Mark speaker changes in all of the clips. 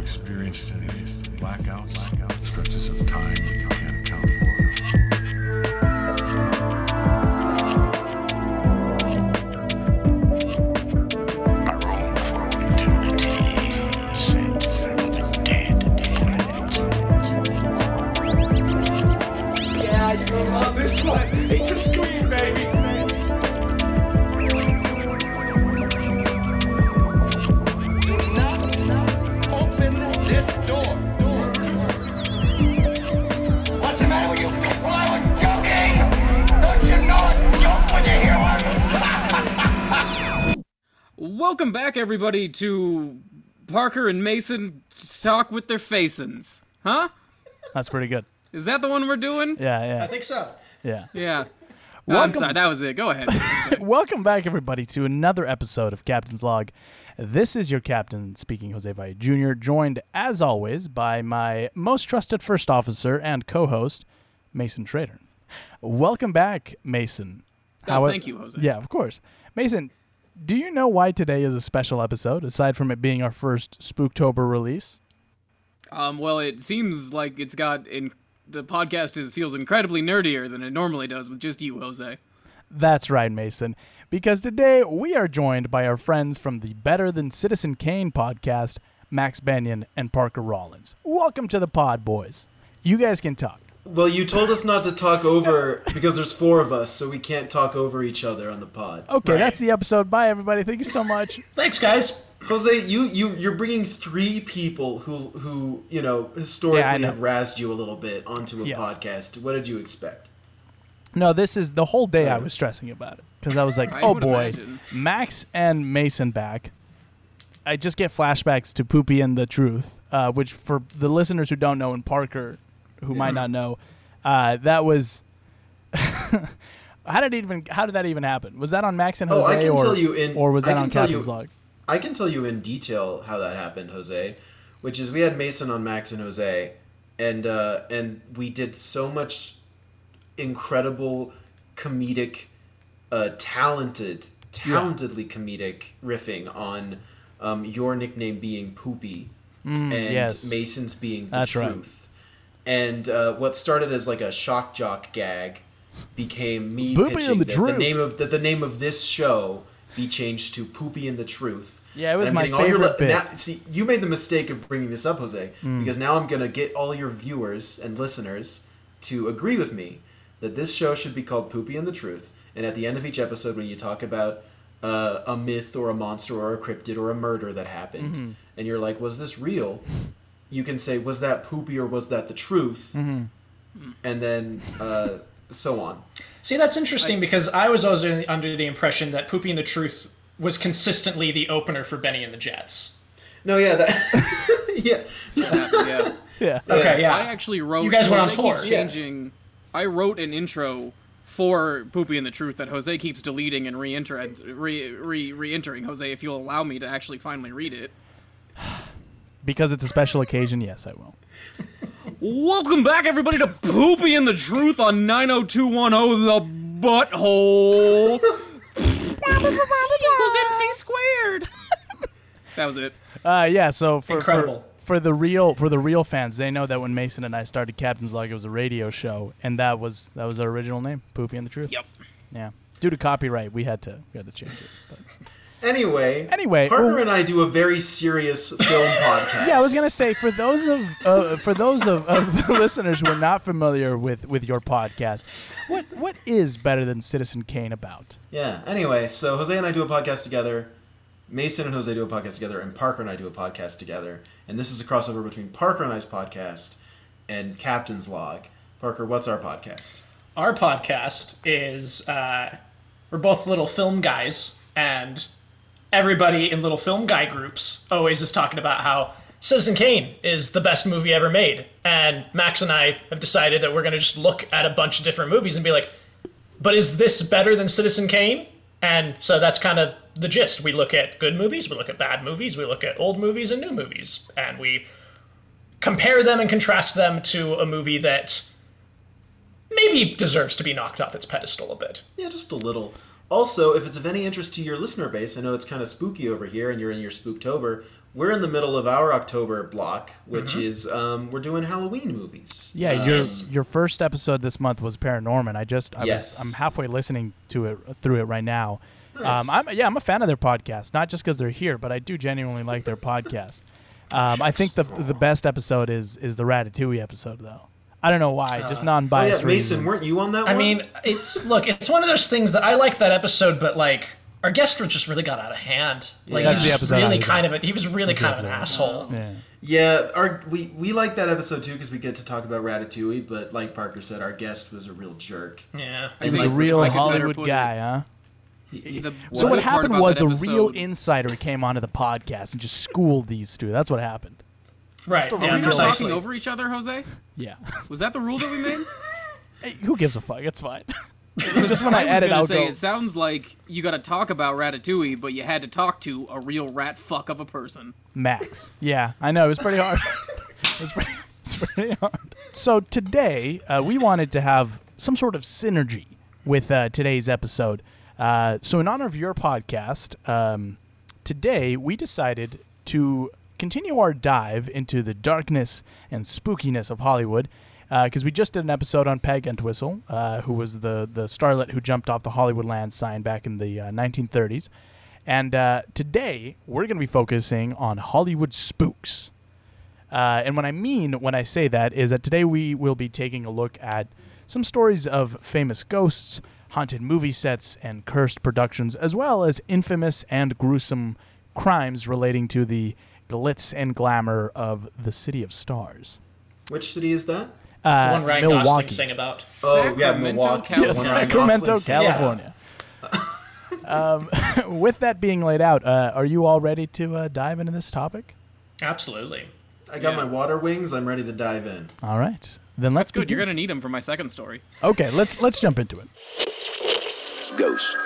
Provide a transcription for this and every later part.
Speaker 1: experienced any blackouts, blackouts, stretches of time that you can't account for.
Speaker 2: I roam for all eternity, set for the dead planet.
Speaker 3: Yeah, you love this one. It's a scream, baby. Do not open this door.
Speaker 4: What's the matter with you people? I was joking! Don't you know it's a joke when you hear one?
Speaker 5: Welcome back, everybody, to Parker and Mason talk with their facins. Huh?
Speaker 6: That's pretty good.
Speaker 5: Is that the one we're doing?
Speaker 6: Yeah, yeah,
Speaker 7: I think so.
Speaker 6: yeah.
Speaker 5: Yeah. I'm
Speaker 6: Welcome-
Speaker 5: sorry, that was it. Go ahead.
Speaker 6: Welcome back, everybody, to another episode of Captain's Log. This is your captain speaking, Jose Valle Jr., joined as always by my most trusted first officer and co host, Mason Trader. Welcome back, Mason.
Speaker 5: Oh, thank you, Jose.
Speaker 6: Yeah, of course. Mason, do you know why today is a special episode, aside from it being our first Spooktober release?
Speaker 5: Um, well, it seems like it's got in the podcast is feels incredibly nerdier than it normally does with just you, Jose.
Speaker 6: That's right, Mason, because today we are joined by our friends from the Better Than Citizen Kane podcast, Max Benyon and Parker Rollins. Welcome to the pod, boys. You guys can talk.
Speaker 7: Well, you told us not to talk over because there's four of us, so we can't talk over each other on the pod.
Speaker 6: Okay, that's the episode. Bye, everybody. Thank you so much.
Speaker 7: Thanks, guys. Jose, you you you're bringing three people who who you know historically
Speaker 6: Yeah, I know.
Speaker 7: have razzed you a little bit onto a
Speaker 6: Yeah.
Speaker 7: podcast. What did you expect?
Speaker 6: no, this is the whole day I was stressing about it because I was like,
Speaker 5: I
Speaker 6: oh
Speaker 5: would
Speaker 6: boy,
Speaker 5: imagine.
Speaker 6: Max and Mason back. I just get flashbacks to Poopy and the Truth, uh, which for the listeners who don't know and Parker, who might not know, uh, that was. how did it even? How did that even happen? Was that on Max and
Speaker 7: Oh,
Speaker 6: Jose,
Speaker 7: I can
Speaker 6: or,
Speaker 7: tell you in-
Speaker 6: or was
Speaker 7: I
Speaker 6: that
Speaker 7: can
Speaker 6: on
Speaker 7: tell you-
Speaker 6: Captain's Log?
Speaker 7: I can tell you in detail how that happened, Jose, which is we had Mason on Max and Jose, and uh, and we did so much incredible comedic, uh, talented, talentedly comedic riffing on um, your nickname being Poopy and
Speaker 6: Mm, yes.
Speaker 7: Mason's being the
Speaker 6: That's right.
Speaker 7: truth, and uh, what started as like a shock jock gag became me
Speaker 6: Poopy
Speaker 7: pitching
Speaker 6: and the
Speaker 7: that
Speaker 6: Truth.
Speaker 7: the name of that the name of this show be changed to Poopy and the Truth.
Speaker 6: Yeah, it was
Speaker 7: And
Speaker 6: my
Speaker 7: I'm getting all your
Speaker 6: favorite
Speaker 7: li-
Speaker 6: bit. Mm.
Speaker 7: Now, see, you made the mistake of bringing this up, Jose, because now I'm gonna get all your viewers and listeners to agree with me that this show should be called Poopy and the Truth. And at the end of each episode, when you talk about uh, a myth or a monster or a cryptid or a murder that happened,
Speaker 6: Mm-hmm.
Speaker 7: and you're like, "Was this real?" You can say, "Was that Poopy or was that the truth?"
Speaker 6: Mm-hmm.
Speaker 7: And then uh, so on.
Speaker 8: See, that's interesting because I was always under- under the impression that Poopy and the Truth was consistently the opener for Benny and the Jets.
Speaker 7: No, yeah, that, yeah.
Speaker 5: yeah.
Speaker 6: Yeah,
Speaker 8: Okay, yeah.
Speaker 5: I actually wrote.
Speaker 8: You guys went on
Speaker 5: Jose
Speaker 8: tour.
Speaker 5: keeps
Speaker 7: Yeah.
Speaker 5: Changing. I wrote an intro for Poopy and the Truth that Jose keeps deleting and re-enter, re, re, re-entering. Jose, if you'll allow me to actually finally read it.
Speaker 6: because it's a special occasion. Yes, I will.
Speaker 5: Welcome back, everybody, to Poopy and the Truth on 90210 The Butthole. equals MC squared. that was it.
Speaker 6: Uh, yeah. So for, for
Speaker 8: Incredible.
Speaker 6: for the real for the real fans, they know that when Mason and I started Captain's Log, it was a radio show, and that was that was our original name, Poopy and the Truth.
Speaker 5: Yep.
Speaker 6: Yeah. Due to copyright, we had to we had to change it. But.
Speaker 7: Anyway,
Speaker 6: Anyway,
Speaker 7: Parker
Speaker 6: well-
Speaker 7: and I do a very serious film podcast.
Speaker 6: Yeah, I was gonna say for those of uh, for those of, of the listeners who are not familiar with with your podcast, what what is better than Citizen Kane about?
Speaker 7: Yeah. Anyway, so Jose and I do a podcast together. Mason and Jose do a podcast together, and Parker and I do a podcast together. And this is a crossover between Parker and I's podcast and Captain's Log. Parker, what's our podcast?
Speaker 8: Our podcast is uh, we're both little film guys, and everybody in little film guy groups always is talking about how Citizen Kane is the best movie ever made. And Max and I have decided that we're going to just look at a bunch of different movies and be like, but is this better than Citizen Kane? And so that's kind of the gist. We look at good movies, we look at bad movies, we look at old movies and new movies, and we compare them and contrast them to a movie that maybe deserves to be knocked off its pedestal a bit.
Speaker 7: Yeah, just a little. Also, if it's of any interest to your listener base, I know it's kind of spooky over here, and you're in your Spooktober. We're in the middle of our October block, which is um, we're doing Halloween movies.
Speaker 6: Mm-hmm. Yeah,
Speaker 5: Uh,
Speaker 6: your your first episode this month was Paranorman. I just I
Speaker 7: Yes.
Speaker 6: was I'm halfway listening to it uh, through it right now.
Speaker 7: Nice.
Speaker 6: Um, I'm yeah, I'm a fan of their podcast, not just because they're here, but I do genuinely like their podcast. Um, I think the the best episode is is the Ratatouille episode though. I don't know why,
Speaker 5: Uh,
Speaker 6: just
Speaker 7: Oh yeah,
Speaker 6: non-biased
Speaker 7: Mason,
Speaker 6: reasons.
Speaker 7: weren't you on that
Speaker 8: I
Speaker 7: one?
Speaker 8: mean, it's look, it's one of those things that I like that episode, but like our guest was just really got out of hand. Like he
Speaker 7: Yeah. That's
Speaker 8: was
Speaker 7: the
Speaker 8: just
Speaker 6: episode I
Speaker 8: really
Speaker 6: was
Speaker 8: kind of a, he was really kind of an
Speaker 6: episode
Speaker 8: asshole.
Speaker 6: yeah.
Speaker 7: yeah, our we we like that episode too because we get to talk about Ratatouille. But like Parker said, our guest was a real jerk.
Speaker 8: Yeah.
Speaker 5: I
Speaker 6: He's a
Speaker 5: think
Speaker 6: real
Speaker 5: Mike Snyder
Speaker 6: Hollywood
Speaker 5: put it-
Speaker 6: guy, huh?
Speaker 5: the
Speaker 6: So what
Speaker 5: worst part
Speaker 6: happened
Speaker 5: about
Speaker 6: was a
Speaker 5: that
Speaker 6: real
Speaker 5: episode-
Speaker 6: insider came onto the podcast and just schooled these two. That's what happened.
Speaker 8: Right.
Speaker 5: Are
Speaker 8: Yeah,
Speaker 5: we not talking
Speaker 8: precisely.
Speaker 5: over each other, Jose?
Speaker 6: Yeah.
Speaker 5: Was that the rule that we made?
Speaker 6: Hey, who gives a fuck? It's fine. just when I,
Speaker 5: I was
Speaker 6: edit,
Speaker 5: gonna
Speaker 6: I'll
Speaker 5: say
Speaker 6: go.
Speaker 5: it sounds like you got to talk about Ratatouille, but you had to talk to a real rat fuck of a person.
Speaker 6: Max. Yeah, I know. It was pretty hard. it, was pretty, it's pretty hard. So today, uh, we wanted to have some sort of synergy with uh, today's episode. Uh, so, in honor of your podcast, um, today we decided to continue our dive into the darkness and spookiness of Hollywood. Because we just did an episode on Peg Entwistle, uh, who was the, the starlet who jumped off the Hollywoodland sign back in the uh, 1930s. And uh, today, we're going to be focusing on Hollywood spooks. Uh, and what I mean when I say that is that today we will be taking a look at some stories of famous ghosts, haunted movie sets, and cursed productions, as well as infamous and gruesome crimes relating to the glitz and glamour of the City of Stars.
Speaker 7: Which city is that?
Speaker 8: The
Speaker 6: Uh,
Speaker 8: one Ryan
Speaker 6: Milwaukee.
Speaker 8: Gosling sang about.
Speaker 7: Oh yeah,
Speaker 5: Sacramento,
Speaker 7: Milwaukee.
Speaker 5: California.
Speaker 6: Yes,
Speaker 7: One Ryan
Speaker 6: Sacramento,
Speaker 7: Gosling scene.
Speaker 6: California. um, with that being laid out, uh, are you all ready to uh, dive into this topic?
Speaker 8: Absolutely.
Speaker 7: I got
Speaker 5: Yeah.
Speaker 7: my water wings. I'm ready to dive in.
Speaker 6: All right, then let's
Speaker 5: Good, you're
Speaker 6: begin.
Speaker 5: gonna need him for my second story.
Speaker 6: Okay, let's let's jump into it.
Speaker 2: Ghosts.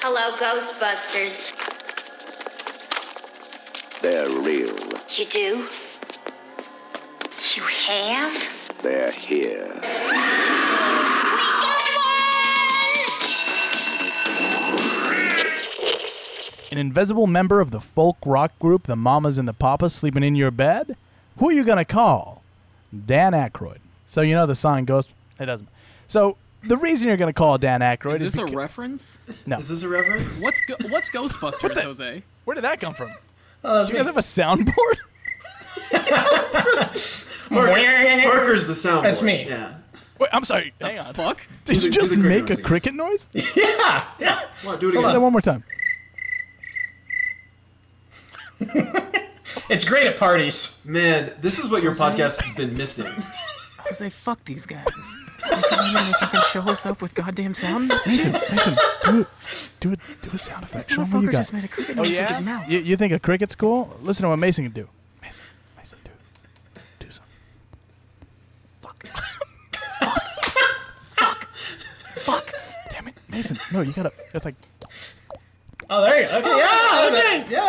Speaker 9: Hello, Ghostbusters.
Speaker 2: They're real.
Speaker 9: You do? You have?
Speaker 2: They're here.
Speaker 6: An invisible member of the folk rock group, the Mamas and the Papas, sleeping in your bed. Who are you gonna call? Dan Aykroyd. So you know the song Ghost. It doesn't. So the reason you're gonna call Dan Aykroyd
Speaker 5: Is
Speaker 6: is,
Speaker 5: this a
Speaker 6: beca-
Speaker 5: reference?
Speaker 7: Is this a reference?
Speaker 5: What's go- what's Ghostbusters, Jose?
Speaker 6: where did that come from?
Speaker 8: Oh,
Speaker 6: Do you guys have a soundboard?
Speaker 7: Parker's the sound.
Speaker 8: That's me.
Speaker 7: Yeah.
Speaker 6: Wait, I'm sorry. Hang on.
Speaker 5: Fuck.
Speaker 6: Did
Speaker 7: Do
Speaker 6: you
Speaker 7: the- do
Speaker 6: just
Speaker 7: the cricket
Speaker 6: make a
Speaker 7: noise again.
Speaker 6: cricket noise? Say
Speaker 8: yeah. Yeah.
Speaker 7: Come on, do it again.
Speaker 6: that one more time.
Speaker 8: It's great at parties.
Speaker 7: Man, this is what your podcast has been missing.
Speaker 5: Jose, fuck these guys. They fucking show us up with goddamn sound.
Speaker 6: Mason, Mason, do it. Do it. Do a sound effect. Show 'em what you got.
Speaker 5: a cricket
Speaker 6: Oh, You, you think a cricket's cool? Listen to what Mason can do. Mason, Mason, do, do something. Fuck. Fuck. Fuck. Damn it, Mason. No, you gotta. That's like.
Speaker 8: Oh, there you go. Okay. Yeah. Okay.
Speaker 7: Yeah, yeah,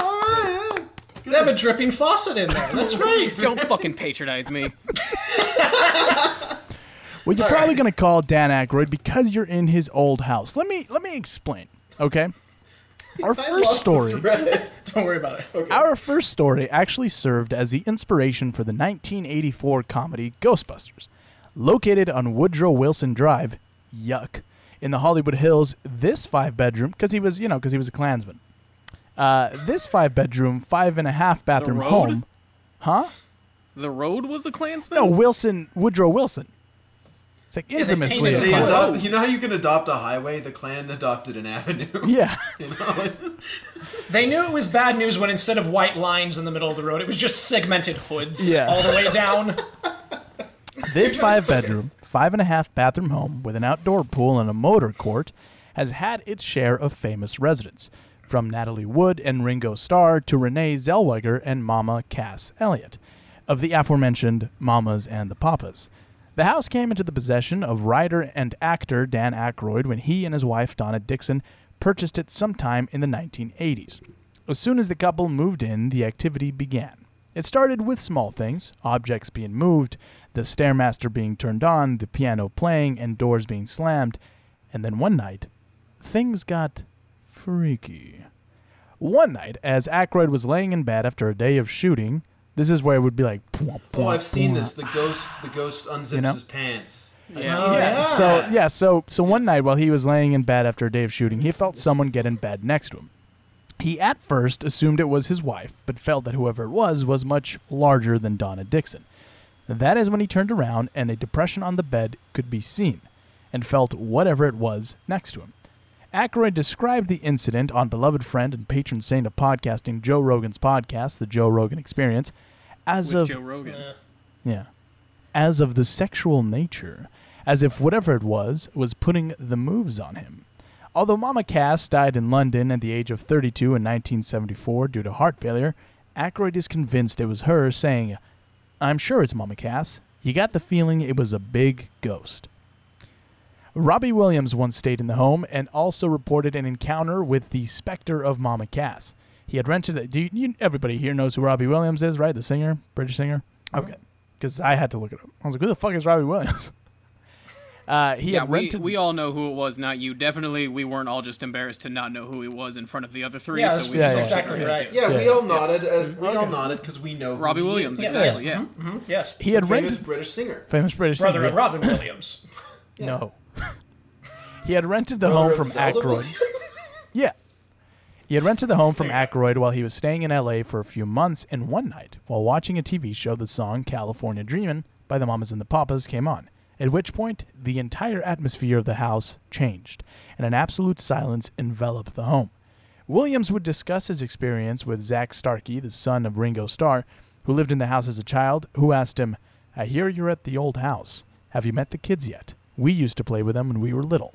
Speaker 7: all right. yeah.
Speaker 8: You have a dripping faucet in there. That's right.
Speaker 5: Don't fucking patronize me.
Speaker 6: Well, you're probably gonna call Dan Aykroyd because you're in his old house. Let me let me explain. Okay. Our first story.
Speaker 8: Don't worry about it.
Speaker 6: Our first story actually served as the inspiration for the 1984 comedy Ghostbusters. Located on Woodrow Wilson Drive, yuck, in the Hollywood Hills, this five bedroom, because he was, you know, because he was a Klansman. Uh, this five bedroom, five and a half bathroom
Speaker 5: road?
Speaker 6: home.
Speaker 5: The road was a Klansman.
Speaker 6: No, Wilson, Woodrow Wilson. It's like
Speaker 8: they
Speaker 6: infamously.
Speaker 8: painted
Speaker 6: a
Speaker 7: They
Speaker 8: Fine.
Speaker 6: Klan-
Speaker 7: adopt, you know how you can adopt a highway? The clan adopted an avenue.
Speaker 6: yeah.
Speaker 7: You know?
Speaker 8: They knew it was bad news when instead of white lines in the middle of the road, it was just segmented hoods
Speaker 6: Yeah.
Speaker 8: all the way down.
Speaker 6: This five bedroom, five and a half bathroom home with an outdoor pool and a motor court has had its share of famous residents, from Natalie Wood and Ringo Starr to Renee Zellweger and Mama Cass Elliott, of the aforementioned Mamas and the Papas. The house came into the possession of writer and actor Dan Aykroyd when he and his wife Donna Dixon purchased it sometime in the 1980s. As soon as the couple moved in, the activity began. It started with small things objects being moved, the Stairmaster being turned on, the piano playing, and doors being slammed. And then one night, things got freaky. One night, as Aykroyd was laying in bed after a day of shooting, this is where it would be like. "Pwah,
Speaker 7: Oh,
Speaker 6: pwah,
Speaker 7: I've seen
Speaker 6: pwah."
Speaker 7: this. The ghost. The ghost unzips
Speaker 6: know?
Speaker 7: his pants.
Speaker 6: So yeah, so so one night while he was laying in bed after a day of shooting, he felt someone get in bed next to him. He at first assumed it was his wife, but felt that whoever it was was much larger than Donna Dixon. That is when he turned around and a depression on the bed could be seen, and felt whatever it was next to him. Aykroyd described the incident on beloved friend and patron saint of podcasting Joe Rogan's podcast, The Joe Rogan Experience, as
Speaker 5: with
Speaker 6: of
Speaker 5: Joe Rogan.
Speaker 6: yeah. As of the sexual nature, as if whatever it was was putting the moves on him. Although Mama Cass died in London at the age of 32 in 1974 due to heart failure, Aykroyd is convinced it was her, saying, I'm sure it's Mama Cass. You got the feeling it was a big ghost. Robbie Williams once stayed in the home and also reported an encounter with the specter of Mama Cass. He had rented it. Do you, you, everybody here knows who Robbie Williams is, right? The singer, British singer.
Speaker 5: Oh,
Speaker 6: Okay, because I had to look it up. I was like, "Who the fuck is Robbie Williams?" Uh, he
Speaker 5: Yeah,
Speaker 6: had
Speaker 5: we,
Speaker 6: rented.
Speaker 5: we all know who it was, not you. Definitely, we weren't all just embarrassed to not know who he was in front of the other three.
Speaker 8: Yeah,
Speaker 5: so
Speaker 8: that's
Speaker 5: we
Speaker 6: yeah,
Speaker 5: just
Speaker 6: yeah.
Speaker 8: exactly right.
Speaker 7: Yeah, we
Speaker 6: Yeah.
Speaker 7: all nodded. Uh, we all nodded because we know who
Speaker 5: Robbie
Speaker 7: he
Speaker 5: Williams,
Speaker 7: Is.
Speaker 5: exactly. Yeah,
Speaker 8: Yes.
Speaker 6: he had
Speaker 7: Famous
Speaker 6: rented
Speaker 7: British singer.
Speaker 6: famous British
Speaker 8: Brother
Speaker 6: singer.
Speaker 8: of Robin Williams.
Speaker 6: No, he had rented the
Speaker 7: Brother
Speaker 6: home
Speaker 7: of
Speaker 6: from
Speaker 7: Zelda
Speaker 6: Aykroyd.
Speaker 7: Williams.
Speaker 6: Yeah. He had rented the home from Aykroyd while he was staying in LA for a few months, and one night, while watching a TV show, the song California Dreamin' by the Mamas and the Papas came on, at which point the entire atmosphere of the house changed, and an absolute silence enveloped the home. Williams would discuss his experience with Zach Starkey, the son of Ringo Starr, who lived in the house as a child, who asked him, I hear you're at the old house. Have you met the kids yet? We used to play with them when we were little.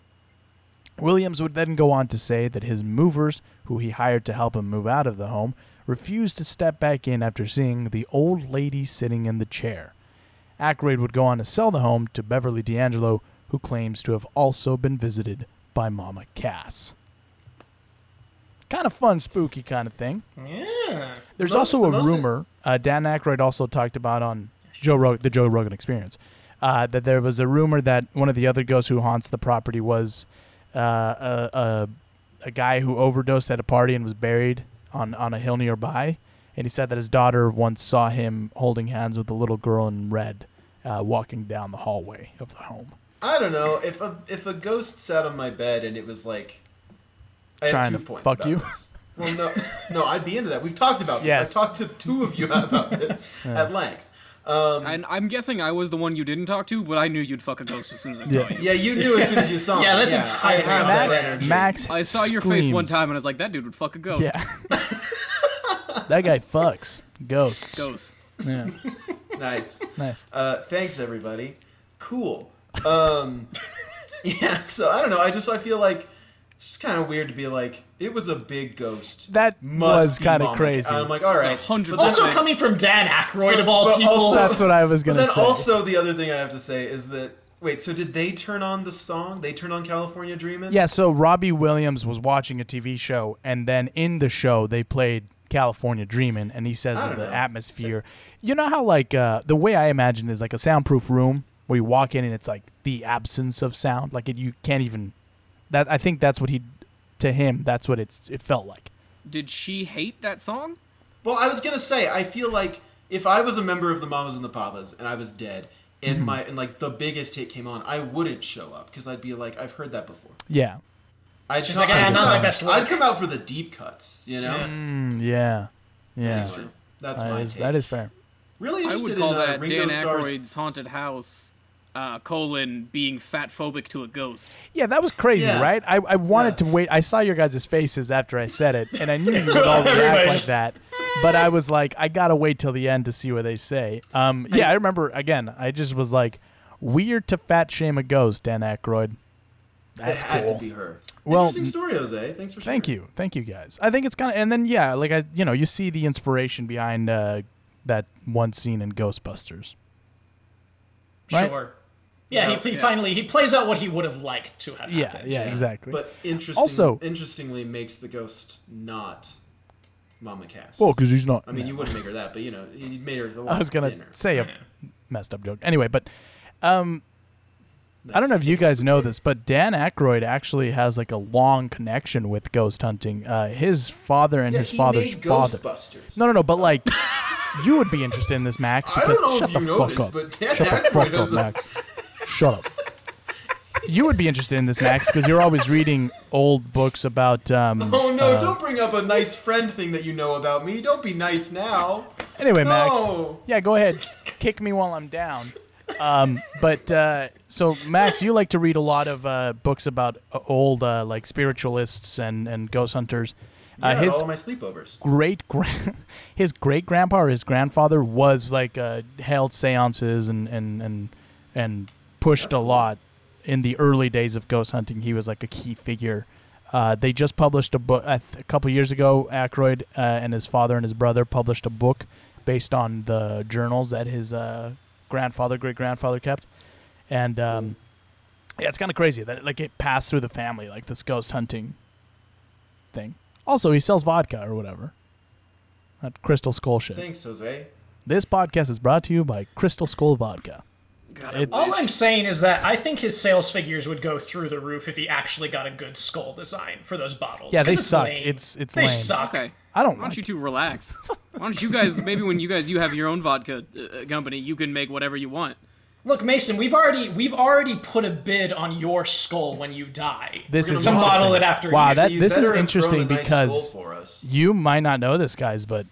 Speaker 6: Williams would then go on to say that his movers, who he hired to help him move out of the home, refused to step back in after seeing the old lady sitting in the chair. Aykroyd would go on to sell the home to Beverly D'Angelo, who claims to have also been visited by Mama Cass. Kind of fun, spooky kind of thing.
Speaker 8: Yeah.
Speaker 6: There's
Speaker 7: Most-
Speaker 6: also
Speaker 7: the
Speaker 6: a
Speaker 7: most-
Speaker 6: rumor. Uh, Dan Aykroyd also talked about on Joe rog the Joe Rogan Experience uh, that there was a rumor that one of the other ghosts who haunts the property was uh, a, a a guy who overdosed at a party and was buried on on a hill nearby. And he said that his daughter once saw him holding hands with a little girl in red, uh, walking down the hallway of the home.
Speaker 7: I don't know if a if a ghost sat on my bed and it was like, I have
Speaker 6: Trying
Speaker 7: two
Speaker 6: to
Speaker 7: points
Speaker 6: fuck
Speaker 7: about
Speaker 6: you?
Speaker 7: this. Well, no, no, I'd be into that. We've talked about this.
Speaker 6: Yes.
Speaker 7: I talked to two of you about this at length. Um,
Speaker 5: And I'm guessing I was the one you didn't talk to, but I knew you'd fuck a ghost as soon as I saw you.
Speaker 7: yeah, you knew as soon as you saw.
Speaker 8: Yeah,
Speaker 7: it.
Speaker 8: that's
Speaker 7: I
Speaker 8: entirely
Speaker 7: have that
Speaker 8: Max-
Speaker 7: energy.
Speaker 6: Max,
Speaker 5: I saw your face one
Speaker 6: screams.
Speaker 5: time, and I was like, "That dude would fuck a ghost."
Speaker 6: Yeah, that guy fucks ghosts.
Speaker 5: Ghost.
Speaker 6: Yeah,
Speaker 7: Nice.
Speaker 6: nice.
Speaker 7: Uh, thanks everybody. Cool. Um, yeah. So I don't know. I just I feel like it's just kind of weird to be like it was a big ghost.
Speaker 6: That
Speaker 7: Must
Speaker 6: was
Speaker 7: be
Speaker 6: kind of
Speaker 7: Mama Cass.
Speaker 6: crazy.
Speaker 7: I'm like, all right.
Speaker 5: hundred
Speaker 7: But then-
Speaker 8: Also coming from Dan Aykroyd of all
Speaker 7: But
Speaker 8: people.
Speaker 7: also-
Speaker 6: That's what I was
Speaker 7: But
Speaker 6: gonna
Speaker 7: then
Speaker 6: say.
Speaker 7: also the other thing I have to say is that wait, so did they turn on the song? They turn on California Dreamin'?
Speaker 6: yeah, so Robbie Williams was watching a TV show, and then in the show they played California Dreamin', and he says
Speaker 7: I
Speaker 6: that
Speaker 7: don't
Speaker 6: the
Speaker 7: know.
Speaker 6: atmosphere. You know how like uh, the way I imagine is like a soundproof room where you walk in and it's like the absence of sound, like it, you can't even. That I think that's what he, to him, that's what it's it felt like.
Speaker 5: Did she hate that song?
Speaker 7: Well, I was gonna say I feel like if I was a member of the Mamas and the Papas and I was dead and
Speaker 6: Mm-hmm.
Speaker 7: my and like the biggest hit came on, I wouldn't show up because I'd be like I've heard that before.
Speaker 6: Yeah,
Speaker 7: I'd
Speaker 8: She's
Speaker 7: come-
Speaker 8: like, "Ah,
Speaker 7: I'd
Speaker 8: not
Speaker 7: come
Speaker 8: my
Speaker 7: out-
Speaker 8: best
Speaker 7: I'd
Speaker 8: work."
Speaker 7: come out for the deep cuts, you know.
Speaker 6: Mm, yeah, yeah.
Speaker 7: That's true. That's
Speaker 6: That
Speaker 7: my
Speaker 6: is,
Speaker 7: take.
Speaker 6: that is fair.
Speaker 7: really
Speaker 5: I would
Speaker 7: interested
Speaker 5: call
Speaker 7: in uh,
Speaker 5: that
Speaker 7: Ringo
Speaker 5: Dan
Speaker 7: Starr's.
Speaker 5: Aykroyd's haunted house. Uh, colon being fat phobic to a ghost.
Speaker 6: Yeah, that was crazy,
Speaker 7: Yeah.
Speaker 6: right? I, I wanted
Speaker 7: Yeah.
Speaker 6: to wait. I saw your guys' faces after I said it, and I knew you would all react
Speaker 8: Everybody
Speaker 6: like
Speaker 8: just-
Speaker 6: that. But I was like, I gotta wait till the end to see what they say. Um, yeah, I, remember again. I just was like, weird to fat shame a ghost, Dan Aykroyd. That's
Speaker 7: it had
Speaker 6: cool.
Speaker 7: to be her.
Speaker 6: Well, mm,
Speaker 7: interesting story, Jose. Thanks for sharing.
Speaker 6: Thank you, thank you guys. I think it's kind of, and then yeah, like I, you know, you see the inspiration behind uh, that one scene in Ghostbusters. Right?
Speaker 8: Sure. Yeah, he, he finally he plays out what he would have liked to have
Speaker 6: Yeah,
Speaker 8: happened.
Speaker 6: yeah, exactly.
Speaker 7: But interesting,
Speaker 6: Also-
Speaker 7: interestingly, makes the ghost not Mama Cass.
Speaker 6: well, because he's not.
Speaker 7: I mean, you wouldn't make her that, but you know, you made her a lot
Speaker 6: I was gonna
Speaker 7: thinner.
Speaker 6: say a messed up joke anyway, but um, I don't know if you guys know this, but Dan Aykroyd actually has like a long connection with ghost hunting. Uh, his father and
Speaker 7: Yeah,
Speaker 6: his
Speaker 7: he
Speaker 6: father's
Speaker 7: made
Speaker 6: father.
Speaker 7: Ghostbusters.
Speaker 6: No, no, no. But like, you would be interested in this, Max.
Speaker 7: I don't
Speaker 6: Because
Speaker 7: know if
Speaker 6: shut
Speaker 7: you
Speaker 6: the
Speaker 7: know
Speaker 6: fuck
Speaker 7: this,
Speaker 6: up.
Speaker 7: but Dan
Speaker 6: shut the
Speaker 7: Aykroyd
Speaker 6: fuck up,
Speaker 7: is a-
Speaker 6: Max. Shut up. You would be interested in this, Max, because you're always reading old books about. Um,
Speaker 7: Oh no! don't bring up a nice friend thing that you know about me. Don't be nice now.
Speaker 6: Anyway, Max.
Speaker 7: No.
Speaker 6: Yeah, go ahead. Kick me while I'm down. Um, but uh, so, Max, you like to read a lot of uh, books about uh, old, uh, like spiritualists and, and ghost hunters. Uh,
Speaker 7: Yeah,
Speaker 6: his
Speaker 7: all my sleepovers.
Speaker 6: great grand, his great grandpa or his grandfather was like uh, held seances and and and and pushed a lot in the early days of ghost hunting. He was like a key figure. Uh, they just published a book a, th- a couple years ago. Aykroyd uh, and his father and his brother published a book based on the journals that his uh, grandfather, great grandfather kept, and um, yeah, it's kind of crazy that like it passed through the family, like this ghost hunting thing. Also, he sells vodka or whatever. That Crystal Skull shit.
Speaker 7: Thanks, Jose.
Speaker 6: This podcast is brought to you by Crystal Skull Vodka. It's,
Speaker 8: All I'm saying is that I think his sales figures would go through the roof if he actually got a good skull design for those bottles.
Speaker 6: Yeah, they
Speaker 8: 'Cause it's
Speaker 6: suck.
Speaker 8: lame.
Speaker 6: It's- it's
Speaker 8: they
Speaker 6: lame.
Speaker 8: suck.
Speaker 5: Okay.
Speaker 6: I don't
Speaker 5: Why don't
Speaker 6: like
Speaker 5: you two relax? Why don't you guys maybe when you guys you have your own vodka uh, company, you can make whatever you want.
Speaker 8: Look, Mason, we've already we've already put a bid on your skull when you die.
Speaker 6: this
Speaker 7: We're
Speaker 6: is
Speaker 7: gonna
Speaker 6: interesting.
Speaker 8: bottle it after
Speaker 6: Wow,
Speaker 8: you-
Speaker 6: that,
Speaker 7: You
Speaker 6: this
Speaker 7: better
Speaker 6: is
Speaker 7: have thrown
Speaker 6: interesting
Speaker 7: a nice
Speaker 6: because
Speaker 7: skull for us.
Speaker 6: you might not know this, guys, but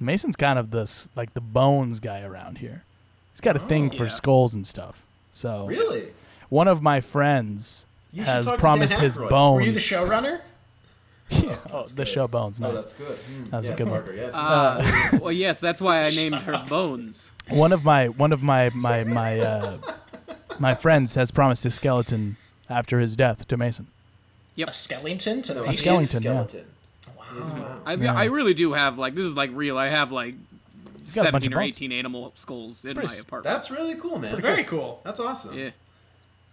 Speaker 6: Mason's kind of this like the bones guy around here. He's got a thing for skulls and stuff. So
Speaker 7: Oh, Really?
Speaker 6: one of my friends
Speaker 7: You should
Speaker 6: has
Speaker 7: talk to Dan
Speaker 6: promised his
Speaker 7: Aykroyd. Oh,
Speaker 6: bone.
Speaker 8: Were you the showrunner?
Speaker 6: Yeah, oh, the show bones.
Speaker 7: Oh,
Speaker 6: Nice.
Speaker 7: that's good. Mm,
Speaker 6: That was a
Speaker 7: yes,
Speaker 6: good one.
Speaker 7: Parker, Yes.
Speaker 5: Well, yes, that's why I named her Bones.
Speaker 6: one of my one of my my my uh, my friends has promised his skeleton after his death to Mason.
Speaker 8: A skeleton to
Speaker 7: No,
Speaker 8: the
Speaker 7: he is
Speaker 6: skeleton, yeah.
Speaker 7: skeleton.
Speaker 5: I I really do have like this is like real. I have like
Speaker 6: got a bunch
Speaker 5: seventeen
Speaker 6: of
Speaker 5: or
Speaker 6: bones.
Speaker 5: eighteen animal skulls in
Speaker 6: Pretty-
Speaker 5: my apartment.
Speaker 7: That's really cool, man.
Speaker 8: Very cool.
Speaker 7: That's awesome.
Speaker 5: Yeah.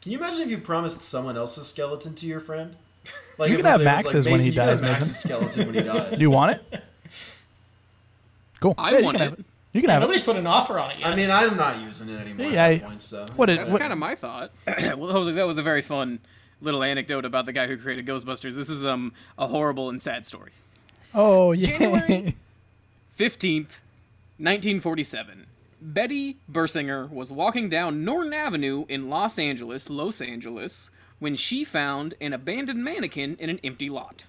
Speaker 7: Can you imagine if you promised someone else's skeleton to your friend? Like
Speaker 6: You
Speaker 7: if
Speaker 6: can have
Speaker 7: it was like,
Speaker 6: Max's when he
Speaker 7: "Mason, you can have
Speaker 6: dies, Mason."
Speaker 7: Max's skeleton when he dies.
Speaker 6: Do you want it? Cool.
Speaker 5: I
Speaker 6: Yeah, you
Speaker 5: want
Speaker 6: can
Speaker 5: it.
Speaker 6: have You can have it.
Speaker 8: Nobody's put an offer on it yet.
Speaker 7: I mean, I'm not using it anymore
Speaker 6: Yeah,
Speaker 7: at
Speaker 6: I-
Speaker 7: that point, so.
Speaker 6: What did
Speaker 5: That's
Speaker 6: what,
Speaker 5: kind of my thought. well, Jose, that was a very fun little anecdote about the guy who created Ghostbusters. This is um a horrible and sad story.
Speaker 6: Oh yeah.
Speaker 5: Fifteenth, nineteen forty-seven. Betty Bursinger was walking down Norton Avenue in Los Angeles, Los Angeles, when she found an abandoned mannequin in an empty lot.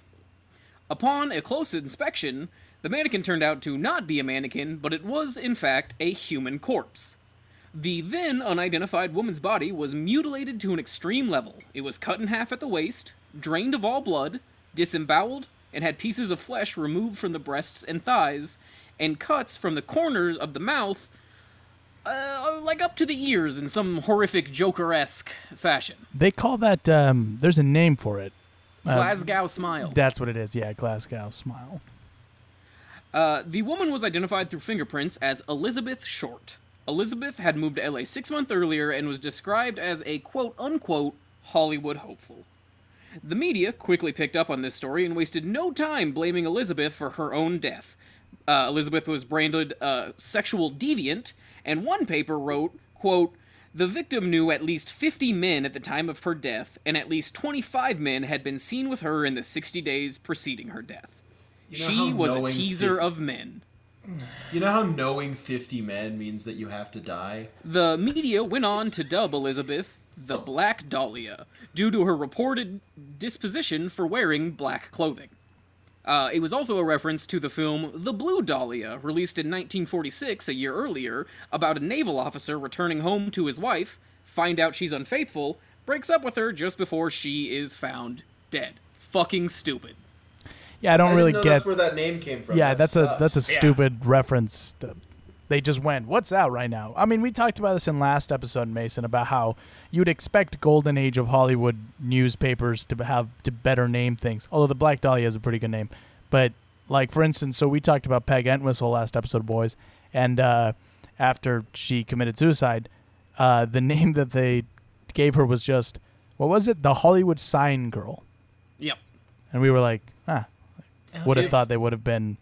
Speaker 5: Upon a close inspection, the mannequin turned out to not be a mannequin, but it was, in fact, a human corpse. The then unidentified woman's body was mutilated to an extreme level. It was cut in half at the waist, drained of all blood, disemboweled, and had pieces of flesh removed from the breasts and thighs, and cuts from the corners of the mouth, uh, like up to the ears in some horrific Joker esque fashion.
Speaker 6: They call that um there's a name for it.
Speaker 5: Glasgow smile.
Speaker 6: That's what it is. Yeah, Glasgow smile.
Speaker 5: Uh, The woman was identified through fingerprints as Elizabeth Short. Elizabeth had moved to LA six months earlier and was described as a quote unquote Hollywood hopeful. The media quickly picked up on this story and wasted no time blaming Elizabeth for her own death. Uh, Elizabeth was branded a sexual deviant, and one paper wrote, quote, the victim knew at least 50 men at the time of her death, and at least 25 men had been seen with her in the 60 days preceding her death.
Speaker 7: know
Speaker 5: she
Speaker 7: how
Speaker 5: was a
Speaker 7: knowing
Speaker 5: teaser
Speaker 7: fif-
Speaker 5: of men.
Speaker 7: You know how knowing 50 men means that you have to die?
Speaker 5: The media went on to dub Elizabeth the Black Dahlia due to her reported disposition for wearing black clothing. Uh, it was also a reference to the film The Blue Dahlia, released in 1946, a year earlier, about a naval officer returning home to his wife, find out she's unfaithful, breaks up with her just before she is found dead. Fucking stupid.
Speaker 6: Yeah, I don't
Speaker 7: I
Speaker 6: really
Speaker 7: didn't
Speaker 6: get.
Speaker 7: know that's where that name came from.
Speaker 6: yeah,
Speaker 7: That
Speaker 6: that's a
Speaker 7: sucks.
Speaker 6: that's a stupid reference. To, they just went, "What's out right now?" I mean, we talked about this in last episode, Mason, about how you'd expect golden age of Hollywood newspapers to have to better name things. Although the Black Dahlia is a pretty good name, but like for instance, so we talked about Peg Entwistle last episode, boys, and uh, after she committed suicide, uh, the name that they gave her was just what was it? The Hollywood Sign Girl,
Speaker 5: Yep.
Speaker 6: and we were like, "Huh." Would have
Speaker 5: If-
Speaker 6: thought they would have been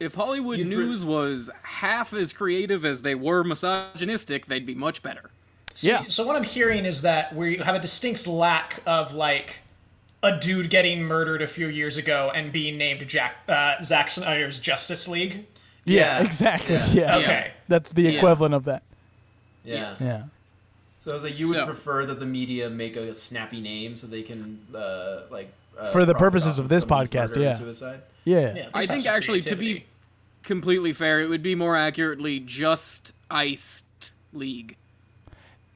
Speaker 5: If Hollywood
Speaker 7: You threw-
Speaker 5: News was half as creative as they were misogynistic, they'd be much better.
Speaker 6: yeah.
Speaker 8: So what I'm hearing is that we have a distinct lack of like a dude getting murdered a few years ago and being named Jack uh, Zack Snyder's Justice League.
Speaker 6: yeah,
Speaker 7: Yeah.
Speaker 6: exactly. Yeah.
Speaker 7: Yeah.
Speaker 8: Okay.
Speaker 6: That's the
Speaker 5: Yeah.
Speaker 6: equivalent of that.
Speaker 7: Yeah.
Speaker 6: Yeah.
Speaker 7: So Jose, you would
Speaker 5: So-
Speaker 7: prefer that the media make a snappy name so they can uh, like uh,
Speaker 6: For the
Speaker 7: profit
Speaker 6: purposes
Speaker 7: off
Speaker 6: of this
Speaker 7: someone's
Speaker 6: podcast,
Speaker 7: murder and
Speaker 6: yeah.
Speaker 7: Suicide.
Speaker 6: Yeah.
Speaker 8: Yeah, at
Speaker 5: I
Speaker 8: least have
Speaker 5: think
Speaker 8: some
Speaker 5: actually, to be
Speaker 8: creativity.
Speaker 5: completely fair, it would be more accurately just iced league.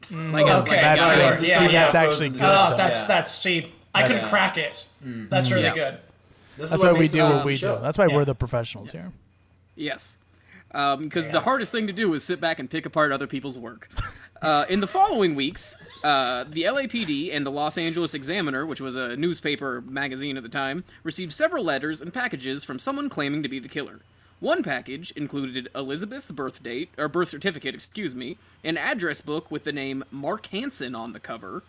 Speaker 5: Like, a-
Speaker 8: Okay,
Speaker 5: a
Speaker 6: That's
Speaker 5: guy
Speaker 8: sure,
Speaker 6: good.
Speaker 5: that's-
Speaker 8: yeah,
Speaker 6: See,
Speaker 8: yeah.
Speaker 6: that's actually
Speaker 7: Frozen
Speaker 6: good.
Speaker 7: good.
Speaker 8: Oh,
Speaker 6: though.
Speaker 8: that's
Speaker 7: Yeah.
Speaker 8: that's see, I could
Speaker 7: That's-
Speaker 8: crack it. That's really
Speaker 5: Yeah.
Speaker 8: good.
Speaker 7: This
Speaker 6: That's
Speaker 7: is
Speaker 6: why
Speaker 7: what
Speaker 6: we
Speaker 7: makes
Speaker 6: do
Speaker 7: it a
Speaker 6: what
Speaker 7: good
Speaker 6: we do.
Speaker 7: show.
Speaker 6: That's why
Speaker 8: Yeah.
Speaker 6: we're the professionals here.
Speaker 5: Yes. Because
Speaker 8: Yeah.
Speaker 5: the hardest thing to do is sit back and pick apart other people's work. Uh, in the following weeks, uh, the LAPD and the Los Angeles Examiner, which was a newspaper magazine at the time, received several letters and packages from someone claiming to be the killer. One package included Elizabeth's birth date, or birth certificate, excuse me, an address book with the name Mark Hansen on the cover,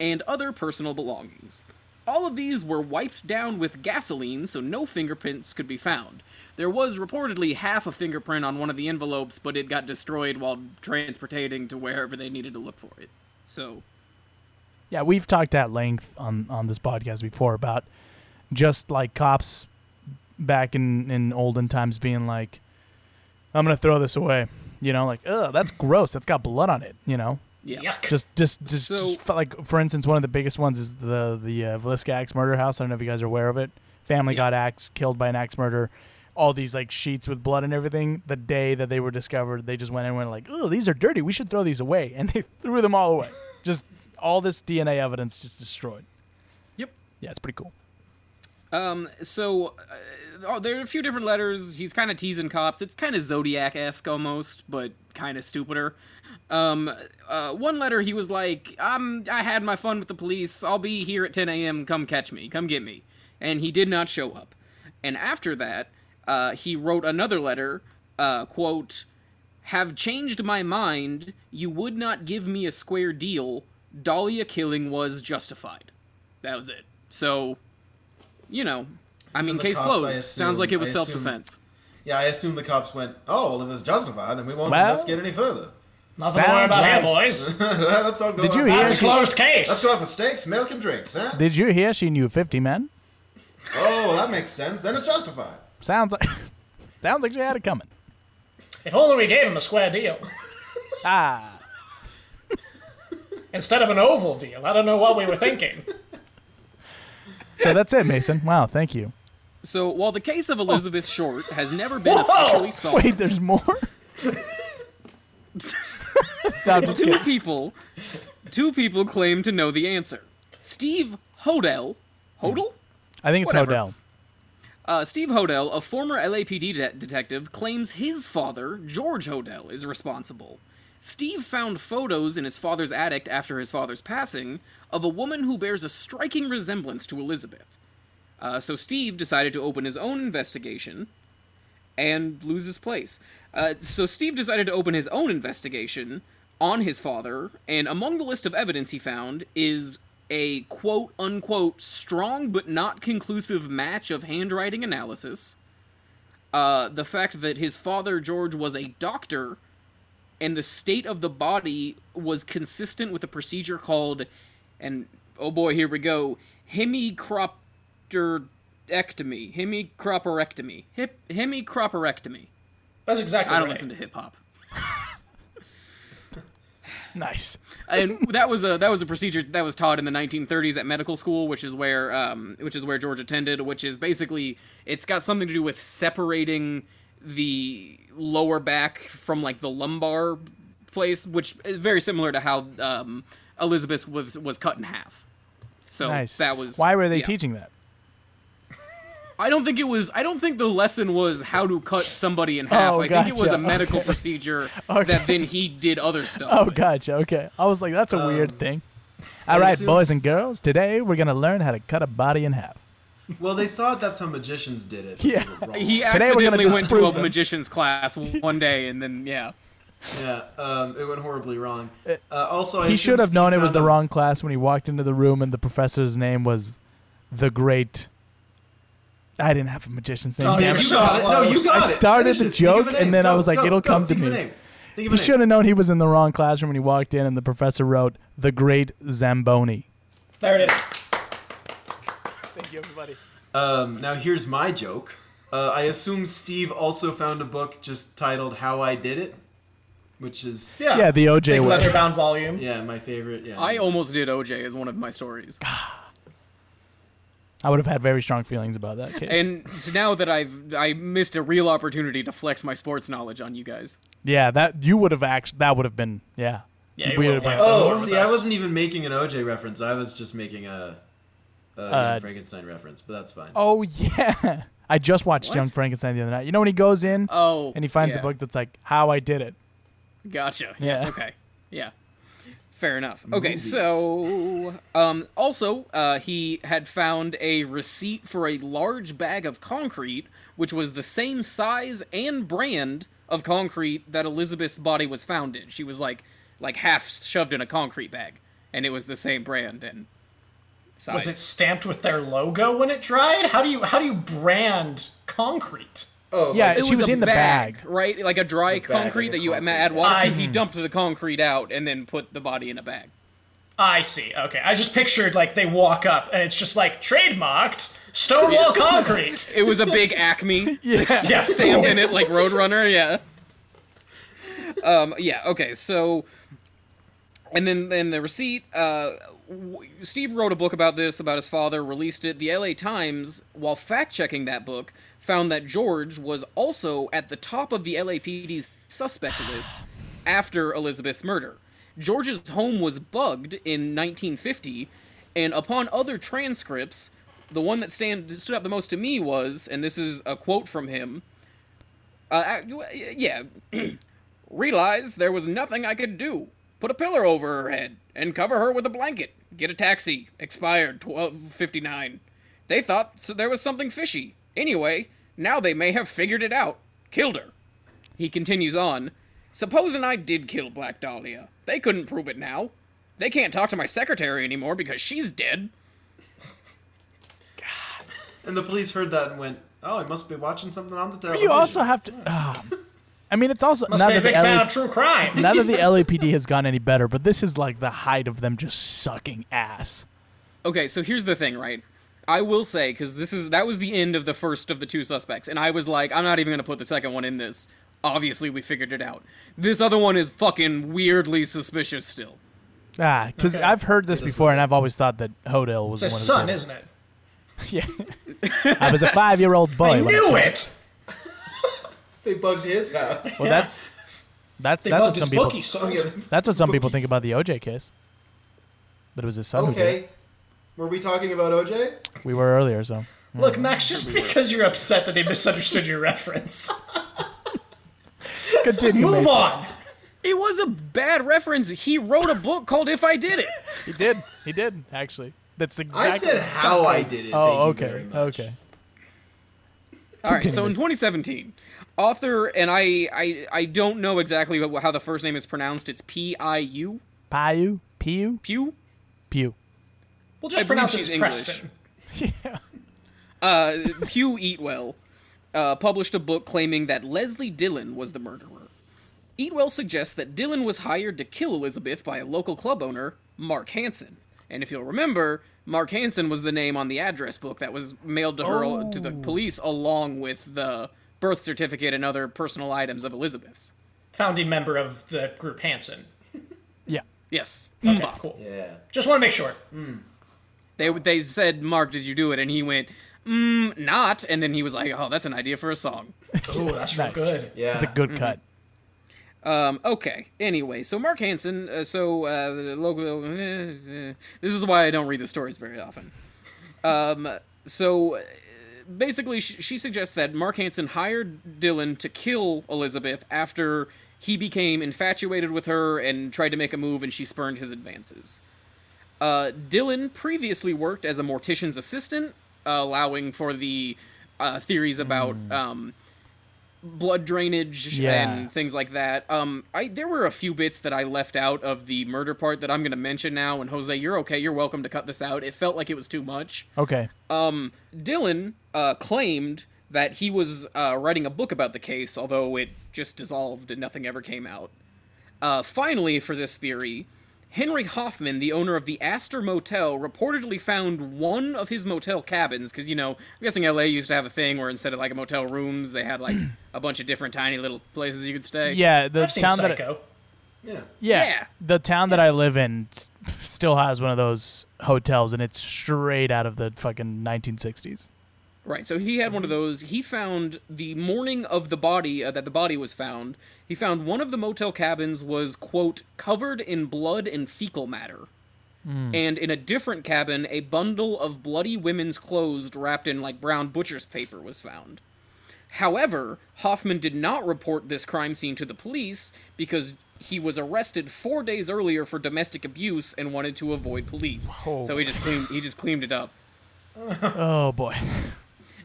Speaker 5: and other personal belongings. All of these were wiped down with gasoline so no fingerprints could be found. There was reportedly half a fingerprint on one of the envelopes, but it got destroyed while transportating to wherever they needed to look for it. So,
Speaker 6: Yeah, we've talked at length on on this podcast before about just like cops back in in olden times being like, "I'm gonna throw this away," you know, like, "Ugh, that's gross. That's got blood on it," you know.
Speaker 5: yeah.
Speaker 8: Yuck.
Speaker 6: Just just just,
Speaker 5: So-
Speaker 6: just felt like for instance, one of the biggest ones is the the uh, Velisca axe murder house. I don't know if you guys are aware of it. Family got axe killed by an axe murder. All these like sheets with blood and everything. The day that they were discovered, they just went and went like, "Oh, these are dirty. We should throw these away," and they threw them all away. just all this DNA evidence just destroyed.
Speaker 5: Yep.
Speaker 6: Yeah, it's pretty cool.
Speaker 5: So, uh, oh, there are a few different letters. He's kind of teasing cops. It's kind of Zodiac esque almost, but kind of stupider. Um, uh, one letter he was like, "I'm I had my fun with the police. I'll be here at 10 a.m. Come catch me. Come get me." And he did not show up. And after that, uh, he wrote another letter. Uh, quote, "Have changed my mind. You would not give me a square deal. Dahlia killing was justified." That was it. So, you know, I mean,
Speaker 7: the
Speaker 5: case
Speaker 7: cops,
Speaker 5: closed.
Speaker 7: I
Speaker 5: Sounds like it
Speaker 7: assume-
Speaker 5: was
Speaker 7: I assume-
Speaker 5: self-defense.
Speaker 7: Yeah, I assume the cops went, "Oh, well, if it's justified, then we won't
Speaker 6: Well-
Speaker 7: investigate any further."
Speaker 8: Nothing to worry
Speaker 6: Sounds
Speaker 8: about
Speaker 6: like-
Speaker 8: here, boys.
Speaker 7: Let's all go.
Speaker 6: Did
Speaker 7: out-
Speaker 6: you hear-
Speaker 8: It's a closed
Speaker 7: Let's
Speaker 8: case.
Speaker 7: go out for steaks, milk, and drinks, huh?
Speaker 6: Did you hear she knew fifty men?
Speaker 7: oh, well, that makes sense. Then it's justified.
Speaker 6: Sounds like sounds like she had it coming.
Speaker 8: If only we gave him a square deal
Speaker 6: Ah,
Speaker 8: instead of an oval deal. I don't know what we were thinking.
Speaker 6: so that's it, Mason. Wow, thank you.
Speaker 5: So while the case of
Speaker 7: Oh.
Speaker 5: Elizabeth Short has never been
Speaker 8: Whoa!
Speaker 5: officially solved,
Speaker 6: Wait, there's more. no, I'm just
Speaker 5: two
Speaker 6: kidding.
Speaker 5: people, two people claim to know the answer. Steve Hodel, Hodel,
Speaker 6: I think it's
Speaker 5: Whatever.
Speaker 6: Hodel.
Speaker 5: uh, Steve Hodel, a former LAPD de- detective, claims his father, George Hodel, is responsible. Steve found photos in his father's attic after his father's passing of a woman who bears a striking resemblance to Elizabeth. Uh, so Steve decided to open his own investigation and lose his place. Uh, so Steve decided to open his own investigation on his father, and among the list of evidence he found is a quote unquote strong but not conclusive match of handwriting analysis, uh, the fact that his father, George, was a doctor, and the state of the body was consistent with a procedure called, and oh boy, here we go, hemicropterectomy. Hemicropterectomy. Hip, hemicropterectomy.
Speaker 8: That's exactly
Speaker 5: I don't
Speaker 8: right.
Speaker 5: listen to hip hop.
Speaker 6: Nice.
Speaker 5: and that was a that was a procedure that was taught in the 1930s at medical school, which is where um, which is where George attended, which is basically it's got something to do with separating the lower back from like the lumbar place, which is very similar to how um, Elizabeth was was cut in half. So
Speaker 6: Nice.
Speaker 5: Oh, that was
Speaker 6: Why were they
Speaker 5: yeah.
Speaker 6: teaching that?
Speaker 5: I don't think it was. I don't think the lesson was how to cut somebody in half.
Speaker 6: Oh,
Speaker 5: I think it was
Speaker 6: gotcha.
Speaker 5: a medical
Speaker 6: Okay.
Speaker 5: procedure
Speaker 6: Okay.
Speaker 5: that then he did other stuff.
Speaker 6: Oh,
Speaker 5: with.
Speaker 6: gotcha. Okay. I was like, that's a
Speaker 5: Um,
Speaker 6: weird thing. All right,
Speaker 7: assume
Speaker 6: boys
Speaker 7: s-
Speaker 6: and girls, today we're going to learn how to cut a body in half.
Speaker 7: Well, they thought that's how magicians did it.
Speaker 5: He
Speaker 6: Yeah. Today we're gonna
Speaker 5: accidentally went to a
Speaker 6: disprove them.
Speaker 5: magician's class one day, and then yeah,
Speaker 7: Yeah, um, it went horribly wrong. Uh, also, I
Speaker 6: He
Speaker 7: assume
Speaker 6: should have
Speaker 7: Steve
Speaker 6: known it was
Speaker 7: found
Speaker 6: the
Speaker 7: out-
Speaker 6: wrong class when he walked into the room and the professor's name was the great. I didn't have a magician's name.
Speaker 8: Oh,
Speaker 6: damn
Speaker 8: you
Speaker 6: it.
Speaker 8: got it.
Speaker 7: No, you got
Speaker 6: I
Speaker 7: it.
Speaker 6: started
Speaker 7: Finish
Speaker 6: the
Speaker 7: it. Think of
Speaker 6: joke,
Speaker 7: a
Speaker 6: and
Speaker 7: name.
Speaker 6: then I
Speaker 7: Go,
Speaker 6: was like,
Speaker 7: go,
Speaker 6: it'll
Speaker 7: go.
Speaker 6: come to
Speaker 7: Think of a
Speaker 6: me.
Speaker 7: name. Think of
Speaker 6: He
Speaker 7: a name.
Speaker 6: should have known he was in the wrong classroom when he walked in, and the professor wrote "The Great Zamboni."
Speaker 8: There it is.
Speaker 6: Thank you, everybody.
Speaker 7: Um, now here's my joke. Uh, I assume Steve also found a book just titled "How I Did It," which is
Speaker 8: Yeah.
Speaker 6: Yeah, the OJ
Speaker 8: Big
Speaker 6: way.
Speaker 8: leather-bound volume.
Speaker 7: yeah my favorite. Yeah,
Speaker 5: I almost did OJ as one of my stories.
Speaker 6: I would have had very strong feelings about that case.
Speaker 5: And now that I've I missed a real opportunity to flex my sports knowledge on you guys.
Speaker 6: yeah, that you would have actually. That would have been yeah.
Speaker 8: Yeah, you
Speaker 6: We
Speaker 8: would've liked
Speaker 6: would've liked
Speaker 8: that
Speaker 7: Oh,
Speaker 8: more
Speaker 7: see,
Speaker 8: with
Speaker 7: I
Speaker 8: us.
Speaker 7: wasn't even making an OJ reference. I was just making a, a Young Frankenstein reference, but that's fine.
Speaker 6: Uh, Oh yeah. I just watched
Speaker 5: What?
Speaker 6: Young Frankenstein the other night. You know when he goes in
Speaker 5: Oh,
Speaker 6: and he finds
Speaker 5: yeah.
Speaker 6: a book that's like "How I Did It."
Speaker 5: Gotcha. Yes.
Speaker 6: Yeah.
Speaker 5: Okay. Yeah. Fair enough. Okay. So, um, also, uh, he had found a receipt for a large bag of concrete, which was the same size and brand of concrete that Elizabeth's body was found in. She was like, like half shoved in a concrete bag, and it was the same brand and size.
Speaker 8: Was it stamped with their logo when it dried? How do you how do you brand concrete?
Speaker 7: Oh,
Speaker 6: Yeah,
Speaker 5: It
Speaker 6: she
Speaker 5: was,
Speaker 6: was,
Speaker 5: a
Speaker 6: in the
Speaker 5: bag,
Speaker 6: bag.
Speaker 5: right? Like a dry
Speaker 7: bag, like
Speaker 5: concrete
Speaker 7: a
Speaker 5: that you
Speaker 7: concrete
Speaker 5: add water
Speaker 8: I-
Speaker 5: to. He dumped the concrete out and then put the body in a bag.
Speaker 8: I see. Okay, I just pictured like they walk up and it's just like trademarked Stonewall concrete.
Speaker 5: It was a big Acme.
Speaker 8: Yeah.
Speaker 5: stamped in it like Roadrunner, yeah. Um, yeah, okay, so and then then the receipt, uh w- Steve wrote a book about this, about his father, released it. The LA Times, while fact checking that book, found that George was also at the top of the LAPD's suspect list after Elizabeth's murder. George's home was bugged in 1950, and upon other transcripts, the one that stand, stood out the most to me was, and this is a quote from him. Uh, I- yeah, realized there was nothing I could do. Put a pillow over her head and cover her with a blanket. Get a taxi. Expired twelve fifty nine. They thought so there was something fishy. Anyway, now they may have figured it out. Killed her. He continues on. Supposing I did kill Black Dahlia. They couldn't prove it now. They can't talk to my secretary anymore because she's dead.
Speaker 7: and the police heard that and went, "Oh, I must be watching something on the television."
Speaker 6: You also have to. ah. I mean, it's also
Speaker 8: Must
Speaker 6: not
Speaker 8: be a
Speaker 6: that the
Speaker 8: big fan
Speaker 6: LA
Speaker 8: of true crime.
Speaker 6: not that the LAPD has gone any better, but this is like the height of them just sucking ass.
Speaker 5: Okay, so here's the thing, right? I will say because this is that was the end of the first of the two suspects, and I was like, I'm not even gonna put the second one in this. Obviously, we figured it out. This other one is fucking weirdly suspicious still.
Speaker 6: Ah, because I've heard this before, and I've always thought that Hodel was
Speaker 8: It's
Speaker 6: one
Speaker 8: his
Speaker 6: of
Speaker 8: son,
Speaker 6: the
Speaker 8: isn't it?
Speaker 6: I was a five-year-old boy.
Speaker 8: I
Speaker 6: when
Speaker 8: knew it.
Speaker 7: they bugged his house. Oh,
Speaker 6: Well, that's that's
Speaker 8: They
Speaker 6: that's
Speaker 8: bugged
Speaker 6: what some
Speaker 8: his
Speaker 6: people Oh,
Speaker 8: bookie. So
Speaker 7: Yeah.
Speaker 6: that's what some people
Speaker 7: Bookies.
Speaker 6: think about the OJ case. But it was his son who did
Speaker 7: Okay, were we talking about OJ?
Speaker 6: it. We were earlier, so
Speaker 8: look, Max, just because you're upset that they misunderstood your reference,
Speaker 6: continue.
Speaker 8: move
Speaker 6: Mason.
Speaker 8: on.
Speaker 5: It was a bad reference. He wrote a book called If I Did It.
Speaker 6: He did. He did actually. That's exactly.
Speaker 7: I said how I did it.
Speaker 6: Oh,
Speaker 7: Thank you
Speaker 6: okay.
Speaker 7: very much.
Speaker 6: Okay.
Speaker 5: All right, so
Speaker 6: Continue.
Speaker 5: in 2017, author and I, I, I don't know exactly what- how the first name is pronounced. It's P I U
Speaker 6: Piu, Piu,
Speaker 5: Pew.
Speaker 6: Pew.
Speaker 8: We'll
Speaker 5: I
Speaker 8: just
Speaker 5: believe
Speaker 8: pronounce it
Speaker 5: she's
Speaker 8: as
Speaker 5: English.
Speaker 8: Preston.
Speaker 5: Hugh Eatwell uh, published a book claiming that Leslie Dillon was the murderer. Eatwell suggests that Dillon was hired to kill Elizabeth by a local club owner, Mark Hansen. And if you'll remember, Mark Hansen was the name on the address book that was mailed to her to
Speaker 8: Oh.
Speaker 5: the police along with the birth certificate and other personal items of Elizabeth's.
Speaker 8: Founding member of the group Hanson.
Speaker 6: Yeah.
Speaker 5: Yes.
Speaker 8: Hmm. Okay,
Speaker 5: Mbop.
Speaker 8: cool.
Speaker 7: Yeah.
Speaker 8: Just want to make sure.
Speaker 5: They they said, "Mark, did you do it?" And he went, mm, "Not." And then he was like, "Oh, that's an idea for a song."
Speaker 8: Ooh, that's real
Speaker 6: Nice.
Speaker 8: good.
Speaker 7: Yeah.
Speaker 6: It's a good cut.
Speaker 5: Um, okay. Anyway, so Mark Hansen, uh, so uh, the local. eh, eh. this is why I don't read the stories very often. Um, so uh, basically, sh- she suggests that Mark Hansen hired Dylan to kill Elizabeth after he became infatuated with her and tried to make a move, and she spurned his advances. Uh, Dylan previously worked as a mortician's assistant, allowing for the uh, theories about um, blood drainage
Speaker 6: Yeah.
Speaker 5: and things like that. Um, I there were a few bits that I left out of the murder part that I'm going to mention now. And Jose, you're okay. You're welcome to cut this out. It felt like it was too much.
Speaker 6: Okay.
Speaker 5: Dylan uh, claimed that he was uh, writing a book about the case, although it just dissolved and nothing ever came out. Um, Uh, finally, for this theory, Henry Hoffman, the owner of the Astor Motel, reportedly found one of his motel cabins, because, you know, I'm guessing LA used to have a thing where instead of like a motel rooms, they had like a bunch of different tiny little places you could stay.
Speaker 6: Yeah, the
Speaker 8: I've seen
Speaker 6: town that I-
Speaker 8: Psycho.
Speaker 7: Yeah.
Speaker 6: yeah,
Speaker 5: Yeah.
Speaker 6: the town that I live in s- still has one of those hotels, and it's straight out of the fucking 1960s.
Speaker 5: Right, so he had one of those. He found the morning of the body uh, that the body was found. He found one of the motel cabins was quote covered in blood and fecal matter, and in a different cabin, a bundle of bloody women's clothes wrapped in like brown butcher's paper was found. However, Hoffman did not report this crime scene to the police because he was arrested four days earlier for domestic abuse and wanted to avoid police. So he just cleaned, he just cleaned it up.
Speaker 6: Oh boy.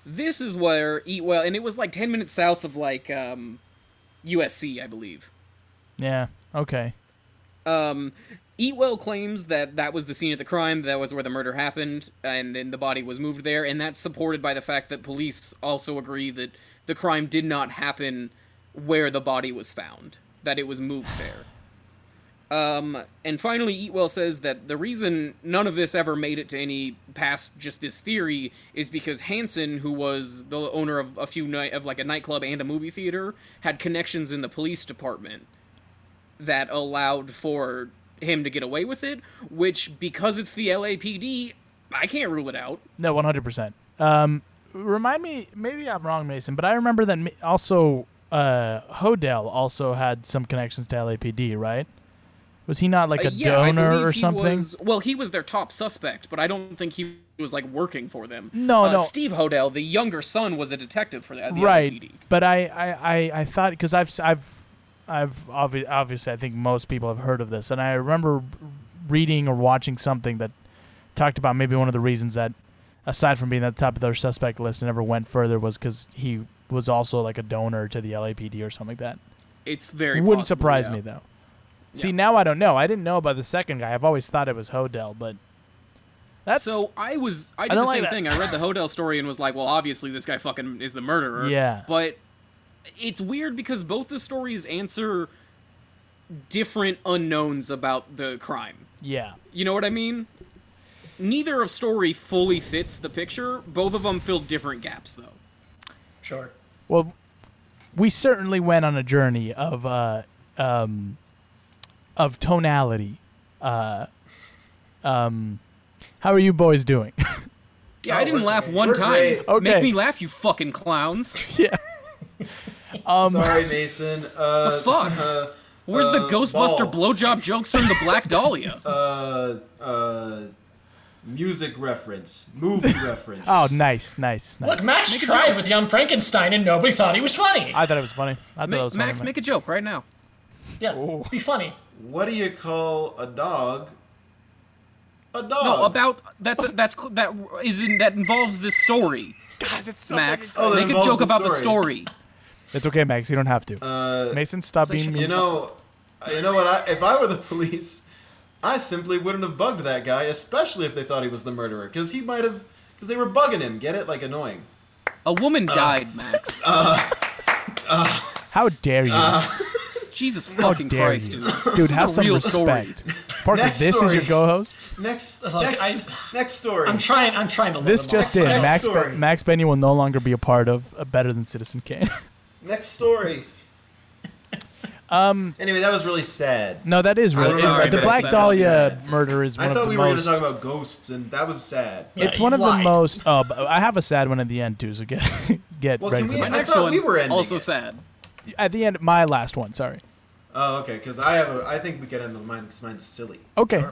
Speaker 5: This is where eat well, and it was like ten minutes south of like um, USC, I believe.
Speaker 6: Yeah. Okay.
Speaker 5: Um, Eatwell claims that that was the scene of the crime, that was where the murder happened, and then the body was moved there, and that's supported by the fact that police also agree that the crime did not happen where the body was found, that it was moved there. Um, and finally, Eatwell says that the reason none of this ever made it to any past just this theory is because Hanson, who was the owner of a few night of like a nightclub and a movie theater, had connections in the police department that allowed for him to get away with it, which because it's the LAPD, I can't rule it out.
Speaker 6: No, one hundred percent. Um, remind me, maybe I'm wrong, Mason, but I remember that ma- also uh, Hodell also had some connections to LAPD, right? Was he not like a
Speaker 5: Uh, yeah, I
Speaker 6: donor
Speaker 5: believe
Speaker 6: or
Speaker 5: he
Speaker 6: something?
Speaker 5: was- well, he was their top suspect, but I don't think he was like working for them.
Speaker 6: No,
Speaker 5: Uh,
Speaker 6: no.
Speaker 5: Steve Hodell, the younger son, was a detective for that. The
Speaker 6: right,
Speaker 5: LAPD.
Speaker 6: but I, I, I, I thought because I've, s- I've, I've obvi- obviously I think most people have heard of this, and I remember reading or watching something that talked about maybe one of the reasons that aside from being at the top of their suspect list and never went further was because he was also like a donor to the LAPD or something like that.
Speaker 5: It's very
Speaker 6: Wouldn't
Speaker 5: possible,
Speaker 6: surprise
Speaker 5: yeah.
Speaker 6: me though. See, now I don't know. I didn't know about the second guy. I've always thought it was Hodell, but that's
Speaker 5: So I was I did
Speaker 6: don't
Speaker 5: the
Speaker 6: like
Speaker 5: same
Speaker 6: that.
Speaker 5: thing. I read the Hodell story and was like, well, obviously this guy fucking is the murderer.
Speaker 6: Yeah.
Speaker 5: But it's weird because both the stories answer different unknowns about the crime.
Speaker 6: yeah,
Speaker 5: You know what I mean? Neither of story fully fits the picture. Both of them fill different gaps, though.
Speaker 8: Sure.
Speaker 6: Well, we certainly went on a journey of uh, um, of tonality. Uh, um, how are you boys doing?
Speaker 5: Yeah, I didn't laugh one
Speaker 7: Oh, we're
Speaker 5: time.
Speaker 7: great.
Speaker 6: Okay.
Speaker 5: Make me laugh, you fucking clowns.
Speaker 6: um,
Speaker 7: Sorry, Mason. Uh,
Speaker 5: The fuck?
Speaker 7: Uh,
Speaker 5: Where's the
Speaker 7: Uh,
Speaker 5: Ghostbuster
Speaker 7: balls.
Speaker 5: blowjob jokester and the Black Dahlia?
Speaker 7: uh, uh, music reference, movie reference.
Speaker 6: oh, nice, nice, nice.
Speaker 8: Look, Max tried with Young Frankenstein and nobody thought he was funny.
Speaker 6: I thought it was funny. I thought it
Speaker 5: Ma-
Speaker 6: was
Speaker 5: Max,
Speaker 6: funny.
Speaker 5: make a joke right now.
Speaker 8: yeah, be funny.
Speaker 7: What do you call a dog? A dog.
Speaker 5: No, Oh, about that's that's that is in that involves this story.
Speaker 6: God, that's so
Speaker 5: Max,
Speaker 7: Oh, that
Speaker 5: make a
Speaker 7: involves
Speaker 5: joke
Speaker 7: the
Speaker 5: about the
Speaker 7: story.
Speaker 5: story.
Speaker 6: It's okay, Max. You don't have to.
Speaker 7: Uh,
Speaker 6: Mason, stop being
Speaker 5: shut
Speaker 6: mean.
Speaker 7: You know, you know what? I, if I were the police, I simply wouldn't have bugged that guy, especially if they thought he was the murderer, because he might have, because they were bugging him. Get it? Like annoying.
Speaker 5: A woman
Speaker 7: Uh.
Speaker 5: died, Max.
Speaker 6: How dare you,
Speaker 5: Jesus fucking
Speaker 6: dare
Speaker 5: Christ,
Speaker 6: you.
Speaker 5: dude.
Speaker 6: dude? Have
Speaker 5: a
Speaker 6: some
Speaker 5: real
Speaker 6: respect. Parker,
Speaker 7: Next
Speaker 6: this is
Speaker 7: story.
Speaker 6: your co-host.
Speaker 7: Next,
Speaker 8: Look,
Speaker 7: next,
Speaker 8: I-
Speaker 7: next story.
Speaker 8: I'm trying. I'm trying to.
Speaker 6: This
Speaker 8: live them all.
Speaker 6: just in.
Speaker 7: Next
Speaker 6: Max
Speaker 7: story.
Speaker 6: Be- Max Benny will no longer be a part of a Better Than Citizen Kane.
Speaker 7: next story. um. Anyway, that was really sad.
Speaker 6: no, that is really
Speaker 7: sorry,
Speaker 6: but the
Speaker 7: but
Speaker 6: Black
Speaker 7: that's-
Speaker 6: Dahlia
Speaker 7: that's sad.
Speaker 6: murder is one
Speaker 7: I
Speaker 6: of the
Speaker 7: thought we were going to
Speaker 6: most.
Speaker 7: talk about ghosts, and that was sad.
Speaker 8: Yeah,
Speaker 6: it's
Speaker 8: you
Speaker 6: one of the
Speaker 8: lied.
Speaker 6: most. Oh, but I have a sad one at the end too. So get get
Speaker 7: Well,
Speaker 6: ready
Speaker 7: can
Speaker 6: for
Speaker 7: we-
Speaker 6: that.
Speaker 7: I
Speaker 5: Next
Speaker 7: thought
Speaker 5: one,
Speaker 7: we were ending
Speaker 5: also
Speaker 7: it.
Speaker 5: sad.
Speaker 6: At the end, my last one. Sorry.
Speaker 7: Oh, okay. Because I have, a, I think we can end with mine because mine's silly.
Speaker 6: Okay.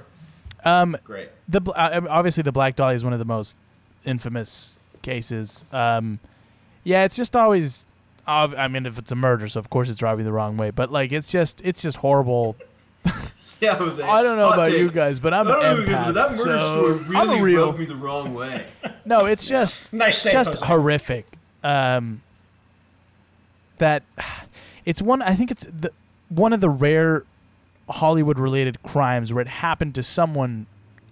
Speaker 7: Great.
Speaker 6: the bl- uh, obviously the Black Dolly is one of the most infamous cases. Um, yeah, it's just always. ob- I mean, if it's a murder, so of course it's robbing the wrong way. But like, it's just it's just horrible.
Speaker 7: Yeah, Jose.
Speaker 6: I don't know
Speaker 7: hot
Speaker 6: about
Speaker 7: take.
Speaker 6: you guys, but I'm
Speaker 7: I don't know
Speaker 6: an
Speaker 7: you guys,
Speaker 6: empath.
Speaker 7: but that murder
Speaker 6: so
Speaker 7: story
Speaker 6: I'm
Speaker 7: really
Speaker 6: a real.
Speaker 7: rubbed me the wrong way.
Speaker 6: No, it's just
Speaker 8: Nice save,
Speaker 6: just
Speaker 8: Jose.
Speaker 6: horrific. Um, that it's one. I think it's the, one of the rare Hollywood-related crimes where it happened to someone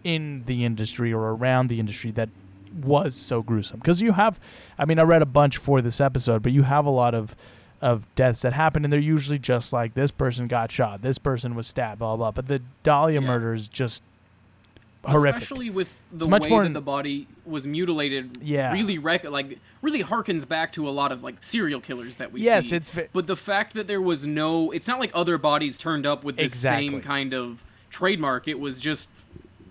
Speaker 6: in the industry or around the industry that was so gruesome. Because you have, I mean, I read a bunch for this episode, but you have a lot of of deaths that happen, and they're usually just like this person got shot, this person was stabbed, blah blah. But the Dahlia murder is just horrific.
Speaker 5: Especially with the
Speaker 6: much
Speaker 5: way
Speaker 6: more in-
Speaker 5: that the body was mutilated,
Speaker 6: Yeah.
Speaker 5: really rec- like really harkens back to a lot of like serial killers that we
Speaker 6: Yes,
Speaker 5: see.
Speaker 6: it's ve-
Speaker 5: but the fact that there was no, it's not like other bodies turned up with the
Speaker 6: Exactly.
Speaker 5: same kind of trademark. It was just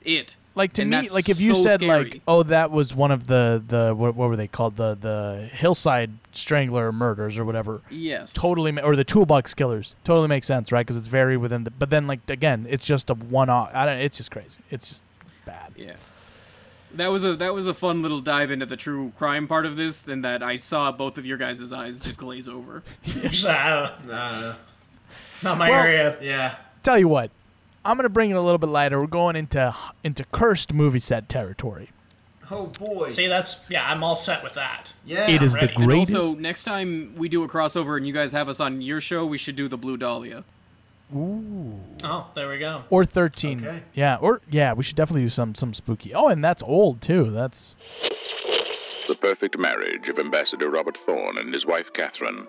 Speaker 5: it.
Speaker 6: like to
Speaker 5: And
Speaker 6: me
Speaker 5: that's
Speaker 6: like if you
Speaker 5: so
Speaker 6: said like
Speaker 5: scary.
Speaker 6: oh that was one of the the what, what were they called the the hillside strangler murders or whatever
Speaker 5: yes,
Speaker 6: totally ma- or the toolbox killers totally makes sense right because it's very within the but then like again it's just a one off i don't it's just crazy it's just bad
Speaker 5: Yeah. That was a that was a fun little dive into the true crime part of this, and that I saw both of your guys' eyes just glaze over.
Speaker 8: Just, uh, I don't know.
Speaker 7: I don't know.
Speaker 8: not my
Speaker 6: Well-
Speaker 8: area.
Speaker 7: Yeah.
Speaker 6: tell you what i'm gonna bring it a little bit lighter we're going into into cursed movie set territory
Speaker 7: Oh boy.
Speaker 8: See, that's yeah. I'm all set with that.
Speaker 7: Yeah.
Speaker 6: it is the
Speaker 8: right. And
Speaker 6: greatest
Speaker 5: Also, next time we do a crossover and you guys have us on your show, we should do the Blue Dahlia.
Speaker 8: Oh, there we go.
Speaker 6: or 13
Speaker 7: Okay.
Speaker 6: yeah or yeah we should definitely do some some spooky oh and that's old too that's
Speaker 10: The perfect marriage of Ambassador Robert Thorne and his wife Catherine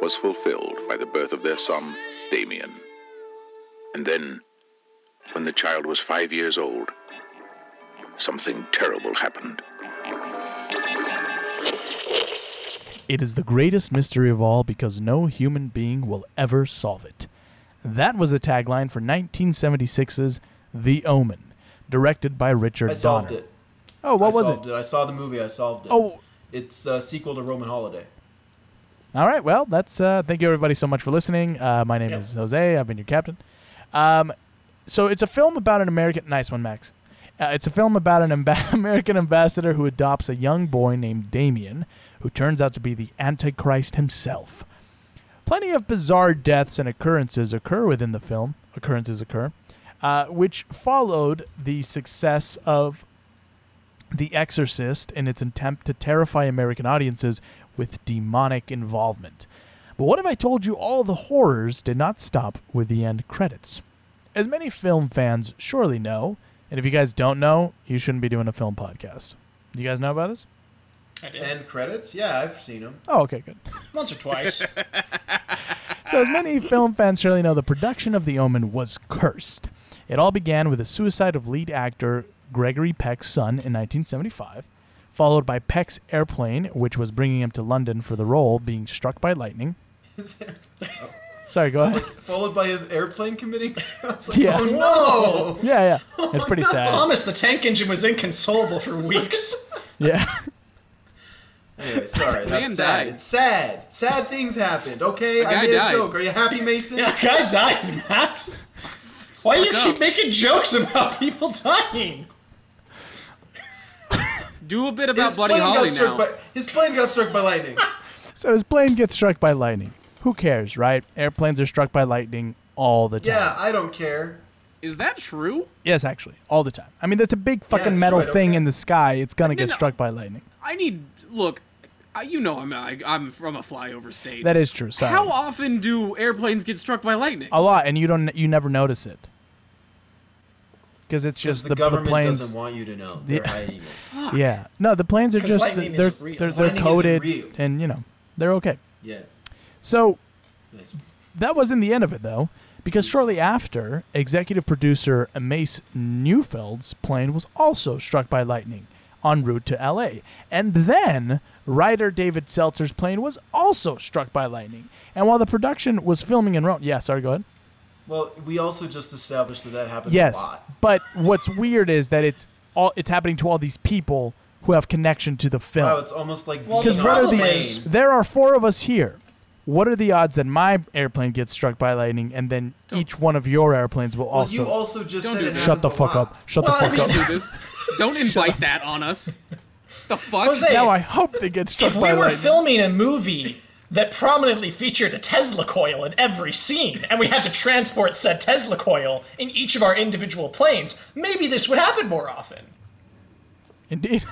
Speaker 10: was fulfilled by the birth of their son, Damien. And then, when the child was five years old, something terrible happened.
Speaker 6: It is the greatest mystery of all because no human being will ever solve it. That was the tagline for 1976's The Omen, directed by Richard
Speaker 7: I solved
Speaker 6: Donner.
Speaker 7: it.
Speaker 6: Oh, what
Speaker 7: I
Speaker 6: was
Speaker 7: solved
Speaker 6: it?
Speaker 7: it? I saw the movie. I solved it.
Speaker 6: Oh,
Speaker 7: It's a sequel to Roman Holiday.
Speaker 6: all right. Well, that's uh, thank you everybody so much for listening. Uh, my name
Speaker 8: Yeah.
Speaker 6: is Jose. I've been your captain. Um, so it's a film about an American. Nice one, Max. Uh, it's a film about an amb- American ambassador who adopts a young boy named Damien, who turns out to be the Antichrist himself. Plenty of bizarre deaths and occurrences occur within the film. Occurrences occur, uh, which followed the success of The Exorcist in its attempt to terrify American audiences with demonic involvement. But what if I told you all the horrors did not stop with the end credits? As many film fans surely know, and if you guys don't know, you shouldn't be doing a film podcast. Do you guys know about this?
Speaker 8: I did
Speaker 7: And credits? Yeah, I've seen them.
Speaker 6: Oh, okay, good.
Speaker 8: once or twice.
Speaker 6: So, as many film fans surely know, the production of The Omen was cursed. It all began with the suicide of lead actor Gregory Peck's son in 1975, followed by Peck's airplane, which was bringing him to London for the role, being struck by lightning. Sorry, go ahead.
Speaker 7: Followed by his airplane committing. I was like,
Speaker 6: Yeah.
Speaker 7: Oh no!
Speaker 6: Yeah, yeah. It's
Speaker 5: Oh
Speaker 6: pretty sad.
Speaker 8: Thomas the Tank Engine was inconsolable for weeks.
Speaker 6: Yeah.
Speaker 7: Anyway, sorry.
Speaker 5: Man
Speaker 7: That's sad.
Speaker 5: died.
Speaker 7: It's sad. Sad things happened. Okay, I
Speaker 5: guy
Speaker 7: made
Speaker 5: died.
Speaker 7: a joke. Are you happy, Mason?
Speaker 8: yeah, guy died, Max. Why do you
Speaker 5: Fuck
Speaker 8: keep
Speaker 5: up.
Speaker 8: making jokes about people dying?
Speaker 5: Do a bit
Speaker 7: His
Speaker 5: about Buddy
Speaker 7: plane got
Speaker 5: Holly
Speaker 7: struck
Speaker 5: now.
Speaker 7: by his plane got struck by lightning.
Speaker 6: So his plane gets struck by lightning. Who cares, right? Airplanes are struck by lightning all the time.
Speaker 7: Yeah, I don't care.
Speaker 5: Is that true?
Speaker 6: Yes, actually, all the time. I mean, that's a big fucking
Speaker 7: it's
Speaker 6: metal
Speaker 7: true, I don't
Speaker 6: thing
Speaker 7: care.
Speaker 6: in the sky. It's gonna get
Speaker 5: no.
Speaker 6: struck by lightning.
Speaker 5: I need look. I, you know I'm I, I'm from a flyover state.
Speaker 6: That is true. Sorry.
Speaker 5: How often do airplanes get struck by lightning?
Speaker 6: a lot, and you don't, you never notice it, because it's just
Speaker 7: the,
Speaker 6: the, the
Speaker 7: government
Speaker 6: planes.
Speaker 7: doesn't want you to know. They're hiding it.
Speaker 6: yeah, no, the planes are
Speaker 8: 'Cause
Speaker 6: just
Speaker 8: lightning is
Speaker 6: they're
Speaker 8: real.
Speaker 6: they're, they're
Speaker 7: Lightning is real.
Speaker 6: coded, and you know they're okay.
Speaker 7: Yeah.
Speaker 6: So
Speaker 7: Nice.
Speaker 6: that wasn't the end of it though, because shortly after, executive producer Mace Newfeld's plane was also struck by lightning en route to LA. And then writer David Seltzer's plane was also struck by lightning. And while the production was filming in Rome, yeah, sorry, go ahead.
Speaker 7: Well, we also just established that that happens
Speaker 6: Yes.
Speaker 7: a lot.
Speaker 6: But what's weird is that it's all it's happening to all these people who have connection to the film.
Speaker 7: Wow, it's almost like
Speaker 8: Well,
Speaker 7: being
Speaker 6: Because
Speaker 8: The
Speaker 6: what are
Speaker 8: problem
Speaker 6: the
Speaker 8: is-
Speaker 6: there are four of us here. What are the odds that my airplane gets struck by lightning and then each one of your airplanes will
Speaker 7: Well,
Speaker 6: also,
Speaker 7: you also just
Speaker 5: Don't
Speaker 7: said
Speaker 5: do
Speaker 7: it
Speaker 5: that.
Speaker 6: shut the
Speaker 7: happens a
Speaker 6: fuck
Speaker 7: lot.
Speaker 6: up. Shut
Speaker 8: Well, I
Speaker 6: the fuck
Speaker 8: mean-
Speaker 6: up.
Speaker 5: do this. Don't invite that on us. The fuck? Uh,
Speaker 8: Jose,
Speaker 6: Now I hope they get struck
Speaker 8: if we
Speaker 6: by
Speaker 8: were
Speaker 6: lightning.
Speaker 8: filming a movie that prominently featured a Tesla coil in every scene, and we had to transport said Tesla coil in each of our individual planes, maybe this would happen more often.
Speaker 6: Indeed.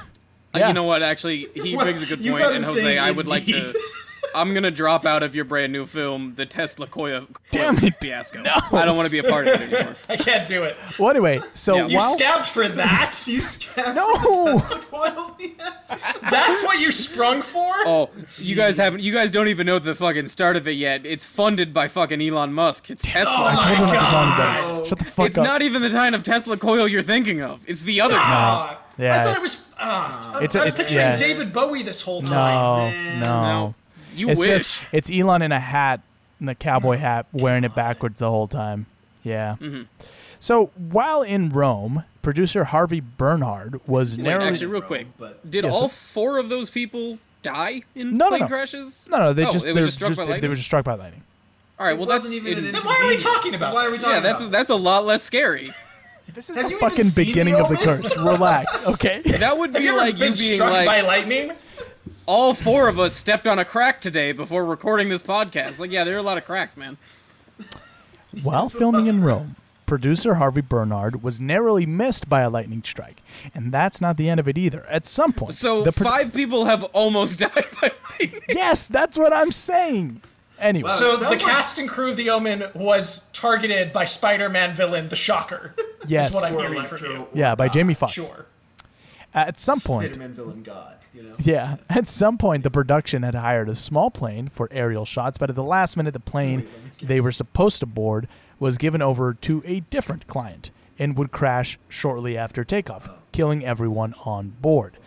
Speaker 5: Uh,
Speaker 6: Yeah.
Speaker 5: You know what? Actually, he
Speaker 7: Well,
Speaker 5: brings a good
Speaker 7: you
Speaker 5: point,
Speaker 7: got
Speaker 5: and
Speaker 7: him
Speaker 5: Jose,
Speaker 7: saying
Speaker 5: I would like to.
Speaker 7: indeed.
Speaker 5: I'm gonna drop out of your brand new film, the Tesla Coil
Speaker 6: Damn it.
Speaker 5: fiasco. I don't want to be a part of it anymore.
Speaker 8: I can't do it.
Speaker 6: Well, anyway, so
Speaker 5: Yeah.
Speaker 8: You
Speaker 6: while
Speaker 8: scabbed for that?
Speaker 7: You scabbed
Speaker 6: no,
Speaker 7: the coil fiasco.
Speaker 8: That's what you sprung for?
Speaker 5: Oh, you guys haven't. You guys don't even know the fucking start of it yet. It's funded by fucking Elon Musk. It's Tesla.
Speaker 6: I told you not to tell anybody. Shut the fuck
Speaker 5: it's
Speaker 6: up.
Speaker 5: not even the kind of Tesla coil you're thinking of. It's the other kind.
Speaker 8: Ah,
Speaker 6: yeah.
Speaker 8: I thought it was. ah,
Speaker 6: It's a-
Speaker 8: I was
Speaker 6: it's-
Speaker 8: picturing
Speaker 6: yeah.
Speaker 8: David Bowie this whole time.
Speaker 6: no, no.
Speaker 5: No. You
Speaker 6: It's
Speaker 5: wish.
Speaker 6: just it's Elon in a hat, in a cowboy hat, wearing it backwards the whole time. Yeah.
Speaker 5: Mm-hmm.
Speaker 6: So while in Rome, producer Harvey Bernhard was
Speaker 5: Wait,
Speaker 6: narrowly.
Speaker 5: actually, real quick.
Speaker 7: but-
Speaker 5: Did
Speaker 6: Yes,
Speaker 5: all
Speaker 6: sir.
Speaker 5: four of those people die in
Speaker 6: No, no,
Speaker 5: plane
Speaker 6: no.
Speaker 5: crashes?
Speaker 6: no, no, they
Speaker 5: Oh,
Speaker 6: just,
Speaker 5: it was
Speaker 6: they were
Speaker 5: just struck
Speaker 6: just
Speaker 5: by
Speaker 6: they,
Speaker 5: lightning.
Speaker 6: they were just struck by lightning.
Speaker 5: All right. Well,
Speaker 7: It
Speaker 5: that's
Speaker 7: wasn't even
Speaker 5: in-
Speaker 7: an
Speaker 8: Then why are we
Speaker 7: inconvenience.
Speaker 8: talking about
Speaker 7: Why are we
Speaker 8: this?
Speaker 7: talking
Speaker 5: yeah. That's
Speaker 7: about
Speaker 5: that's a lot less scary.
Speaker 6: This is
Speaker 7: Have
Speaker 6: the
Speaker 7: you even
Speaker 6: fucking
Speaker 7: seen
Speaker 6: beginning
Speaker 7: The
Speaker 6: of the
Speaker 7: Omen?
Speaker 6: curse. Relax, okay?
Speaker 5: That would
Speaker 8: Have
Speaker 5: be
Speaker 8: you ever
Speaker 5: like
Speaker 8: been
Speaker 5: you being
Speaker 8: struck
Speaker 5: like,
Speaker 8: by lightning?
Speaker 5: all four of us stepped on a crack today before recording this podcast. Like, yeah, there are a lot of cracks, man.
Speaker 6: While filming in Rome, producer Harvey Bernard was narrowly missed by a lightning strike, and that's not the end of it either. At some point,
Speaker 5: So
Speaker 6: the pro-
Speaker 5: five people have almost died by lightning.
Speaker 6: Yes, that's what I'm saying. Anyway,
Speaker 8: So
Speaker 7: Sounds
Speaker 8: the
Speaker 7: like-
Speaker 8: cast and crew of The Omen was targeted by Spider-Man villain The Shocker.
Speaker 6: yes,
Speaker 8: Is what I'm
Speaker 7: Or
Speaker 8: hearing from
Speaker 7: Electro
Speaker 8: you.
Speaker 7: or
Speaker 6: yeah, by
Speaker 7: God.
Speaker 6: Jamie Foxx.
Speaker 8: Sure.
Speaker 6: At some point,
Speaker 7: Spider-Man villain God, you know.
Speaker 6: yeah, at some point, the production had hired a small plane for aerial shots, but at the last minute, the plane they were supposed to board was given over to a different client and would crash shortly after takeoff, killing everyone on board.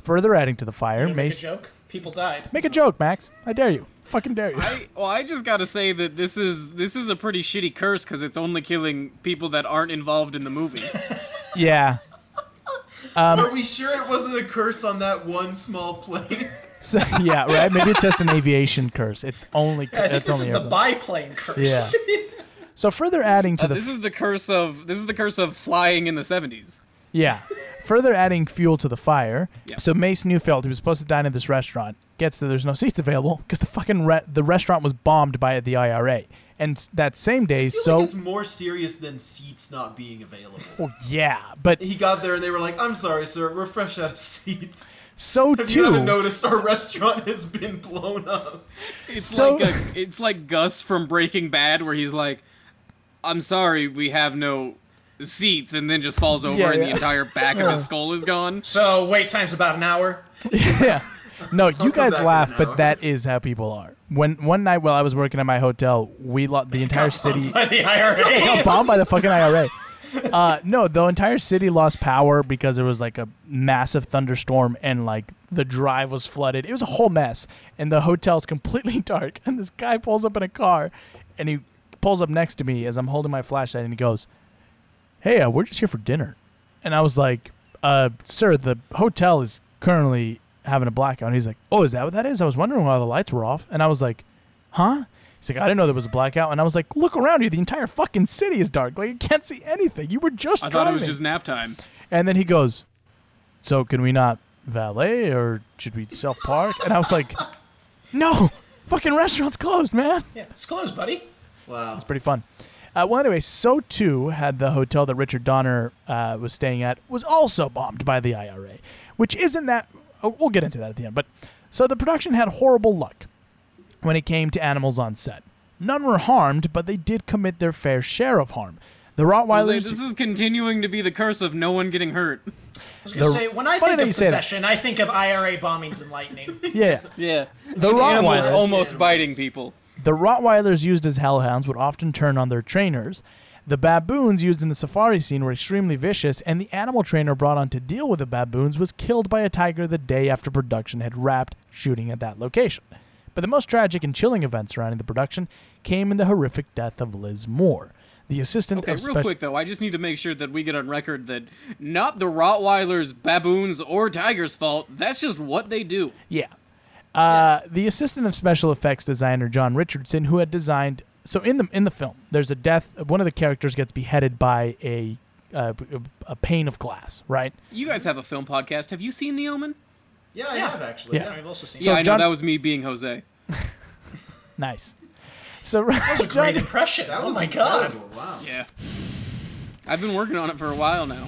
Speaker 6: Further adding to the fire,
Speaker 8: Make a
Speaker 6: Mace.
Speaker 8: joke. People died.
Speaker 6: Make a joke, Max. I dare you. Fucking dare you.
Speaker 5: I, well, I just gotta say that this is this is a pretty shitty curse because it's only killing people that aren't involved in the movie.
Speaker 6: yeah. Um,
Speaker 7: Are we sure it wasn't a curse on that one small plane?
Speaker 6: So, yeah, right. Maybe it's just an aviation curse. It's only.
Speaker 8: I think
Speaker 6: it's
Speaker 8: this
Speaker 6: only
Speaker 8: is the Uh,
Speaker 6: airplane.
Speaker 8: biplane
Speaker 6: Yeah.
Speaker 8: curse.
Speaker 6: So further adding to the
Speaker 5: this is the curse of this is the curse of flying in the seventies.
Speaker 6: yeah, further adding fuel to the fire.
Speaker 5: Yeah.
Speaker 6: So Mace Newfeld, who was supposed to dine at this restaurant, gets that there's no seats available because the fucking re- the restaurant was bombed by the IRA. And s- that same day,
Speaker 7: I feel
Speaker 6: so
Speaker 7: like it's more serious than seats not being available.
Speaker 6: well, yeah, but
Speaker 7: He got there and they were like, "I'm sorry, sir, we're fresh out of seats.
Speaker 6: so
Speaker 7: If you haven't
Speaker 6: too.
Speaker 7: noticed, our restaurant has been blown up."
Speaker 5: It's
Speaker 6: So-
Speaker 5: like a, it's like Gus from Breaking Bad where he's like, "I'm sorry, we have no seats," and then just falls over
Speaker 6: Yeah,
Speaker 5: and the
Speaker 6: yeah.
Speaker 5: entire back of his skull is gone.
Speaker 8: So wait time's about an hour.
Speaker 6: Yeah. No, you guys
Speaker 7: back in
Speaker 6: laugh,
Speaker 7: an
Speaker 6: but
Speaker 7: hour.
Speaker 6: that is how people are. When one night while I was working at my hotel, we lost the entire city.
Speaker 8: By the IRA.
Speaker 6: got bombed by the fucking IRA. Uh, no, the entire city lost power because there was like a massive thunderstorm and like the drive was flooded. It was a whole mess, and the hotel's completely dark. And this guy pulls up in a car, and he pulls up next to me as I'm holding my flashlight, and he goes, "Hey, uh, we're just here for dinner," and I was like, uh, "Sir, the hotel is currently having a blackout." And he's like, "Oh, is that what that is?" I was wondering why the lights were off, and I was like, huh? He's like, I didn't know there was a blackout. And I was like, look around you. The entire fucking city is dark. Like, you can't see anything. You were just
Speaker 5: I thought
Speaker 6: driving.
Speaker 5: it was just nap time.
Speaker 6: and then he goes, so can we not valet or should we self-park? and I was like, no, fucking restaurant's closed, man.
Speaker 8: Yeah, it's closed, buddy.
Speaker 7: Wow.
Speaker 6: It's pretty fun. Uh, well, anyway, so too had the hotel that Richard Donner uh, was staying at was also bombed by the IRA, which isn't that. Oh, we'll get into that at the end. But so the production had horrible luck when it came to animals on set. None were harmed, but they did commit their fair share of harm. The
Speaker 5: I was like,
Speaker 6: Rottweilers.
Speaker 5: this is continuing to be the curse of no one getting hurt.
Speaker 8: I was gonna
Speaker 6: The-
Speaker 8: say when I
Speaker 6: funny
Speaker 8: think
Speaker 6: that
Speaker 8: of
Speaker 6: you say that.
Speaker 8: possession, I think of IRA bombings and lightning.
Speaker 6: yeah, yeah.
Speaker 5: Yeah.
Speaker 6: The
Speaker 5: animals
Speaker 6: Rottweilers.
Speaker 5: almost biting people.
Speaker 6: The Rottweilers used as hellhounds would often turn on their trainers. The baboons used in the safari scene were extremely vicious, and the animal trainer brought on to deal with the baboons was killed by a tiger the day after production had wrapped shooting at that location. But the most tragic and chilling event surrounding the production came in the horrific death of Liz Moore, the assistant
Speaker 5: Okay,
Speaker 6: of
Speaker 5: real
Speaker 6: special.
Speaker 5: quick though, I just need to make sure that we get on record that not the Rottweilers, baboons, or tigers' fault. That's just what they do.
Speaker 6: Yeah. Uh, the assistant of special effects designer John Richardson, who had designed so in the in the film, there's a death. One of the characters gets beheaded by a uh, a pane of glass, right?
Speaker 5: You guys have a film podcast. Have you seen The Omen?
Speaker 7: Yeah, I have actually.
Speaker 6: Yeah.
Speaker 7: yeah.
Speaker 8: I've also seen
Speaker 6: So
Speaker 5: yeah, I
Speaker 6: John-
Speaker 5: know that was me being Jose.
Speaker 6: Nice. So
Speaker 8: great
Speaker 6: John,
Speaker 8: impression.
Speaker 7: That
Speaker 8: oh
Speaker 7: was
Speaker 8: my god.
Speaker 7: incredible. Wow.
Speaker 5: Yeah. I've been working on it for a while now.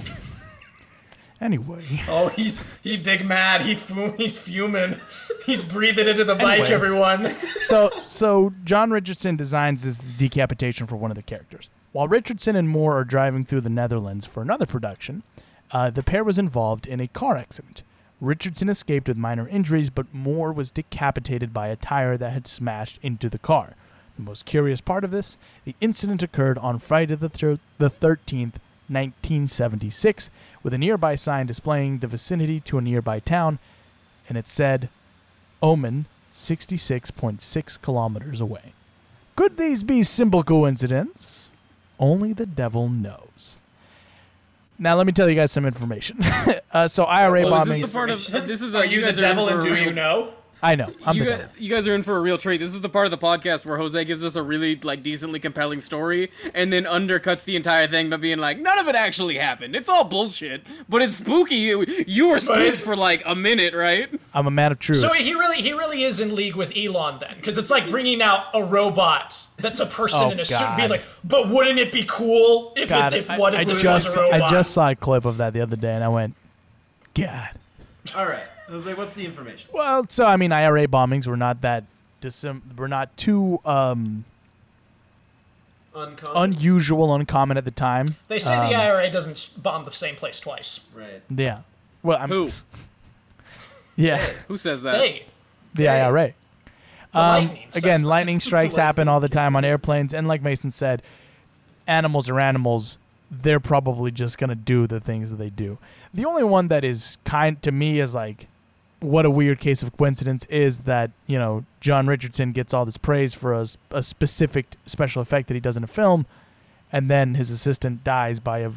Speaker 6: Anyway,
Speaker 8: Oh, he's he big mad. He fu- he's fuming. He's breathing into the mic,
Speaker 6: Anyway.
Speaker 8: everyone.
Speaker 6: so so John Richardson designs this decapitation for one of the characters. While Richardson and Moore are driving through the Netherlands for another production, uh, the pair was involved in a car accident. Richardson escaped with minor injuries, but Moore was decapitated by a tire that had smashed into the car. The most curious part of this: the incident occurred on Friday the thir- the thirteenth. 1976, with a nearby sign displaying the vicinity to a nearby town, and it said, Omen 66.6 kilometers away. Could these be simple coincidence? Only the devil knows. Now let me tell you guys some information. uh, so IRA
Speaker 5: Well, this
Speaker 6: bombings.
Speaker 5: is the part of this is uh,
Speaker 8: Are you, the
Speaker 5: guys
Speaker 8: devil,
Speaker 5: are in
Speaker 8: and
Speaker 5: for a
Speaker 8: do
Speaker 5: real-
Speaker 8: you know?
Speaker 6: I know. I'm
Speaker 5: you
Speaker 6: the
Speaker 5: guys,
Speaker 6: devil.
Speaker 5: you guys are in for a real treat. This is the part of the podcast where Jose gives us a really like decently compelling story and then undercuts the entire thing by being like, "None of it actually happened. It's all bullshit." But it's spooky. You were spooked for like a minute, right?
Speaker 6: I'm a man of truth.
Speaker 8: So wait, he really he really is in league with Elon then, because it's like bringing out a robot that's a person
Speaker 6: Oh,
Speaker 8: in a suit, be
Speaker 6: God.
Speaker 8: like, but wouldn't it be cool if
Speaker 6: God,
Speaker 8: it, if
Speaker 6: I,
Speaker 8: what if
Speaker 6: I
Speaker 8: it was
Speaker 6: just
Speaker 8: a robot?
Speaker 6: I just saw a clip of that the other day, and I went, God.
Speaker 7: All right, Jose, what's the information?
Speaker 6: Well, so I mean, IRA bombings were not that dissim- were not too um,
Speaker 7: Uncommon.
Speaker 6: unusual, uncommon at the time.
Speaker 8: They say
Speaker 6: um,
Speaker 8: the IRA doesn't s- bomb the same place twice.
Speaker 7: right.
Speaker 6: Yeah. Well, I'm
Speaker 5: Who?
Speaker 6: yeah,
Speaker 5: Who says
Speaker 6: Uh,
Speaker 5: that?
Speaker 8: Hey,
Speaker 6: the IRA.
Speaker 8: the lightning. says
Speaker 6: um, Again,
Speaker 8: that.
Speaker 6: lightning strikes happen all the time on airplanes, and like Mason said, animals are animals. They're probably just gonna do the things that they do. The only one that is kind to me is like, what a weird case of coincidence is that you know John Richardson gets all this praise for a, s- a specific special effect that he does in a film, and then his assistant dies by a,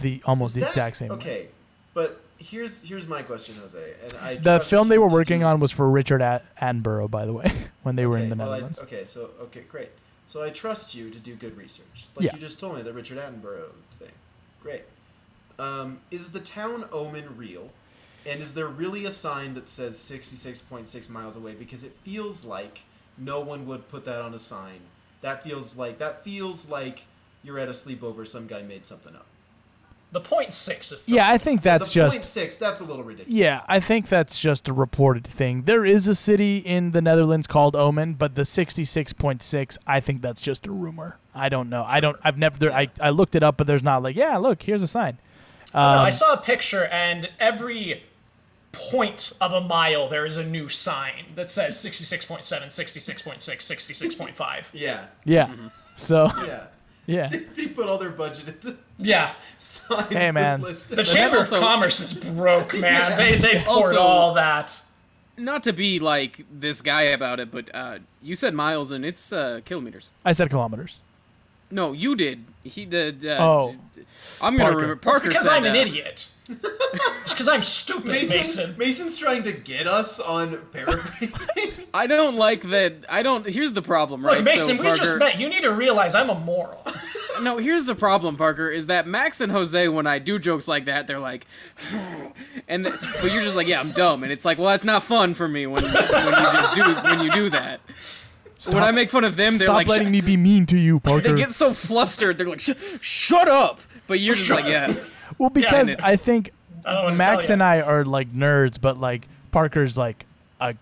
Speaker 6: the almost the
Speaker 7: That-
Speaker 6: exact same. way.
Speaker 7: Okay, but here's here's my question, Jose. And I
Speaker 6: The
Speaker 7: trust
Speaker 6: film they
Speaker 7: you
Speaker 6: were
Speaker 7: to
Speaker 6: working
Speaker 7: do-
Speaker 6: on was for Richard At- Attenborough, by the way, when they were in the
Speaker 7: well, I-
Speaker 6: Netherlands.
Speaker 7: okay, so okay, great. So I trust you to do good research, like
Speaker 6: Yeah.
Speaker 7: you just told me the Richard Attenborough thing. Great. Um, is the town omen real? And is there really a sign that says 66.6 miles away? Because it feels like no one would put that on a sign. That feels like that feels like you're at a sleepover. Some guy made something up.
Speaker 8: the point six is the
Speaker 6: Yeah, I think that's
Speaker 7: the
Speaker 6: just
Speaker 7: point six. That's a little ridiculous.
Speaker 6: Yeah, I think that's just a reported thing. There is a city in the Netherlands called Omen, but the 66.6, I think that's just a rumor. I don't know. I don't I've never there, I I looked it up, but there's not like, yeah, look, here's a sign.
Speaker 8: I saw a picture, and every point of a mile there is a new sign that says 66.7, 66.6, 66.5.
Speaker 7: Yeah.
Speaker 6: Yeah.
Speaker 5: Mm-hmm.
Speaker 6: So,
Speaker 7: Yeah.
Speaker 6: yeah.
Speaker 7: They put all their budget into
Speaker 8: Yeah.
Speaker 7: signs.
Speaker 6: Hey, man.
Speaker 7: That list.
Speaker 8: The Chamber
Speaker 5: also-
Speaker 8: of Commerce is broke, man. They, they poured
Speaker 5: Also-
Speaker 8: all that.
Speaker 5: Not to be like this guy about it, but uh, you said miles and it's uh, kilometers.
Speaker 6: I said kilometers.
Speaker 5: No, you did. He did. Uh,
Speaker 6: Oh.
Speaker 5: I'm gonna
Speaker 6: Parker.
Speaker 5: remember. Parker
Speaker 8: Because
Speaker 5: said
Speaker 8: I'm an
Speaker 5: that.
Speaker 8: idiot. Just because I'm stupid, Mason.
Speaker 7: Mason, Mason's trying to get us on paraphrasing.
Speaker 5: I don't like that. I don't. Here's the problem, right?
Speaker 8: Look, Mason,
Speaker 5: so,
Speaker 8: we
Speaker 5: Parker-
Speaker 8: just met. You need to realize I'm a moral.
Speaker 5: No, here's the problem, Parker, is that Max and Jose, when I do jokes like that, they're like, and th- but you're just like, yeah, I'm dumb, and it's like, well, that's not fun for me when, when you just do when you do that. When I make fun of them, they're
Speaker 6: Stop
Speaker 5: like,
Speaker 6: letting
Speaker 5: "Sh-"
Speaker 6: me be mean to you, Parker.
Speaker 5: they get so flustered, they're like, "Sh- shut up, but you're just like, yeah,
Speaker 6: well, because
Speaker 8: it's-
Speaker 6: I think
Speaker 8: I don't wanna
Speaker 6: Max
Speaker 8: tell
Speaker 6: and
Speaker 8: ya.
Speaker 6: I are like nerds, but like Parker's like a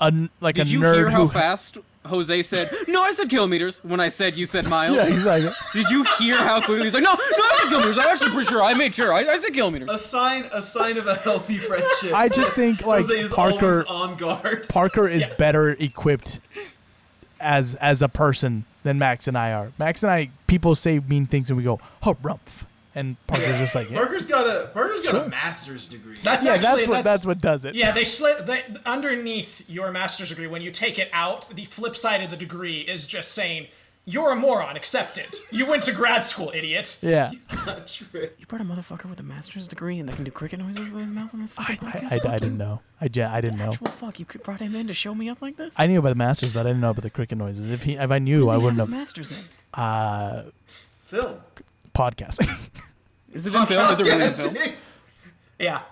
Speaker 6: a n- like
Speaker 5: did
Speaker 6: a
Speaker 5: you
Speaker 6: nerd
Speaker 5: hear how
Speaker 6: who
Speaker 5: fast Jose said? No, I said kilometers when I said you said miles.
Speaker 6: Yeah, he's like
Speaker 5: Did you hear how quickly he's like, no, no, I said kilometers. I'm actually pretty sure I made sure I, I said kilometers.
Speaker 7: a sign, a sign of a healthy friendship.
Speaker 6: I just think like
Speaker 7: Jose is
Speaker 6: Parker
Speaker 7: always on guard.
Speaker 6: Parker is better equipped as as a person than Max and I are. Max and I, people say mean things and we go harumph, and Parker's just like, yeah,
Speaker 7: Parker's got a Parker's got a master's degree.
Speaker 8: That's
Speaker 6: yeah
Speaker 8: actually,
Speaker 6: that's what that's what does it.
Speaker 8: Yeah, they slip they, underneath your master's degree. When you take it out, the flip side of the degree is just saying you're a moron. Accept it. You went to grad school, idiot.
Speaker 6: yeah.
Speaker 7: not true.
Speaker 5: You brought a motherfucker with a master's degree and that can do cricket noises with his mouth on this
Speaker 6: I,
Speaker 5: fucking podcast.
Speaker 6: I, I, I didn't know. I, ja- I didn't know.
Speaker 5: Well, fuck, you could- brought him in to show me up like this?
Speaker 6: I knew about the masters, but I didn't know about the cricket noises. If he, if I knew, I
Speaker 5: Does he
Speaker 6: wouldn't
Speaker 5: have his
Speaker 6: have
Speaker 5: master's in?
Speaker 6: uh,
Speaker 7: Phil.
Speaker 6: podcasting.
Speaker 5: Is it in film? Is it really in film?
Speaker 7: Podcasting.
Speaker 8: Yeah.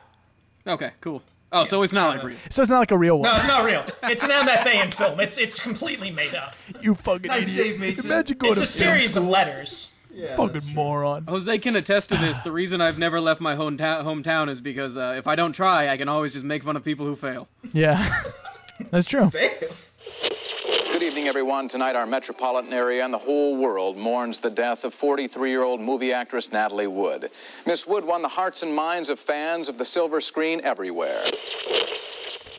Speaker 5: Okay, cool. Oh, so it's not like real.
Speaker 6: so it's not like a real one.
Speaker 8: No, it's not real. It's an MFA in film. It's it's completely made up.
Speaker 6: You fucking
Speaker 7: Nice
Speaker 6: idiot!
Speaker 7: save, Mason.
Speaker 6: Imagine going
Speaker 8: It's
Speaker 6: to
Speaker 8: a
Speaker 6: film
Speaker 8: series
Speaker 6: school.
Speaker 8: of letters.
Speaker 7: Yeah, that's
Speaker 6: Fucking
Speaker 7: true.
Speaker 6: moron.
Speaker 5: Jose can attest to this. The reason I've never left my hometown hometown is because uh, if I don't try, I can always just make fun of people who fail.
Speaker 6: Yeah. That's true.
Speaker 11: Good evening, everyone. Tonight, our metropolitan area and the whole world mourns the death of 43 year old movie actress Natalie Wood. Miss Wood won the hearts and minds of fans of the silver screen everywhere.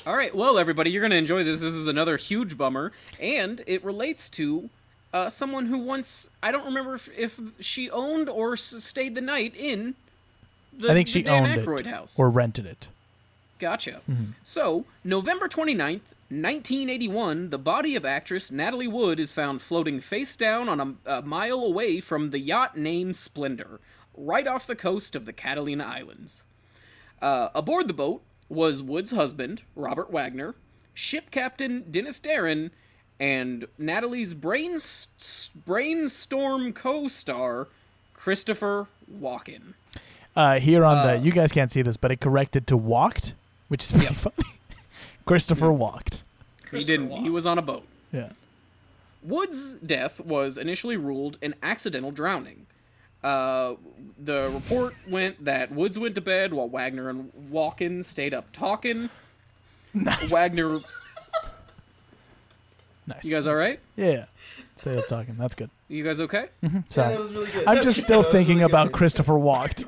Speaker 5: All right, well, everybody, you're going to enjoy this. This is another huge bummer, and it relates to uh, someone who once I don't remember if, if she owned or s- stayed the night in. The,
Speaker 6: I think
Speaker 5: the
Speaker 6: she
Speaker 5: Dan
Speaker 6: owned
Speaker 5: Aykroyd
Speaker 6: it
Speaker 5: house.
Speaker 6: or rented it.
Speaker 5: Gotcha. So, November 29th, 1981, the body of actress Natalie Wood is found floating face down on a, a mile away from the yacht named Splendor, right off the coast of the Catalina Islands. Uh, aboard the boat was Wood's husband, Robert Wagner, ship captain Dennis Darren, and Natalie's brain s- brainstorm co-star Christopher Walken.
Speaker 6: Uh, here on the you guys can't see this, but it corrected to walked, which is pretty funny. Christopher walked.
Speaker 5: He didn't. He was on a boat.
Speaker 6: Yeah.
Speaker 5: Wood's death was initially ruled an accidental drowning. Uh, the report went that Woods went to bed while Wagner and Walken stayed up talking.
Speaker 6: Nice.
Speaker 5: Wagner,
Speaker 6: nice.
Speaker 5: you guys all right?
Speaker 6: Yeah. Stay up talking. That's good.
Speaker 5: You guys okay?
Speaker 6: Sorry.
Speaker 7: That was really good.
Speaker 6: I'm just still
Speaker 7: that was
Speaker 6: thinking
Speaker 7: really good.
Speaker 6: about Christopher walked.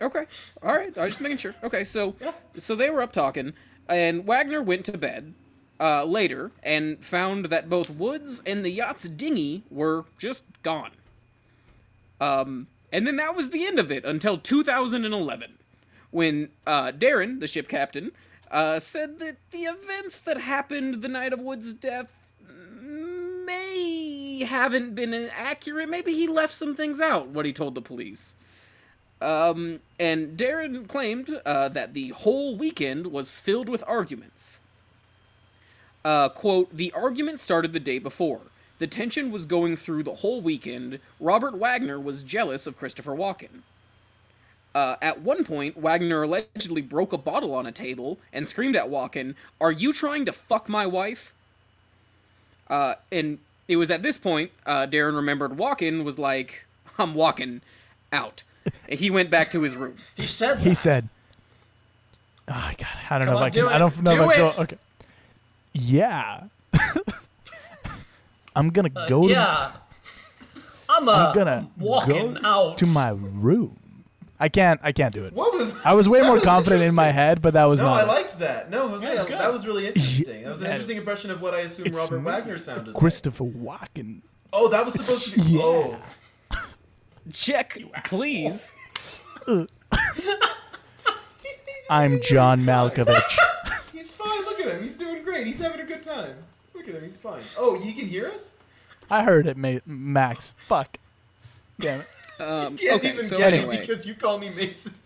Speaker 5: Okay. All right. I was just making sure. Okay. So, so they were up talking, and Wagner went to bed uh, later and found that both Woods and the yacht's dinghy were just gone. Um, and then that was the end of it until 2011, when uh, Darren, the ship captain, uh, said that the events that happened the night of Woods' death may haven't been accurate. Maybe he left some things out. What he told the police. Um, and Darren claimed uh, that the whole weekend was filled with arguments. Uh, quote, the argument started the day before. The tension was going through the whole weekend. Robert Wagner was jealous of Christopher Walken. Uh, at one point, Wagner allegedly broke a bottle on a table and screamed at Walken, Are you trying to fuck my wife? Uh, and it was at this point uh, Darren remembered Walken was like, I'm walking out. And he went back to his room.
Speaker 8: He said
Speaker 6: he
Speaker 8: that.
Speaker 6: said, "Oh God, I don't know if
Speaker 8: on,
Speaker 6: I can.
Speaker 8: do
Speaker 6: I don't
Speaker 8: it.
Speaker 6: know
Speaker 8: Do
Speaker 6: if I
Speaker 8: it.
Speaker 6: go. Okay. Yeah. I'm gonna go to.
Speaker 8: Uh, yeah. I'm, uh,
Speaker 6: I'm gonna
Speaker 8: walking
Speaker 6: go
Speaker 8: out
Speaker 6: to my room. I can't. I can't do it.
Speaker 7: What was?
Speaker 6: I was way
Speaker 7: that
Speaker 6: more confident in my
Speaker 7: interesting.
Speaker 6: head, but that was
Speaker 7: No,
Speaker 6: not.
Speaker 7: I
Speaker 6: it.
Speaker 7: liked that. No, Jose,
Speaker 8: Yeah, it's
Speaker 7: that-
Speaker 8: good.
Speaker 7: that was really interesting. That was an
Speaker 6: Yeah.
Speaker 7: interesting impression of what I assume
Speaker 6: It's
Speaker 7: Robert
Speaker 6: me,
Speaker 7: Wagner sounded like.
Speaker 6: Christopher Walken.
Speaker 7: Oh, that was supposed to be.
Speaker 6: Yeah.
Speaker 7: Oh,
Speaker 5: Check, please.
Speaker 6: I'm John Malkovich.
Speaker 7: he's fine. Look at him. He's doing great. He's having a good time. Look at him. He's fine. Oh, he can hear us.
Speaker 6: I heard it, Ma- Max. Fuck. Damn it.
Speaker 5: Um,
Speaker 7: Can't
Speaker 5: okay,
Speaker 7: even
Speaker 5: so
Speaker 7: get
Speaker 5: anyway.
Speaker 7: it because you call me Mason.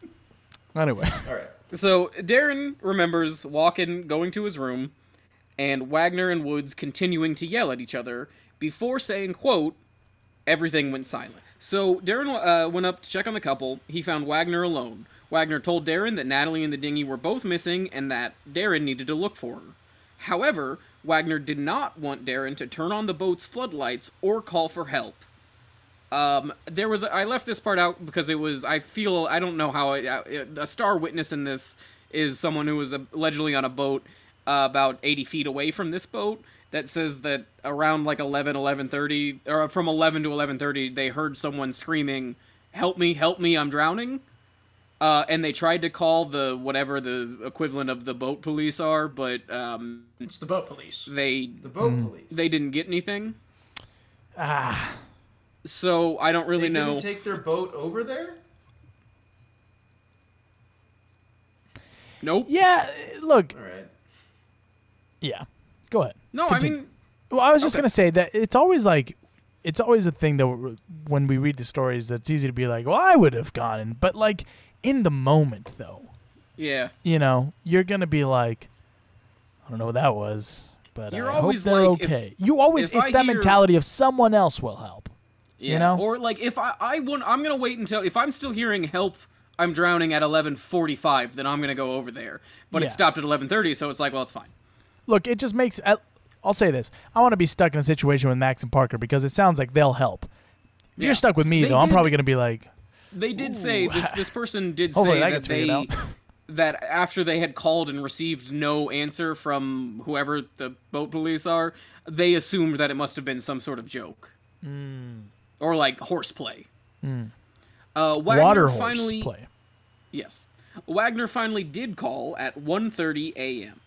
Speaker 6: Anyway,
Speaker 7: All right.
Speaker 5: So Darren remembers Walken going to his room and Wagner and Woods continuing to yell at each other before saying, quote, everything went silent. So Darren uh, went up to check on the couple. He found Wagner alone. Wagner told Darren that Natalie and the dinghy were both missing and that Darren needed to look for her. However, Wagner did not want Darren to turn on the boat's floodlights or call for help. Um, there was I left this part out because it was I feel I don't know how I, I, a star witness in this is someone who was allegedly on a boat uh, about 80 feet away from this boat that says that around like 11 11:30 or from 11 to 11:30 they heard someone screaming help me help me I'm drowning uh, and they tried to call the whatever the equivalent of the boat police are but um,
Speaker 8: It's the boat police.
Speaker 5: they
Speaker 7: The boat
Speaker 6: Mm.
Speaker 7: police.
Speaker 5: they didn't get anything ah so I don't really
Speaker 7: They
Speaker 5: know
Speaker 7: didn't take their boat over there.
Speaker 5: nope
Speaker 6: yeah. Look,
Speaker 7: All right.
Speaker 6: yeah. Go ahead.
Speaker 5: No, I
Speaker 6: Continue.
Speaker 5: mean,
Speaker 6: Well, I was just gonna say that it's always like, it's always a thing that we're- when we read the stories, that's easy to be like, well, I would have gone, and- but like in the moment though,
Speaker 5: yeah.
Speaker 6: you know, you're gonna be like, I don't know what that was, but
Speaker 5: You're
Speaker 6: I hope
Speaker 5: always
Speaker 6: they're
Speaker 5: like, if-
Speaker 6: okay. you always,
Speaker 5: if
Speaker 6: it's
Speaker 5: I
Speaker 6: that
Speaker 5: hear-
Speaker 6: mentality of someone else will help.
Speaker 5: yeah.
Speaker 6: know?
Speaker 5: or like if I I want, I'm gonna wait until if I'm still hearing help, I'm drowning at 11:45, then I'm gonna go over there. But
Speaker 6: Yeah.
Speaker 5: it stopped at 11:30, so it's like, well, it's fine.
Speaker 6: Look, it just makes. I- I'll say this: I want to be stuck in a situation with Max and Parker because it sounds like they'll help. If you're stuck with me
Speaker 5: They
Speaker 6: though, I'm
Speaker 5: did-
Speaker 6: probably gonna be like,
Speaker 5: They did say this. This person did
Speaker 6: Hopefully
Speaker 5: say
Speaker 6: that
Speaker 5: that,
Speaker 6: gets figured
Speaker 5: they
Speaker 6: out.
Speaker 5: that after they had called and received no answer from whoever the boat police are, they assumed that it must have been some sort of joke
Speaker 6: Hmm.
Speaker 5: or like horseplay.
Speaker 6: mm,
Speaker 5: Uh, Wagner
Speaker 6: water horse
Speaker 5: finally,
Speaker 6: play.
Speaker 5: Yes. Wagner finally did call at 1:30 a.m.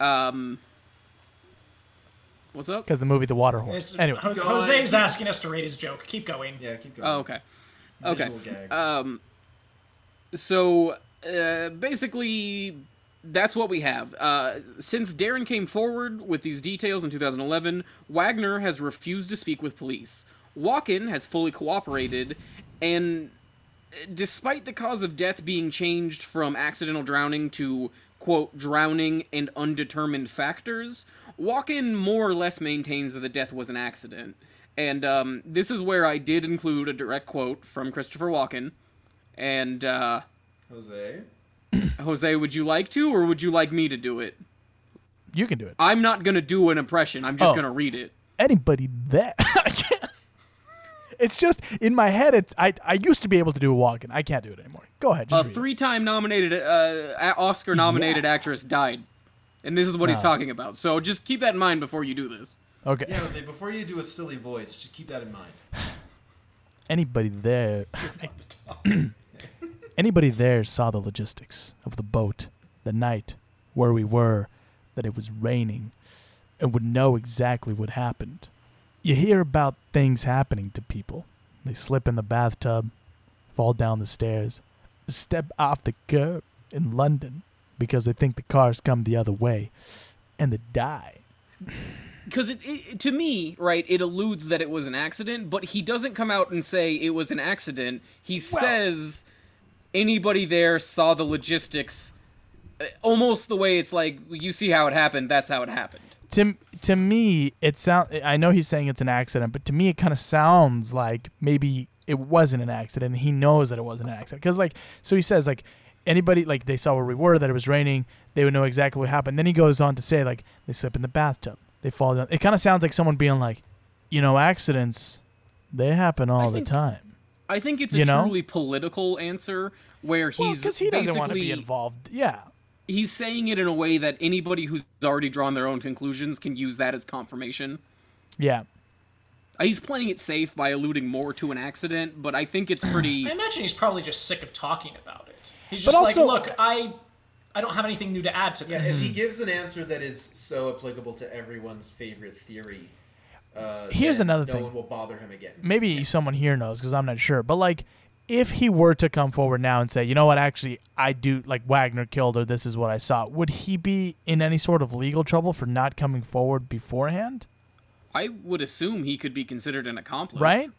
Speaker 5: Um What's up?
Speaker 6: Because the movie The Water Horse.
Speaker 8: It's-
Speaker 6: Anyway,
Speaker 8: Ho- Jose's asking us to rate his joke. Keep going.
Speaker 7: Yeah, keep going.
Speaker 5: Oh, okay. Okay.
Speaker 7: Visual gags.
Speaker 5: Um so uh basically that's what we have. Uh, since Darren came forward with these details in 2011, Wagner has refused to speak with police. Walken has fully cooperated, and uh, despite the cause of death being changed from accidental drowning to quote drowning and undetermined factors walken more or less maintains that the death was an accident and um, this is where i did include a direct quote from christopher walken and uh,
Speaker 7: Jose.
Speaker 5: jose would you like to or would you like me to do it
Speaker 6: you can do it.
Speaker 5: i'm not going to do an impression i'm just
Speaker 6: Oh.
Speaker 5: going to read it
Speaker 6: Anybody that I can't. It's just in my head. It's I. I used to be able to do a walking. I can't do it anymore. Go ahead.
Speaker 5: a
Speaker 6: Just read it.
Speaker 5: three-time nominated uh, oscar nominated actress died and this is what he's
Speaker 6: Wow.
Speaker 5: talking about so just keep that in mind before you do this
Speaker 6: Okay.
Speaker 7: Yeah, Jose. Before you do a silly voice, just keep that in mind.
Speaker 6: Anybody there? anybody there saw the logistics of the boat, the night, where we were, that it was raining, and would know exactly what happened. You hear about things happening to people. They slip in the bathtub, fall down the stairs, step off the curb in London because they think the cars come the other way, and they die.
Speaker 5: because it, it to me right it alludes that it was an accident but he doesn't come out and say it was an accident he says anybody there saw the logistics uh, almost the way it's like you see how it happened that's how it happened
Speaker 6: to to me it sound I know he's saying it's an accident, but to me it kind of sounds like maybe it wasn't an accident. and He knows that it wasn't an accident because like so he says like anybody like they saw where we were that it was raining, they would know exactly what happened. Then he goes on to say like they slip in the bathtub, they fall down. It kind of sounds like someone being like, you know, accidents they happen all
Speaker 5: think-
Speaker 6: the time.
Speaker 5: i think it's a
Speaker 6: You know?
Speaker 5: truly political answer where
Speaker 6: Well,
Speaker 5: he's
Speaker 6: because he doesn't want to be
Speaker 5: basically-
Speaker 6: involved. Yeah,
Speaker 5: he's saying it in a way that anybody who's already drawn their own conclusions can use that as confirmation
Speaker 6: yeah.
Speaker 5: Uh, he's playing it safe by alluding more to an accident but i think it's pretty
Speaker 8: I imagine he's probably just sick of talking about it. He's
Speaker 6: But
Speaker 8: just
Speaker 6: also- Mm-hmm.
Speaker 8: like, look, I, I don't have anything new to add to
Speaker 7: Yeah,
Speaker 8: this.
Speaker 7: if he gives an answer that is so applicable to everyone's favorite theory, uh,
Speaker 6: Here's
Speaker 7: then
Speaker 6: another
Speaker 7: no
Speaker 6: thing.
Speaker 7: one will bother him again.
Speaker 6: maybe someone here knows because I'm not sure. But like, if he were to come forward now and say, you know what, actually, I do like Wagner killed her. This is what I saw. Would he be in any sort of legal trouble for not coming forward beforehand?
Speaker 5: i would assume he could be considered an accomplice
Speaker 6: Right?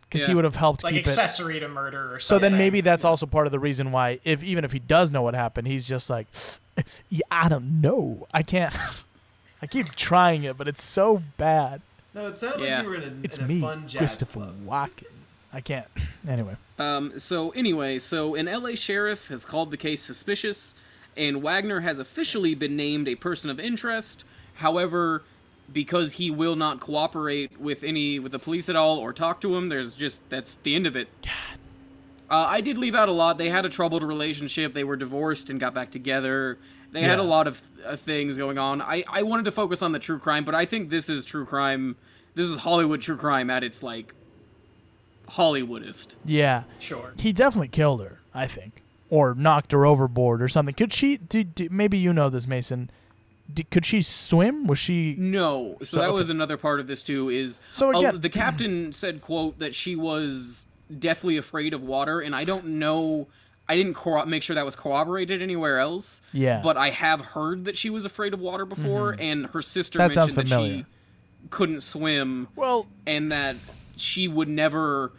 Speaker 6: Because he
Speaker 5: Yeah.
Speaker 6: would have helped
Speaker 8: like
Speaker 6: keep it.
Speaker 8: accessory to murder or
Speaker 6: So
Speaker 8: something.
Speaker 6: then maybe that's also part of the reason why, if even if he does know what happened, he's just like, yeah, I don't know. I can't. I keep trying it, but it's so bad.
Speaker 7: No, it sounded
Speaker 5: Yeah.
Speaker 7: like you were in a,
Speaker 6: It's
Speaker 7: in a
Speaker 6: me,
Speaker 7: fun jazz
Speaker 6: Christopher
Speaker 7: club.
Speaker 6: Walken. I can't. Anyway.
Speaker 5: Um, so anyway, so an LA sheriff has called the case suspicious, and Wagner has officially been named a person of interest. However, because he will not cooperate with any with the police at all or talk to him, there's just that's the end of it. Uh, I did leave out a lot. They had a troubled relationship. They were divorced and got back together. They had a
Speaker 6: Yeah.
Speaker 5: lot of uh, things going on. I, I wanted to focus on the true crime, but I think this is true crime. This is Hollywood true crime at its like Hollywoodist.
Speaker 6: Yeah.
Speaker 8: Sure.
Speaker 6: He definitely killed her, I think, or knocked her overboard or something. Could she? Do, do, maybe you know this, Mason. D could she swim? Was she?
Speaker 5: No. So,
Speaker 6: So,
Speaker 5: that
Speaker 6: okay.
Speaker 5: was another part of this too. Is
Speaker 6: So
Speaker 5: oh,
Speaker 6: again-
Speaker 5: the captain said, "quote that she was deathly afraid of water," and I don't know. I didn't corro- make sure that was corroborated anywhere else.
Speaker 6: Yeah. Mm-hmm.
Speaker 5: But I have heard that she was afraid of water before, and her sister
Speaker 6: That sounds
Speaker 5: mentioned that
Speaker 6: familiar.
Speaker 5: she couldn't swim,
Speaker 6: Well,
Speaker 5: and that she would never.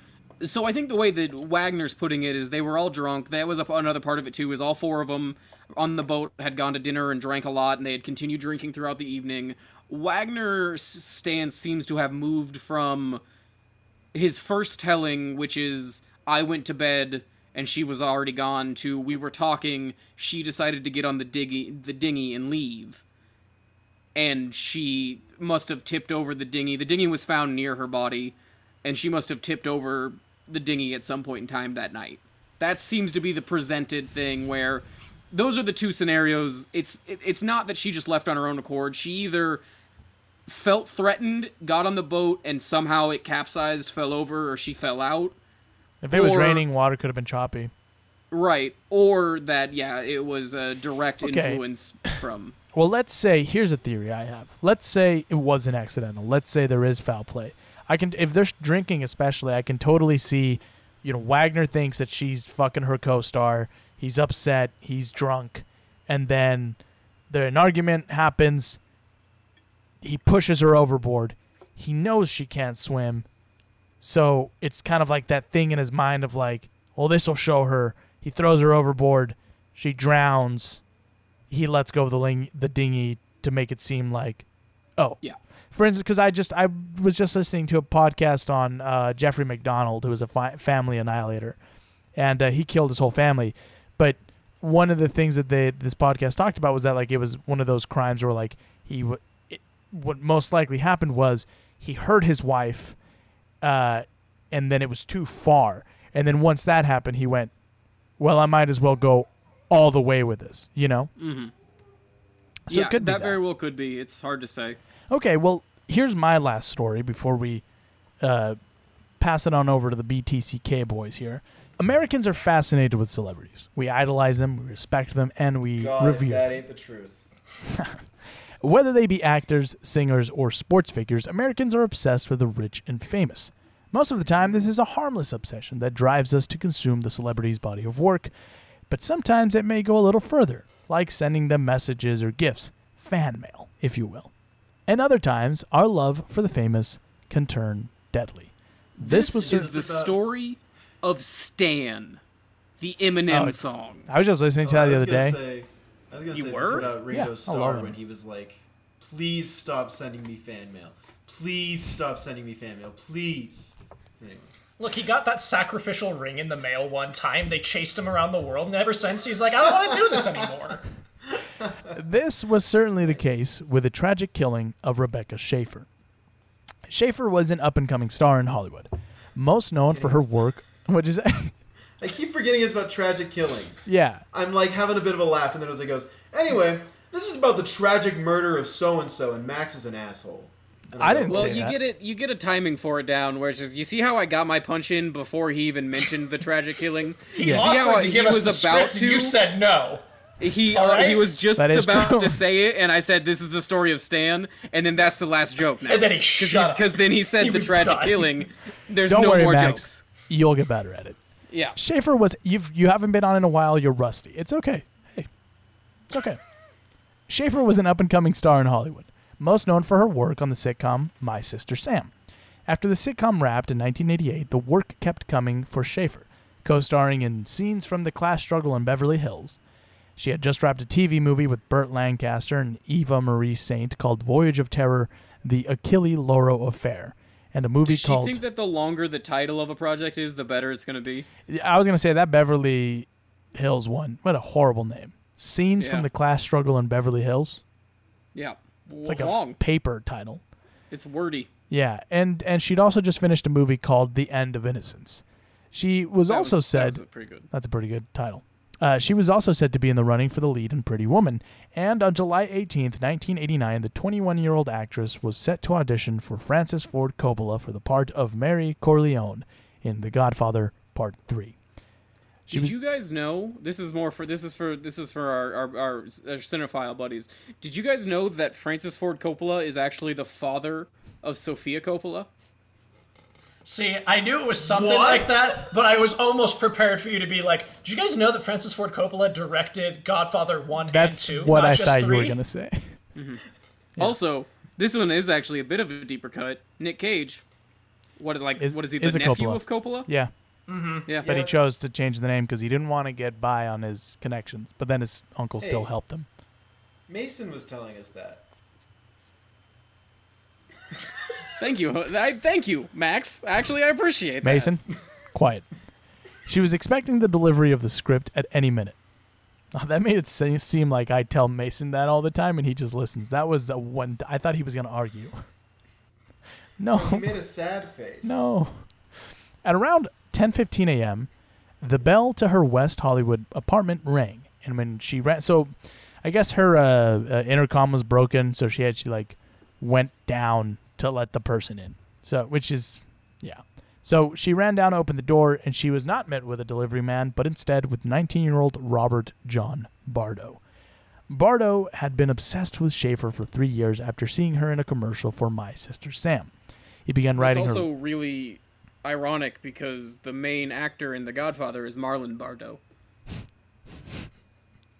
Speaker 5: So I think the way that Wagner's putting it is they were all drunk. That was a, another part of it too. Is all four of them on the boat had gone to dinner and drank a lot, and they had continued drinking throughout the evening. Wagner's stance seems to have moved from his first telling, which is I went to bed and she was already gone, to we were talking. She decided to get on the diggy, the dinghy, and leave and she must have tipped over the dinghy. The dinghy was found near her body, and she must have tipped over the dinghy at some point in time that night. That seems to be the presented thing where those are the two scenarios. It's it, it's not that she just left on her own accord. She either felt threatened, got on the boat, and somehow it capsized, fell over, or she fell out.
Speaker 6: If it was
Speaker 5: Or-
Speaker 6: raining, water could have been choppy.
Speaker 5: Right, or that yeah, it was a direct
Speaker 6: Okay.
Speaker 5: influence from
Speaker 6: Well, let's say here's a theory I have. Let's say it wasn't accidental. Let's say there is foul play. I can if they're drinking, especially, I can totally see. You know, Wagner thinks that she's fucking her co-star. He's upset. He's drunk, and then there an argument happens. He pushes her overboard. He knows she can't swim, so it's kind of like that thing in his mind of like, well, this will show her. He throws her overboard. She drowns he lets go of the ling- the dinghy to make it seem like, oh,
Speaker 5: Yeah.
Speaker 6: For instance, because I just I was just listening to a podcast on uh, Jeffrey McDonald, who is a fi- family annihilator, and uh, he killed his whole family. But one of the things that they this podcast talked about was that like it was one of those crimes where like he w- it, what most likely happened was he hurt his wife, uh, and then it was too far. And then once that happened, he went, well, I might as well go all the way with this, you know. So
Speaker 5: Mm-hmm. yeah,
Speaker 6: it could be
Speaker 5: that
Speaker 6: that.
Speaker 5: very well could be. It's hard to say.
Speaker 6: Okay, well, here's my last story before we uh, pass it on over to the BTCK boys here. Americans are fascinated with celebrities. We idolize them, we respect them, and we
Speaker 7: God, if
Speaker 6: revere.
Speaker 7: that
Speaker 6: them.
Speaker 7: ain't the truth.
Speaker 6: Whether they be actors, singers, or sports figures, Americans are obsessed with the rich and famous. Most of the time, this is a harmless obsession that drives us to consume the celebrity's body of work, but sometimes it may go a little further, like sending them messages or gifts, fan mail, if you will. And other times, our love for the famous can turn deadly. This, was cer-
Speaker 5: is the story of Stan, the Eminem
Speaker 6: Oh,
Speaker 5: song.
Speaker 6: I was just listening to that
Speaker 7: Oh, I
Speaker 6: the
Speaker 7: was
Speaker 6: other day.
Speaker 7: gonna Say, I was gonna
Speaker 5: You
Speaker 7: say
Speaker 5: were?
Speaker 7: this about Ringo
Speaker 6: Yeah, I love
Speaker 7: Starr
Speaker 6: him.
Speaker 7: when he was like, "Please stop sending me fan mail. Please stop sending me fan mail. Please." Anyway.
Speaker 8: Look, he got that sacrificial ring in the mail one time. They chased him around the world, and ever since he's like, I don't want to do this anymore.
Speaker 6: This was certainly the case with the tragic killing of Rebecca Schaefer. Schaefer was an up and coming star in Hollywood, most known for her work. What is that?
Speaker 7: I keep forgetting it's about tragic killings.
Speaker 6: yeah.
Speaker 7: I'm like having a bit of a laugh, and then Jose goes, "Anyway, this is about the tragic murder of so and so, and Max is an asshole." And
Speaker 6: I
Speaker 7: go,
Speaker 6: didn't
Speaker 5: Well,
Speaker 6: say
Speaker 5: you
Speaker 6: that.
Speaker 5: get it. You get a timing for it down, where it's just you see how I got my punch in before he even mentioned the tragic killing. You see
Speaker 6: uh,
Speaker 5: how
Speaker 8: Offered
Speaker 5: I-
Speaker 8: to
Speaker 5: he
Speaker 8: give us
Speaker 5: was
Speaker 8: the
Speaker 5: about
Speaker 8: script, and
Speaker 5: to.
Speaker 8: you said no.
Speaker 5: he uh,
Speaker 8: all right.
Speaker 5: he was just
Speaker 6: That is
Speaker 5: about
Speaker 6: true.
Speaker 5: to say it, and I said this is the story of Stan, and then that's the last joke. Now.
Speaker 8: And then he
Speaker 5: Cause
Speaker 8: shut
Speaker 5: he's-
Speaker 8: up.
Speaker 5: 'cause then he said
Speaker 8: He
Speaker 5: the
Speaker 8: was
Speaker 5: tragic
Speaker 8: done.
Speaker 5: killing. There's
Speaker 6: Don't
Speaker 5: no
Speaker 6: worry,
Speaker 5: more
Speaker 6: Max.
Speaker 5: jokes.
Speaker 6: You'll get better at it.
Speaker 5: Yeah.
Speaker 6: Schaefer was you've you haven't been on in a while. You're rusty. It's okay. Hey, it's okay. Schaefer was an up and coming star in Hollywood, most known for her work on the sitcom My Sister Sam. After the sitcom wrapped in 1988, the work kept coming for Schaefer, co-starring in scenes from the class struggle in Beverly Hills. She had just wrapped a TV movie with Burt Lancaster and Eva Marie Saint called Voyage of Terror: The Achille Lauro Affair, and a movie
Speaker 5: Does she
Speaker 6: called
Speaker 5: think that the longer the title of a project is, the better it's going to be?
Speaker 6: I was gonna say that Beverly Hills one. What a horrible name. Scenes from
Speaker 5: Yeah.
Speaker 6: the class struggle in Beverly Hills.
Speaker 5: Yeah. It's
Speaker 6: Like a
Speaker 5: long.
Speaker 6: paper title.
Speaker 5: It's wordy.
Speaker 6: Yeah, and and she'd also just finished a movie called The End of Innocence. She was
Speaker 5: That
Speaker 6: also
Speaker 5: was- that
Speaker 6: said
Speaker 5: was pretty good.
Speaker 6: that's a pretty good title. Uh, she was also said to be in the running for the lead in Pretty Woman, and on July 18th, 1989, the 21-year-old actress was set to audition for Francis Ford Coppola for the part of Mary Corleone in The Godfather Part 3. She
Speaker 5: Did
Speaker 6: was,
Speaker 5: you guys know? This is more for this is for this is for our our, our, our cinephile buddies. Did you guys know that Francis Ford Coppola is actually the father of Sophia Coppola?
Speaker 8: See, I knew it was something
Speaker 7: What?
Speaker 8: like that, but I was almost prepared for you to be like, "Do you guys know that Francis Ford Coppola directed Godfather one
Speaker 6: That's
Speaker 8: and two,
Speaker 6: what
Speaker 8: not
Speaker 6: I
Speaker 8: just
Speaker 6: thought
Speaker 8: three?
Speaker 6: you were gonna say.
Speaker 5: Also, this one is actually a bit of a deeper cut. Nick Cage, what like
Speaker 6: Is-
Speaker 5: what is he
Speaker 6: is
Speaker 5: the
Speaker 6: a
Speaker 5: nephew
Speaker 6: Coppola.
Speaker 5: of Coppola?
Speaker 6: Yeah,
Speaker 5: Yeah,
Speaker 6: but he chose to change the name because he didn't want to get by on his connections. But then his uncle still
Speaker 7: Hey.
Speaker 6: helped him.
Speaker 7: Mason was telling us that.
Speaker 5: thank you, I, thank you, Max. Actually, I appreciate that.
Speaker 6: Mason, quiet. She was expecting the delivery of the script at any minute. Oh, that made it se- seem like I tell Mason that all the time, and he just listens. That was the one I thought he was gonna argue. No.
Speaker 7: He made a sad face.
Speaker 6: No. At around 10:15 a.m., the bell to her West Hollywood apartment rang, and when she ran, so I guess her uh, uh, intercom was broken, so she had she like went down to let the person in. So which is yeah. So she ran down, opened the door, and she was not met with a delivery man, but instead with 19-year-old Robert John Bardo. Bardo had been obsessed with Schaefer for three years after seeing her in a commercial for My Sister Sam. He began writing
Speaker 5: it's also
Speaker 6: her.
Speaker 5: really ironic because the main actor in The Godfather is Marlon Bardo.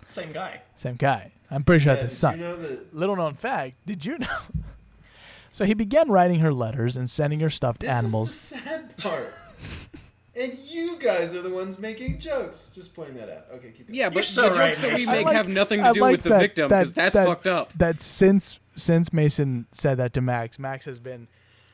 Speaker 8: Same guy.
Speaker 6: Same guy. I'm pretty sure
Speaker 7: Yeah,
Speaker 6: that's his
Speaker 7: did
Speaker 6: son.
Speaker 7: You know that
Speaker 6: Little known fact, did you know? so he began writing her letters and sending her stuffed
Speaker 7: this
Speaker 6: animals.
Speaker 7: is the sad part. and you guys are the ones making jokes. Just pointing that out. Okay, keep going.
Speaker 5: Yeah, but
Speaker 8: so
Speaker 5: the
Speaker 8: right,
Speaker 5: jokes that we
Speaker 8: Mason. I
Speaker 5: make
Speaker 6: like-
Speaker 5: have nothing
Speaker 6: I
Speaker 5: to do
Speaker 6: like
Speaker 5: with the
Speaker 6: that-
Speaker 5: victim
Speaker 6: that-
Speaker 5: because that's
Speaker 6: that-
Speaker 5: fucked up.
Speaker 6: That since since Mason said that to Max, Max has been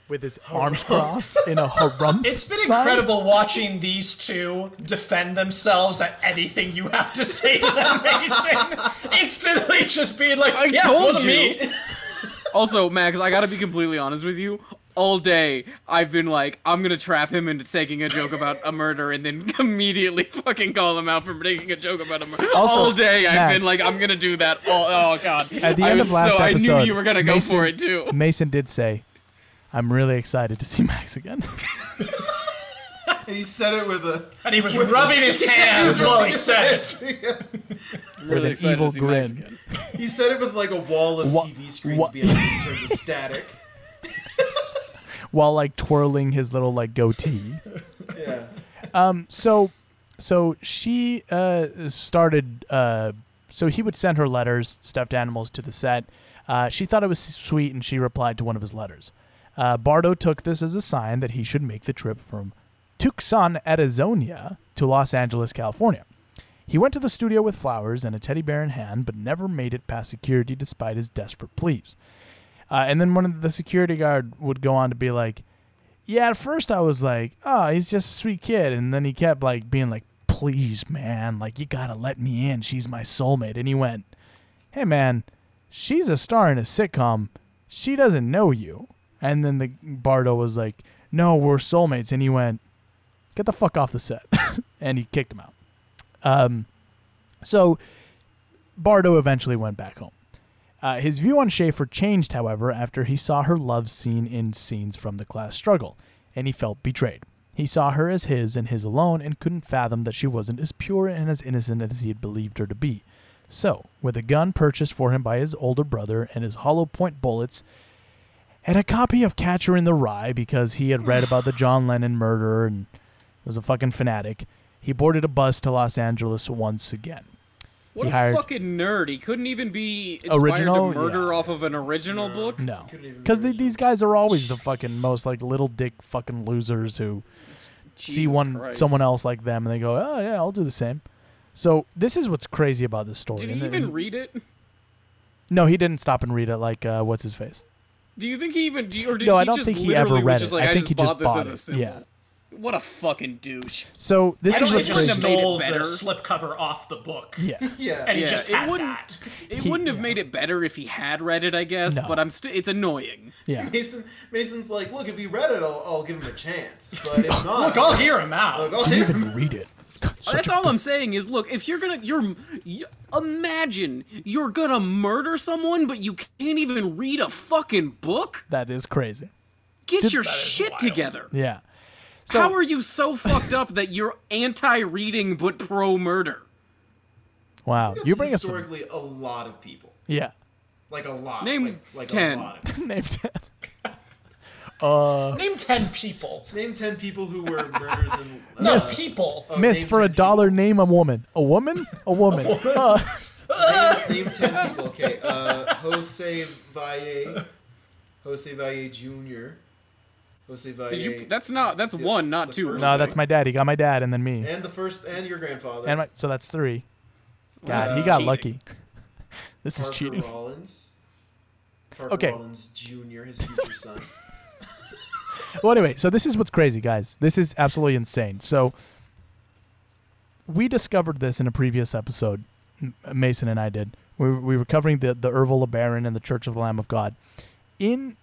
Speaker 6: with his
Speaker 5: Oh,
Speaker 6: arms crossed in a harumph.
Speaker 8: It's been
Speaker 6: sign.
Speaker 8: incredible watching these two defend themselves at anything you have to say to them, Mason. Instantly just being like,
Speaker 5: I
Speaker 8: yeah,
Speaker 5: told
Speaker 8: it wasn't
Speaker 5: you."
Speaker 8: me.
Speaker 5: Also, Max, I gotta be completely honest with you. All day, I've been like, I'm gonna trap him into taking a joke about a murder and then immediately fucking call him out for making a joke about a murder.
Speaker 6: Also,
Speaker 5: all day, I've
Speaker 6: Max.
Speaker 5: been like, I'm gonna do that. All, oh, God.
Speaker 6: At the
Speaker 5: I
Speaker 6: end
Speaker 5: was
Speaker 6: of last
Speaker 5: so,
Speaker 6: episode,
Speaker 5: I knew you were gonna go
Speaker 6: Mason-
Speaker 5: for it too.
Speaker 6: Mason did say, "I'm really excited to see Max again."
Speaker 7: And he said it with a.
Speaker 8: And he was rubbing his hands while he said it.
Speaker 5: really
Speaker 6: an
Speaker 5: excited
Speaker 6: evil
Speaker 5: to see Max
Speaker 6: grin.
Speaker 5: again.
Speaker 7: He said it with like a wall of
Speaker 6: Wha-
Speaker 7: TV screens
Speaker 6: wha-
Speaker 7: behind him in terms of static.
Speaker 6: while like twirling his little like goatee. Um,
Speaker 7: Yeah.
Speaker 6: so so she uh started uh so he would send her letters stuffed animals to the set uh, she thought it was sweet and she replied to one of his letters uh, bardo took this as a sign that he should make the trip from tucson arizona to los angeles california he went to the studio with flowers and a teddy bear in hand but never made it past security despite his desperate pleas uh, and then one of the security guard would go on to be like yeah, at first I was like, oh, he's just a sweet kid. And then he kept like being like, please, man, like you gotta let me in. She's my soulmate. And he went, hey, man, she's a star in a sitcom. She doesn't know you. And then the Bardo was like, no, we're soulmates. And he went, get the fuck off the set. and he kicked him out. Um, so Bardo eventually went back home. Uh, his view on Schaefer changed, however, after he saw her love scene in scenes from the class struggle, and he felt betrayed. He saw her as his and his alone and couldn't fathom that she wasn't as pure and as innocent as he had believed her to be. So, with a gun purchased for him by his older brother and his hollow point bullets, and a copy of Catcher in the Rye because he had read about the John Lennon murder and was a fucking fanatic, he boarded a bus to Los Angeles once again.
Speaker 5: What
Speaker 6: He
Speaker 5: a
Speaker 6: hired-
Speaker 5: fucking nerd. He couldn't even be inspired
Speaker 6: Original?
Speaker 5: to murder
Speaker 6: Yeah.
Speaker 5: off of an original book.
Speaker 6: No,
Speaker 7: Couldn't even
Speaker 6: because
Speaker 7: be
Speaker 6: these guys are always the fucking most like little dick fucking losers who see
Speaker 5: Jesus
Speaker 6: one
Speaker 5: Christ.
Speaker 6: someone else like them and they go, oh yeah, I'll do the same. So this is what's crazy about this story.
Speaker 5: Did
Speaker 6: and
Speaker 5: he
Speaker 6: the-
Speaker 5: even read it?
Speaker 6: no, he didn't stop and read it. Like, uh, what's his face?
Speaker 5: Do you think he even? Do you, or did
Speaker 6: No,
Speaker 5: he
Speaker 6: I don't
Speaker 5: just
Speaker 6: think he
Speaker 5: literally
Speaker 6: ever
Speaker 5: was
Speaker 6: read
Speaker 5: just
Speaker 6: it.
Speaker 5: Like,
Speaker 6: I
Speaker 5: I,
Speaker 6: think he
Speaker 5: just bought
Speaker 6: just
Speaker 5: this
Speaker 6: bought
Speaker 5: as
Speaker 6: it.
Speaker 5: a symbol.
Speaker 6: Yeah.
Speaker 5: What a fucking douche.
Speaker 6: So this
Speaker 8: I don't think
Speaker 6: is what's
Speaker 8: he
Speaker 5: would've
Speaker 8: just
Speaker 5: made
Speaker 6: crazy.
Speaker 5: it
Speaker 8: stole
Speaker 5: better.
Speaker 8: the slipcover off the book.
Speaker 6: Yeah.
Speaker 7: Yeah.
Speaker 8: And he
Speaker 5: Yeah,
Speaker 8: just
Speaker 5: it
Speaker 8: had
Speaker 5: wouldn't-
Speaker 8: that.
Speaker 5: It
Speaker 6: He-
Speaker 5: wouldn't have
Speaker 6: yeah.
Speaker 5: made it better if he had read it, I guess.
Speaker 6: No.
Speaker 5: But I'm still. It's annoying.
Speaker 6: Yeah.
Speaker 7: Mason, Mason's like, look, if he read it, I'll, I'll give him a chance. But if not,
Speaker 8: Look, I'll hear him out.
Speaker 7: look, I'll
Speaker 6: Didn't
Speaker 7: hear him.
Speaker 6: even read it. God, such
Speaker 5: That's
Speaker 6: a-
Speaker 5: all I'm saying is, look, if you're gonna, you're, you, imagine you're gonna murder someone, but you can't even read a fucking book.
Speaker 6: that is crazy.
Speaker 5: Get
Speaker 6: Did-
Speaker 5: your
Speaker 6: That is
Speaker 5: shit
Speaker 8: wild.
Speaker 5: together.
Speaker 6: Yeah.
Speaker 5: How are you so fucked up that you're anti-reading but pro-murder?
Speaker 6: Wow.
Speaker 7: That's
Speaker 6: You bring up some.
Speaker 7: historically a lot of people,
Speaker 6: Yeah.
Speaker 7: like a lot,
Speaker 5: Name
Speaker 7: like, like
Speaker 5: 10.
Speaker 7: a lot. Of people.
Speaker 6: Name ten.
Speaker 8: Name ten people.
Speaker 7: Name ten people who were murders and uh,
Speaker 8: No,
Speaker 6: Miss-
Speaker 8: people.
Speaker 6: Miss
Speaker 5: Oh,
Speaker 7: name
Speaker 6: for a
Speaker 7: 10
Speaker 6: dollar, name a woman. A woman. A woman. Uh,
Speaker 7: Name, name ten people. Okay, uh, Jose Valle, Jose Valle Jr., Jose Valle.
Speaker 5: Did you? That's not. That's one, not
Speaker 7: the
Speaker 5: two. or
Speaker 7: first-
Speaker 6: no, Oh, that's my dad. He got my dad and then me.
Speaker 7: and the first and your grandfather.
Speaker 6: And my, so that's three.
Speaker 5: this
Speaker 6: God, he
Speaker 5: is
Speaker 6: got
Speaker 5: cheating.
Speaker 6: lucky. this is
Speaker 7: Parker
Speaker 6: cheating.
Speaker 7: Rollins. Parker
Speaker 6: Okay.
Speaker 7: Rollins Jr., his future son.
Speaker 6: Well, anyway, so this is what's crazy, guys. This is absolutely insane. So we discovered this in a previous episode. M- Mason and I did. We, we were covering the the Ervil LeBaron and the Church of the Lamb of God. In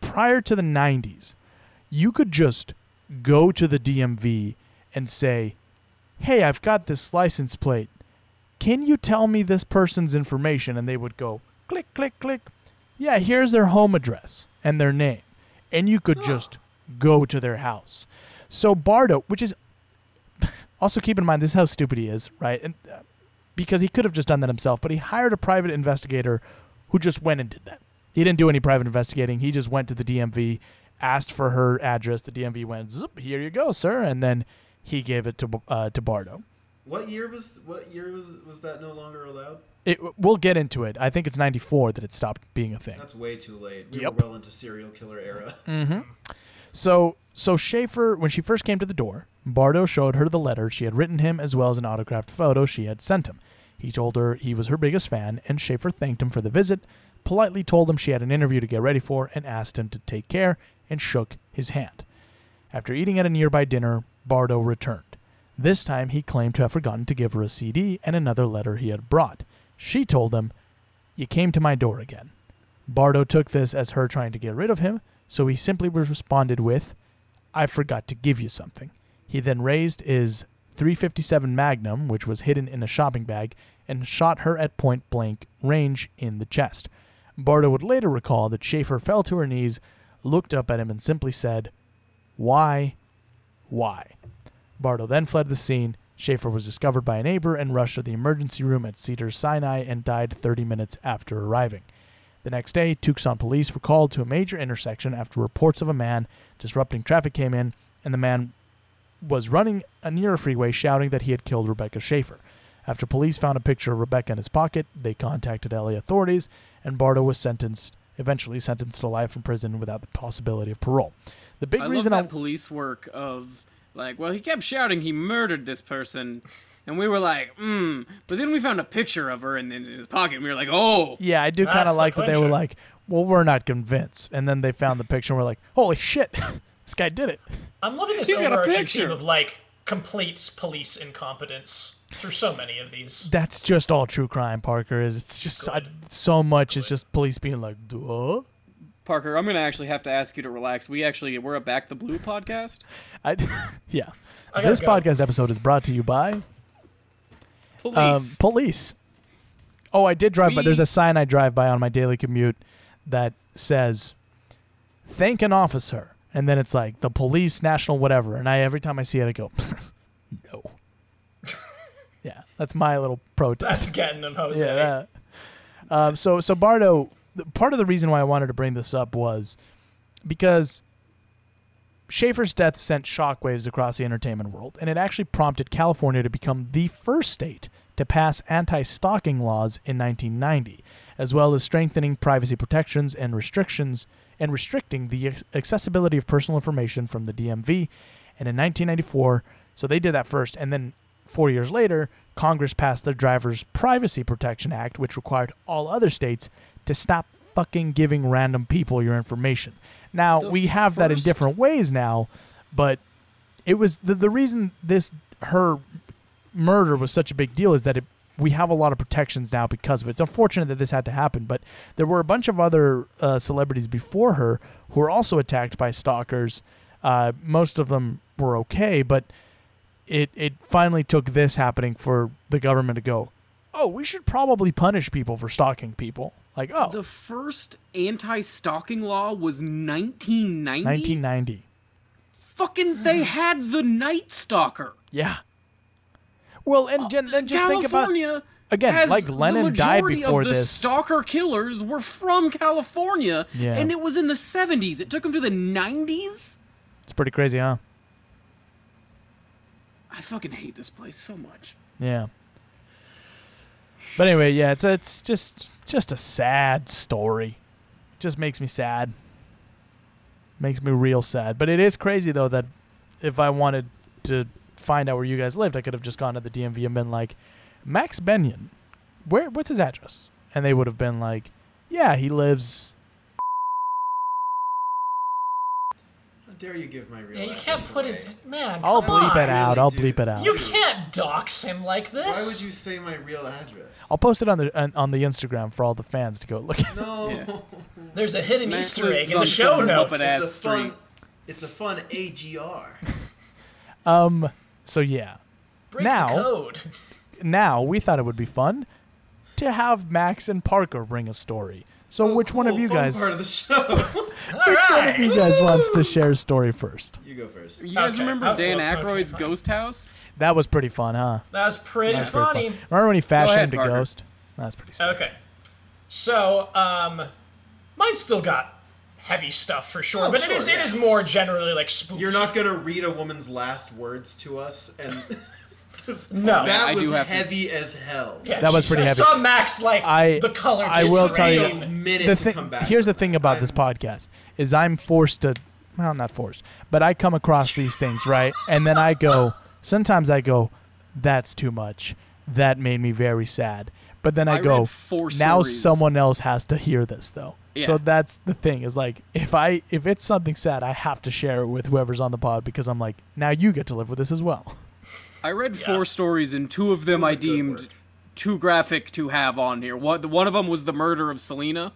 Speaker 6: prior to the 90s, you could just go to the DMV and say, Hey, I've got this license plate. Can you tell me this person's information? And they would go, click, click, click. Yeah, here's their home address and their name. And you could just go to their house. So Bardo, which is also keep in mind, this is how stupid he is, right? And uh, because he could have just done that himself, but he hired a private investigator who just went and did that. He didn't do any private investigating. He just went to the DMV, asked for her address. The DMV went, Zip, "Here you go, sir," and then he gave it to uh, to Bardo.
Speaker 7: What year was what year was was that no longer allowed?
Speaker 6: It, we'll get into it. I think it's '94 that it stopped being a thing.
Speaker 7: That's way too late. We
Speaker 6: Yep.
Speaker 7: were well into serial killer era.
Speaker 6: Mm-hmm. So so Schaefer, when she first came to the door, Bardo showed her the letter she had written him as well as an autographed photo she had sent him. He told her he was her biggest fan, and Schaefer thanked him for the visit, politely told him she had an interview to get ready for, and asked him to take care, and shook his hand. After eating at a nearby dinner, Bardo returned. This time he claimed to have forgotten to give her a CD and another letter he had brought. She told him, You came to my door again. Bardo took this as her trying to get rid of him, so he simply was responded with, I forgot to give you something. He then raised his 357 Magnum, which was hidden in a shopping bag, and shot her at point blank range in the chest. Bardo would later recall that Schaefer fell to her knees, looked up at him, and simply said, Why? Why? Bardo then fled the scene. Schaefer was discovered by a neighbor and rushed to the emergency room at Cedars Sinai and died 30 minutes after arriving. The next day, Tucson police were called to a major intersection after reports of a man disrupting traffic came in, and the man was running uh, near a freeway shouting that he had killed Rebecca Schaefer. After police found a picture of Rebecca in his pocket, they contacted LA authorities, and Bardo was sentenced, eventually sentenced to life in prison without the possibility of parole. The big
Speaker 5: I
Speaker 6: reason
Speaker 5: love
Speaker 6: I
Speaker 5: that police work of like, well, he kept shouting he murdered this person, and we were like, hmm. But then we found a picture of her in, in his pocket, and we were like, oh,
Speaker 6: Yeah, I do
Speaker 5: That's
Speaker 6: kind of
Speaker 5: the
Speaker 6: like that they were
Speaker 5: clincher.
Speaker 6: like, well, we're not convinced. And then they found the picture and were like, holy shit, this guy did it.
Speaker 8: I'm loving this
Speaker 5: He's got a
Speaker 8: overarching
Speaker 5: picture.
Speaker 8: theme of like complete police incompetence through so many of these.
Speaker 6: That's just all true crime, Parker, is it's just I, so much is just police being like, duh.
Speaker 5: Parker, I'm gonna actually have to ask you to relax. We actually we're a Back the Blue podcast.
Speaker 6: I, yeah.
Speaker 5: I gotta
Speaker 6: This
Speaker 5: go.
Speaker 6: podcast episode is brought to you by
Speaker 5: Police.
Speaker 6: Um, police. Oh, I did drive by. There's
Speaker 5: We-
Speaker 6: a sign I drive by on my daily commute that says, "Thank an officer," and then it's like the police, national, whatever. And I every time I see it, I go, "No." yeah, that's my little protest.
Speaker 8: That's getting them, Jose.
Speaker 6: Yeah. that. Um, so so Bardo, the- part of the reason why I wanted to bring this up was because Schaefer's death sent shockwaves across the entertainment world, and it actually prompted California to become the first state to pass anti-stalking laws in 1990, as well as strengthening privacy protections and restrictions and restricting the ac- accessibility of personal information from the DMV. And in 1994, so they did that first, and then four years later, Congress passed the Driver's Privacy Protection Act, which required all other states to stop fucking giving random people your information. Now,
Speaker 12: The
Speaker 6: we have that in
Speaker 12: first-
Speaker 6: different ways now, but it was the, the reason this her murder was such a big deal is that it, we have a lot of protections now because of it. It's unfortunate that this had to happen, but there were a bunch of other uh, celebrities before her who were also attacked by stalkers. Uh, most of them were okay, but it it finally took this happening for the government to go, oh, we should probably punish people for stalking people. Like, oh,
Speaker 5: The first anti-stalking law was 1990.
Speaker 6: 1990.
Speaker 5: Fucking, they had the Night Stalker.
Speaker 6: Yeah. Well, and then, then just think about
Speaker 5: California
Speaker 6: again,
Speaker 5: has
Speaker 6: like Lennon
Speaker 5: the
Speaker 6: died
Speaker 5: majority
Speaker 6: before
Speaker 5: of the
Speaker 6: this.
Speaker 5: Stalker killers were from California,
Speaker 6: Yeah.
Speaker 5: and it was in the 70s. It took them to the 90s.
Speaker 6: It's pretty crazy, huh?
Speaker 5: I fucking hate this place so much.
Speaker 6: Yeah. But anyway, yeah, it's it's just just a sad story. Just makes me sad. Makes me real sad. But it is crazy though that if I wanted to find out where you guys lived, I could have just gone to the DMV and been like, Max Benyon, where what's his address? And they would have been like, Yeah, he lives
Speaker 7: dare you give my real
Speaker 8: Yeah, you
Speaker 7: address
Speaker 8: can't put
Speaker 7: away.
Speaker 8: it, man.
Speaker 6: I'll
Speaker 8: come
Speaker 6: bleep
Speaker 8: on.
Speaker 6: it out.
Speaker 7: really
Speaker 6: I'll
Speaker 7: do.
Speaker 6: bleep it out.
Speaker 8: You can't dox him like this.
Speaker 7: Why would you say my real address?
Speaker 6: I'll post it on the on- on the Instagram for all the fans to go look at.
Speaker 7: No.
Speaker 8: There's a hidden
Speaker 5: Man,
Speaker 8: Easter egg in
Speaker 5: on
Speaker 8: the show
Speaker 5: some
Speaker 8: notes.
Speaker 5: Muppet
Speaker 7: It's
Speaker 5: ass
Speaker 7: a
Speaker 5: street.
Speaker 7: fun. It's a fun AGR.
Speaker 6: Um. So yeah,
Speaker 8: Break
Speaker 6: Now-
Speaker 8: the code.
Speaker 6: now we thought it would be fun to have Max and Parker bring a story. So which one of
Speaker 7: Oh, Cool,
Speaker 6: you
Speaker 7: fun
Speaker 6: guys?
Speaker 7: Part of the show.
Speaker 8: All right.
Speaker 6: You guys wants to share a story first.
Speaker 7: you go first.
Speaker 5: You guys
Speaker 8: Okay,
Speaker 5: remember
Speaker 8: I'll-
Speaker 5: Dan
Speaker 8: I'll approach
Speaker 5: Aykroyd's
Speaker 8: it.
Speaker 5: Ghost House?
Speaker 6: That was pretty fun, huh?
Speaker 8: That's pretty
Speaker 6: That's pretty
Speaker 8: funny.
Speaker 6: fun. Remember when he fashioned
Speaker 5: ahead,
Speaker 6: a
Speaker 5: Parker.
Speaker 6: ghost? That's pretty sick.
Speaker 8: Okay. So, um, mine's still got heavy stuff for sure,
Speaker 7: Oh,
Speaker 8: but
Speaker 7: sure,
Speaker 8: it is
Speaker 7: yeah.
Speaker 8: it is more generally like spooky.
Speaker 7: You're not gonna read a woman's last words to us, and 'cause
Speaker 8: No,
Speaker 7: that
Speaker 5: I do
Speaker 7: was
Speaker 5: have to-
Speaker 7: heavy as hell.
Speaker 8: Yeah,
Speaker 6: That was
Speaker 8: she-
Speaker 6: pretty
Speaker 8: I
Speaker 6: heavy.
Speaker 8: saw Max like
Speaker 6: I-
Speaker 8: the color.
Speaker 6: I
Speaker 8: just
Speaker 6: will tell you-
Speaker 7: Took me a
Speaker 8: drained.
Speaker 7: minute
Speaker 6: The
Speaker 7: to
Speaker 6: thing,
Speaker 7: come back
Speaker 6: here's the
Speaker 7: from
Speaker 6: thing
Speaker 7: that.
Speaker 6: about
Speaker 7: I'm-
Speaker 6: this podcast is I'm forced to, well, not forced, but I come across these things, right? And then I go, sometimes I go, that's too much. That made me very sad. But then I,
Speaker 5: I read
Speaker 6: go,
Speaker 5: four
Speaker 6: now
Speaker 5: stories."
Speaker 6: someone else has to hear this though. So
Speaker 5: Yeah.
Speaker 6: that's the thing is like if I if it's something sad, I have to share it with whoever's on the pod because I'm like, now you get to live with this as well.
Speaker 5: I read four stories, and two of them I
Speaker 7: good
Speaker 5: deemed
Speaker 7: work.
Speaker 5: too graphic to have on here. One, one of them was the murder of Selena,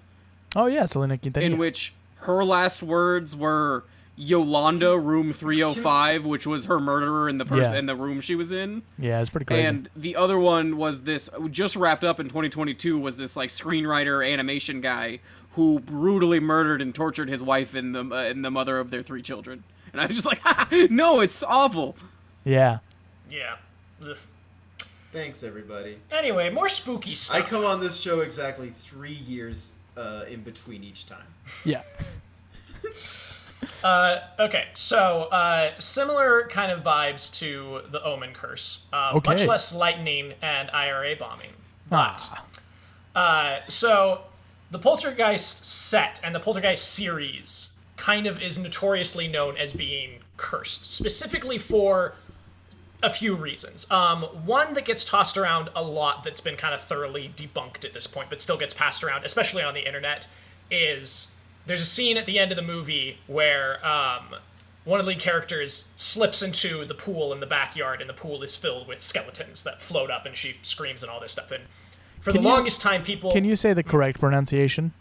Speaker 6: Oh yeah, Selena Quintanilla.
Speaker 5: in which her last words were "Yolanda, room 305," which was her murderer in the person
Speaker 6: Yeah.
Speaker 5: in the room she was in.
Speaker 6: yeah, it's pretty crazy.
Speaker 5: And the other one was this just wrapped up in 2022 was this like screenwriter animation guy who brutally murdered and tortured his wife and the uh, and the mother of their three children. And I was just like, no, it's awful.
Speaker 6: yeah.
Speaker 8: Yeah. Ugh.
Speaker 7: Thanks, everybody.
Speaker 8: Anyway, more spooky stuff.
Speaker 7: I come on this show exactly three years uh, in between each time.
Speaker 6: Yeah.
Speaker 8: Okay, so uh, similar kind of vibes to the Omen Curse. Um,
Speaker 6: Okay.
Speaker 8: Much less lightning and IRA bombing. But. Uh, so, the Poltergeist set and the Poltergeist series kind of is notoriously known as being cursed, specifically for a few reasons. Um, one that gets tossed around a lot that's been kind of thoroughly debunked at this point, but still gets passed around, especially on the internet, is there's a scene at the end of the movie where um, one of the lead characters slips into the pool in the backyard, and the pool is filled with skeletons that float up, and she screams and all this stuff. And for
Speaker 6: Can
Speaker 8: the
Speaker 6: you-
Speaker 8: longest time, people
Speaker 6: Can you say the correct pronunciation?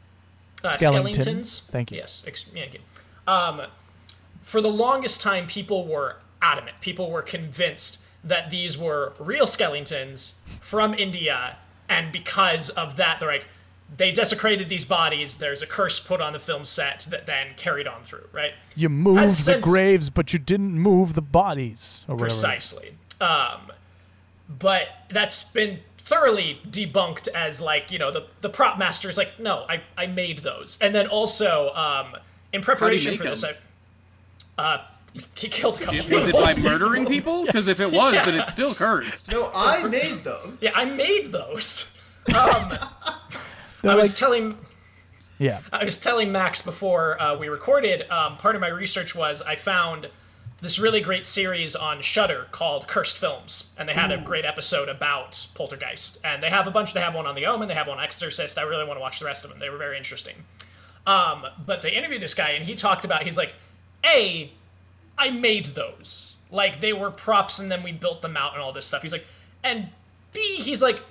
Speaker 8: uh,
Speaker 6: Skellington?
Speaker 8: Skellingtons.
Speaker 6: Thank you.
Speaker 8: Yes. Ex- yeah, again. Um, for the longest time, people were adamant. People were convinced that these were real Skellingtons from India, and because of that, they're like, they desecrated these bodies. There's a curse put on the film set that then carried on through, right?
Speaker 6: You moved the
Speaker 8: Has since-
Speaker 6: graves, but you didn't move the bodies. Or whatever.
Speaker 8: Precisely. Um, but that's been thoroughly debunked as like you know the the prop master is like no I I made those and then also um in preparation
Speaker 5: make
Speaker 8: for this I
Speaker 5: them?
Speaker 8: uh he killed a couple
Speaker 5: Was it
Speaker 8: people.
Speaker 5: by murdering people? Because if it was, then it's still cursed.
Speaker 7: No, I made those.
Speaker 8: yeah I made those
Speaker 6: They're
Speaker 8: I was
Speaker 6: like-
Speaker 8: telling
Speaker 6: yeah.
Speaker 8: I was telling Max before uh, we recorded. Um, part of my research was I found this really great series on Shudder called Cursed Films, and they had a great episode about Poltergeist. And they have a bunch. They have one on The Omen. They have one on Exorcist. I really want to watch the rest of them. They were very interesting. Um, but they interviewed this guy, and he talked about he's like, a I made those. Like they were props and then we built them out and all this stuff. He's like, and B, he's like,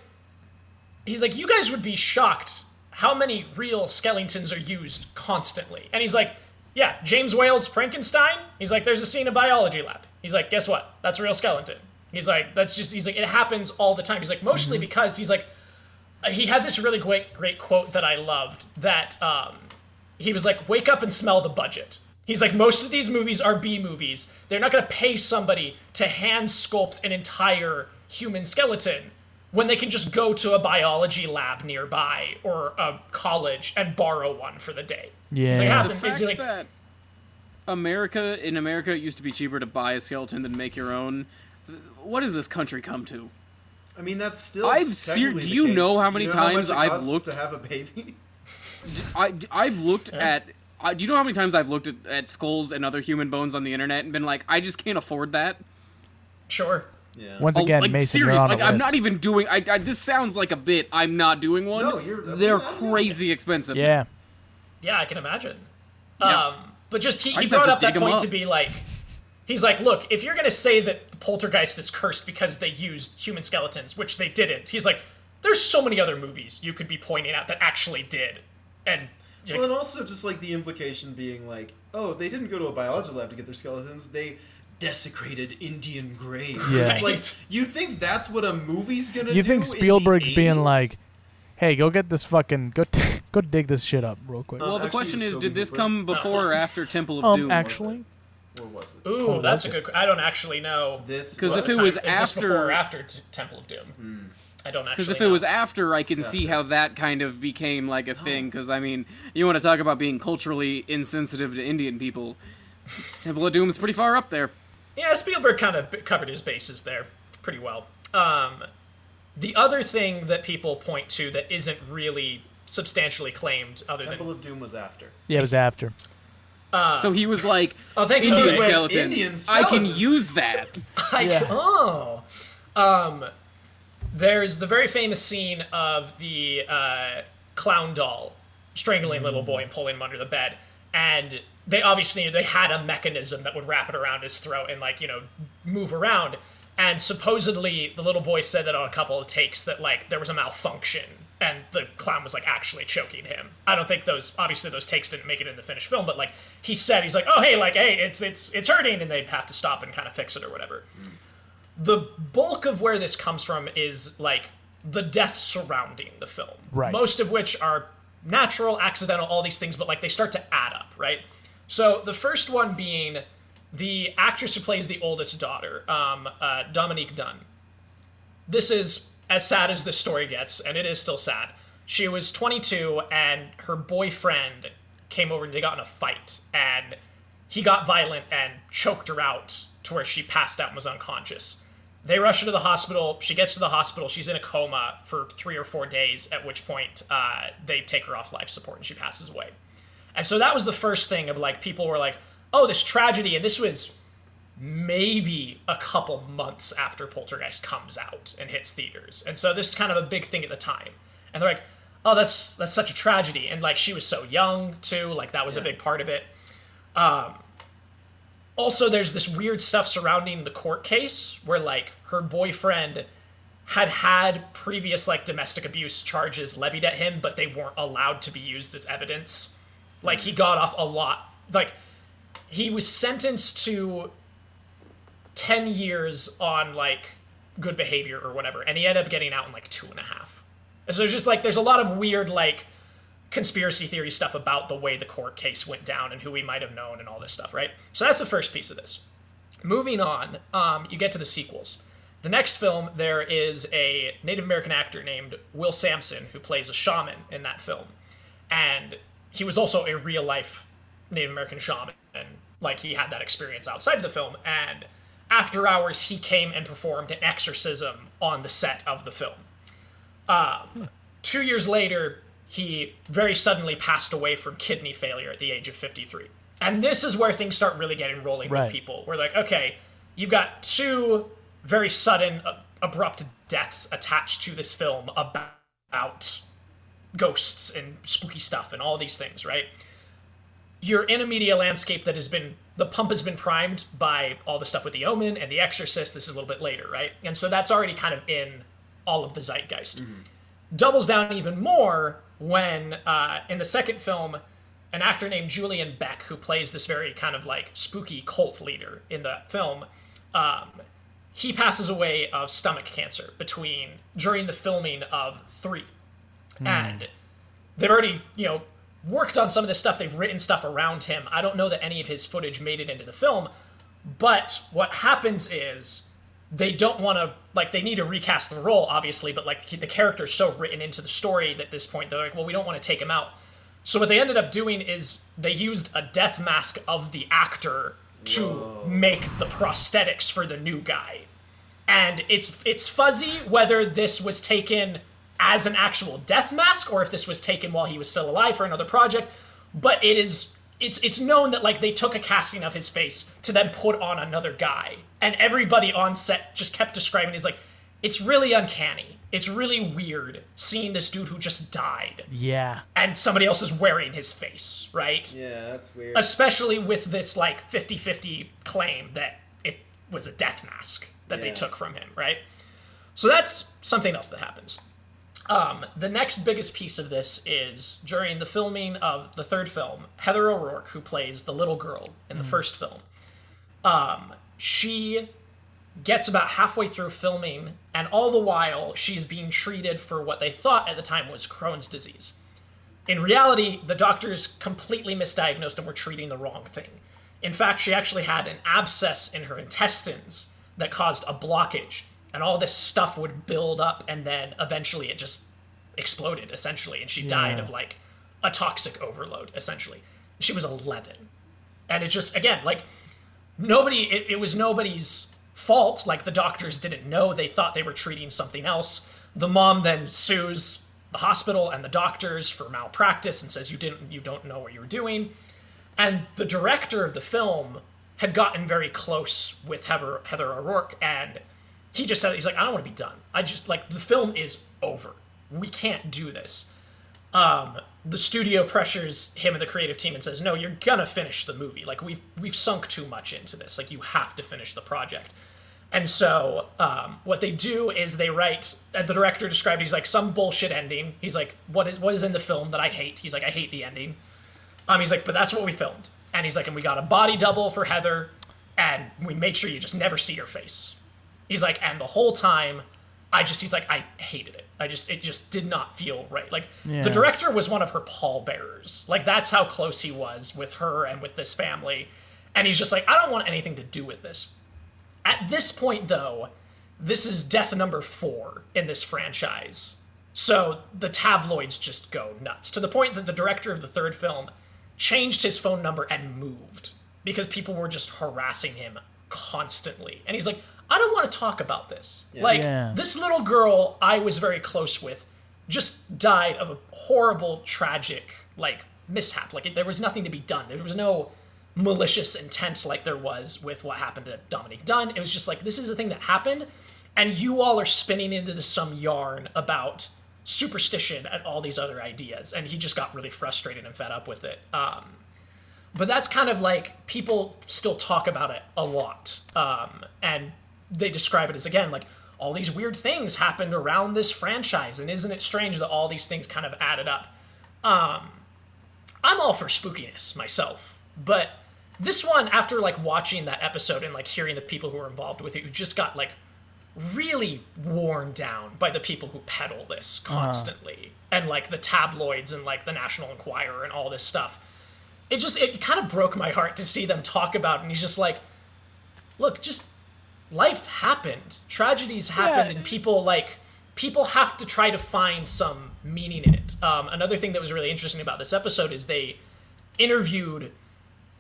Speaker 8: he's like, you guys would be shocked how many real skeletons are used constantly. And he's like, yeah, James Whale's Frankenstein. He's like, there's a scene in biology lab. He's like, guess what? That's a real skeleton. He's like, that's just, he's like, it happens all the time. He's like, mostly because he's like, he had this really great, great quote that I loved that, um, he was like, wake up and smell the budget. He's like, most of these movies are B movies. They're not going to pay somebody to hand sculpt an entire human skeleton when they can just go to a biology lab nearby or a college and borrow one for the day. It's like,
Speaker 6: Yeah.
Speaker 8: happen-
Speaker 5: The
Speaker 8: it's like-
Speaker 5: fact that America in America it used to be cheaper to buy a skeleton than make your own. What does this country come to?
Speaker 7: I mean, that's still.
Speaker 5: I've ser-
Speaker 7: technically
Speaker 5: do
Speaker 7: the
Speaker 5: you
Speaker 7: case.
Speaker 5: know how
Speaker 7: Do
Speaker 5: many
Speaker 7: you
Speaker 5: times
Speaker 7: much it
Speaker 5: I've
Speaker 7: costs
Speaker 5: looked-
Speaker 7: to have a baby?
Speaker 5: I, I've looked at. I, do you know how many times I've looked at, at skulls and other human bones on the internet and been like, I just can't afford that?
Speaker 8: sure.
Speaker 7: Yeah.
Speaker 6: Once
Speaker 5: Oh,
Speaker 6: again,
Speaker 5: like,
Speaker 6: Mason,
Speaker 5: serious.
Speaker 6: you're on
Speaker 5: like,
Speaker 6: the
Speaker 5: I'm
Speaker 6: list.
Speaker 5: not even doing. I, I, this sounds like a bit. I'm not doing one.
Speaker 7: No, you're-
Speaker 5: They're
Speaker 7: I'm not-
Speaker 5: crazy expensive.
Speaker 6: yeah.
Speaker 8: Yeah, I can imagine.
Speaker 5: Yeah.
Speaker 8: Um, But just he,
Speaker 5: I
Speaker 8: he
Speaker 5: just
Speaker 8: brought
Speaker 5: have
Speaker 8: up
Speaker 5: to
Speaker 8: that
Speaker 5: dig 'em
Speaker 8: point
Speaker 5: up.
Speaker 8: to be like, he's like, look, if you're gonna say that the Poltergeist is cursed because they used human skeletons, which they didn't, he's like, there's so many other movies you could be pointing out that actually did, and like,
Speaker 7: Well, and also just like the implication being like, oh, they didn't go to a biology lab to get their skeletons. They desecrated Indian graves.
Speaker 6: Yeah.
Speaker 7: It's like you think that's what a movie's gonna do?
Speaker 6: You think
Speaker 7: in the
Speaker 6: Spielberg's being
Speaker 7: 80s?
Speaker 6: like, "Hey, go get this fucking go t- go dig this shit up real quick."
Speaker 5: Well, the
Speaker 7: actually,
Speaker 5: question
Speaker 7: it was
Speaker 5: is,
Speaker 7: Toby
Speaker 5: did this
Speaker 7: Hooper.
Speaker 5: come before or after Temple of
Speaker 6: um,
Speaker 5: Doom?
Speaker 6: actually,
Speaker 7: Or was it?
Speaker 8: ooh,
Speaker 6: Oh,
Speaker 8: that's
Speaker 6: was
Speaker 8: a
Speaker 6: it?
Speaker 8: good. que- I don't actually know.
Speaker 7: This
Speaker 5: 'Cause
Speaker 7: what
Speaker 5: if it
Speaker 7: time-
Speaker 5: was
Speaker 8: Is this before or
Speaker 5: after-
Speaker 8: after
Speaker 5: Hmm.
Speaker 8: T- Temple of Doom? I don't actually.
Speaker 5: Because if it
Speaker 8: know.
Speaker 5: was after, I can see how that kind of became like a thing. Because I mean, you want to talk about being culturally insensitive to Indian people? Temple of Doom's pretty far up there.
Speaker 8: Yeah, Spielberg kind of b- covered his bases there pretty well. Um, the other thing that people point to that isn't really substantially claimed, other
Speaker 7: Temple
Speaker 8: than
Speaker 7: of Doom was after.
Speaker 6: yeah, it was after.
Speaker 7: Uh,
Speaker 5: so he was like,
Speaker 8: oh, thanks,
Speaker 5: Indian
Speaker 8: Jose.
Speaker 7: Wait,
Speaker 5: skeletons.
Speaker 7: Indian
Speaker 5: I can
Speaker 7: skeletons.
Speaker 5: use that.
Speaker 8: Like,
Speaker 6: Yeah.
Speaker 8: oh, um, there's the very famous scene of the uh, clown doll strangling little boy and pulling him under the bed, and they obviously they had a mechanism that would wrap it around his throat and like you know move around. And supposedly the little boy said that on a couple of takes that like there was a malfunction and the clown was like actually choking him. I don't think those obviously those takes didn't make it in the finished film, but like he said he's like oh hey like hey it's it's it's hurting and they'd have to stop and kind of fix it or whatever the bulk of where this comes from is like the deaths surrounding the film.
Speaker 6: Right.
Speaker 8: Most of which are natural, accidental, all these things, but like they start to add up, right? So the first one being the actress who plays the oldest daughter, um, uh, Dominique Dunn. This is as sad as this story gets, and it is still sad. She was 22, and her boyfriend came over and they got in a fight, and he got violent and choked her out to where she passed out and was unconscious. They rush her to the hospital. She gets to the hospital. She's in a coma for three or four days, at which point uh, they take her off life support and she passes away. And so that was the first thing of like people were like, oh, this tragedy. And this was maybe a couple months after Poltergeist comes out and hits theaters. And so this is kind of a big thing at the time. And they're like, oh, that's that's such a tragedy. And like she was so young too. Like that was a big part of it also there's this weird stuff surrounding the court case where like her boyfriend had had previous like domestic abuse charges levied at him but they weren't allowed to be used as evidence like he got off a lot like he was sentenced to 10 years on like good behavior or whatever and he ended up getting out in like two and a half and so there's just like there's a lot of weird like conspiracy theory stuff about the way the court case went down and who we might have known and all this stuff, right? So that's the first piece of this. Moving on, um, you get to the sequels. The next film, there is a Native American actor named Will Sampson who plays a shaman in that film. And he was also a real life Native American shaman. And like he had that experience outside of the film. And after hours, he came and performed an exorcism on the set of the film Uh, two years later, he very suddenly passed away from kidney failure at the age of 53. And this is where things start really getting rolling
Speaker 6: Right.
Speaker 8: with people. We're like, okay, you've got two very sudden, uh, abrupt deaths attached to this film about, about ghosts and spooky stuff and all these things, right? You're in a media landscape that has been the pump has been primed by all the stuff with the Omen and the Exorcist. This is a little bit later, right? And so that's already kind of in all of the zeitgeist doubles down even more when uh, in the second film an actor named julian beck who plays this very kind of like spooky cult leader in the film um, he passes away of stomach cancer between during the filming of three and they've already you know worked on some of this stuff they've written stuff around him i don't know that any of his footage made it into the film but what happens is they don't want to like they need to recast the role obviously but like the character is so written into the story that at this point they're like well we don't want to take him out so what they ended up doing is they used a death mask of the actor to make the prosthetics for the new guy and it's it's fuzzy whether this was taken as an actual death mask or if this was taken while he was still alive for another project but it is it's it's known that like they took a casting of his face to then put on another guy and everybody on set just kept describing it as like it's really uncanny It's really weird seeing this dude who just died
Speaker 6: Yeah.
Speaker 8: and somebody else is wearing his face, right?
Speaker 7: Yeah, that's weird.
Speaker 8: Especially with this like 50 50 claim that it was a death mask that they
Speaker 7: Yeah.
Speaker 8: took from him, right? So that's something else that happens. Um, the next biggest piece of this is during the filming of the third film, Heather O'Rourke, who plays the little girl in
Speaker 7: Mm.
Speaker 8: the first film, um, she gets about halfway through filming, and all the while, she's being treated for what they thought at the time was Crohn's disease. In reality, the doctors completely misdiagnosed and were treating the wrong thing. In fact, she actually had an abscess in her intestines that caused a blockage, and all this stuff would build up, and then eventually it just exploded, essentially, and she died
Speaker 6: Yeah.
Speaker 8: of like a toxic overload, essentially. She was 11. And it just, again, like, nobody, it, it was nobody's fault. Like, the doctors didn't know. They thought they were treating something else. The mom then sues the hospital and the doctors for malpractice and says, you didn't, you don't know what you were doing. And the director of the film had gotten very close with Heather, Heather O'Rourke and he just said, he's like, I don't want to be done. I just, like, the film is over. We can't do this um, the studio pressures him and the creative team and says, "No, you're gonna finish the movie. Like we've we've sunk too much into this. Like you have to finish the project." And so um, what they do is they write. Uh, the director described it, he's like some bullshit ending. He's like, "What is what is in the film that I hate?" He's like, "I hate the ending." Um, he's like, "But that's what we filmed." And he's like, "And we got a body double for Heather, and we made sure you just never see her face." He's like, and the whole time, I just he's like, I hated it. I just it just did not feel right. Like
Speaker 6: Yeah.
Speaker 8: the director was one of her pallbearers. Like that's how close he was with her and with this family. And he's just like, I don't want anything to do with this. At this point, though, this is death number four in this franchise. So the tabloids just go nuts to the point that the director of the third film changed his phone number and moved because people were just harassing him constantly. And he's like, I don't want to talk about this. Like,
Speaker 6: Yeah.
Speaker 8: this little girl I was very close with just died of a horrible, tragic, like, mishap. Like, there was nothing to be done. There was no malicious intent like there was with what happened to Dominic Dunn. It was just like, this is a thing that happened, and you all are spinning into this some yarn about superstition and all these other ideas. And he just got really frustrated and fed up with it. Um, but that's kind of like people still talk about it a lot um, and they describe it as again like all these weird things happened around this franchise and isn't it strange that all these things kind of added up um, i'm all for spookiness myself but this one after like watching that episode and like hearing the people who were involved with it you just got like really worn down by the people who peddle this constantly and like the tabloids and like the national enquirer and all this stuff it just it kind of broke my heart to see them talk about it and he's just like look just life happened tragedies happened
Speaker 6: Yeah.
Speaker 8: and people like people have to try to find some meaning in it um, another thing that was really interesting about this episode is they interviewed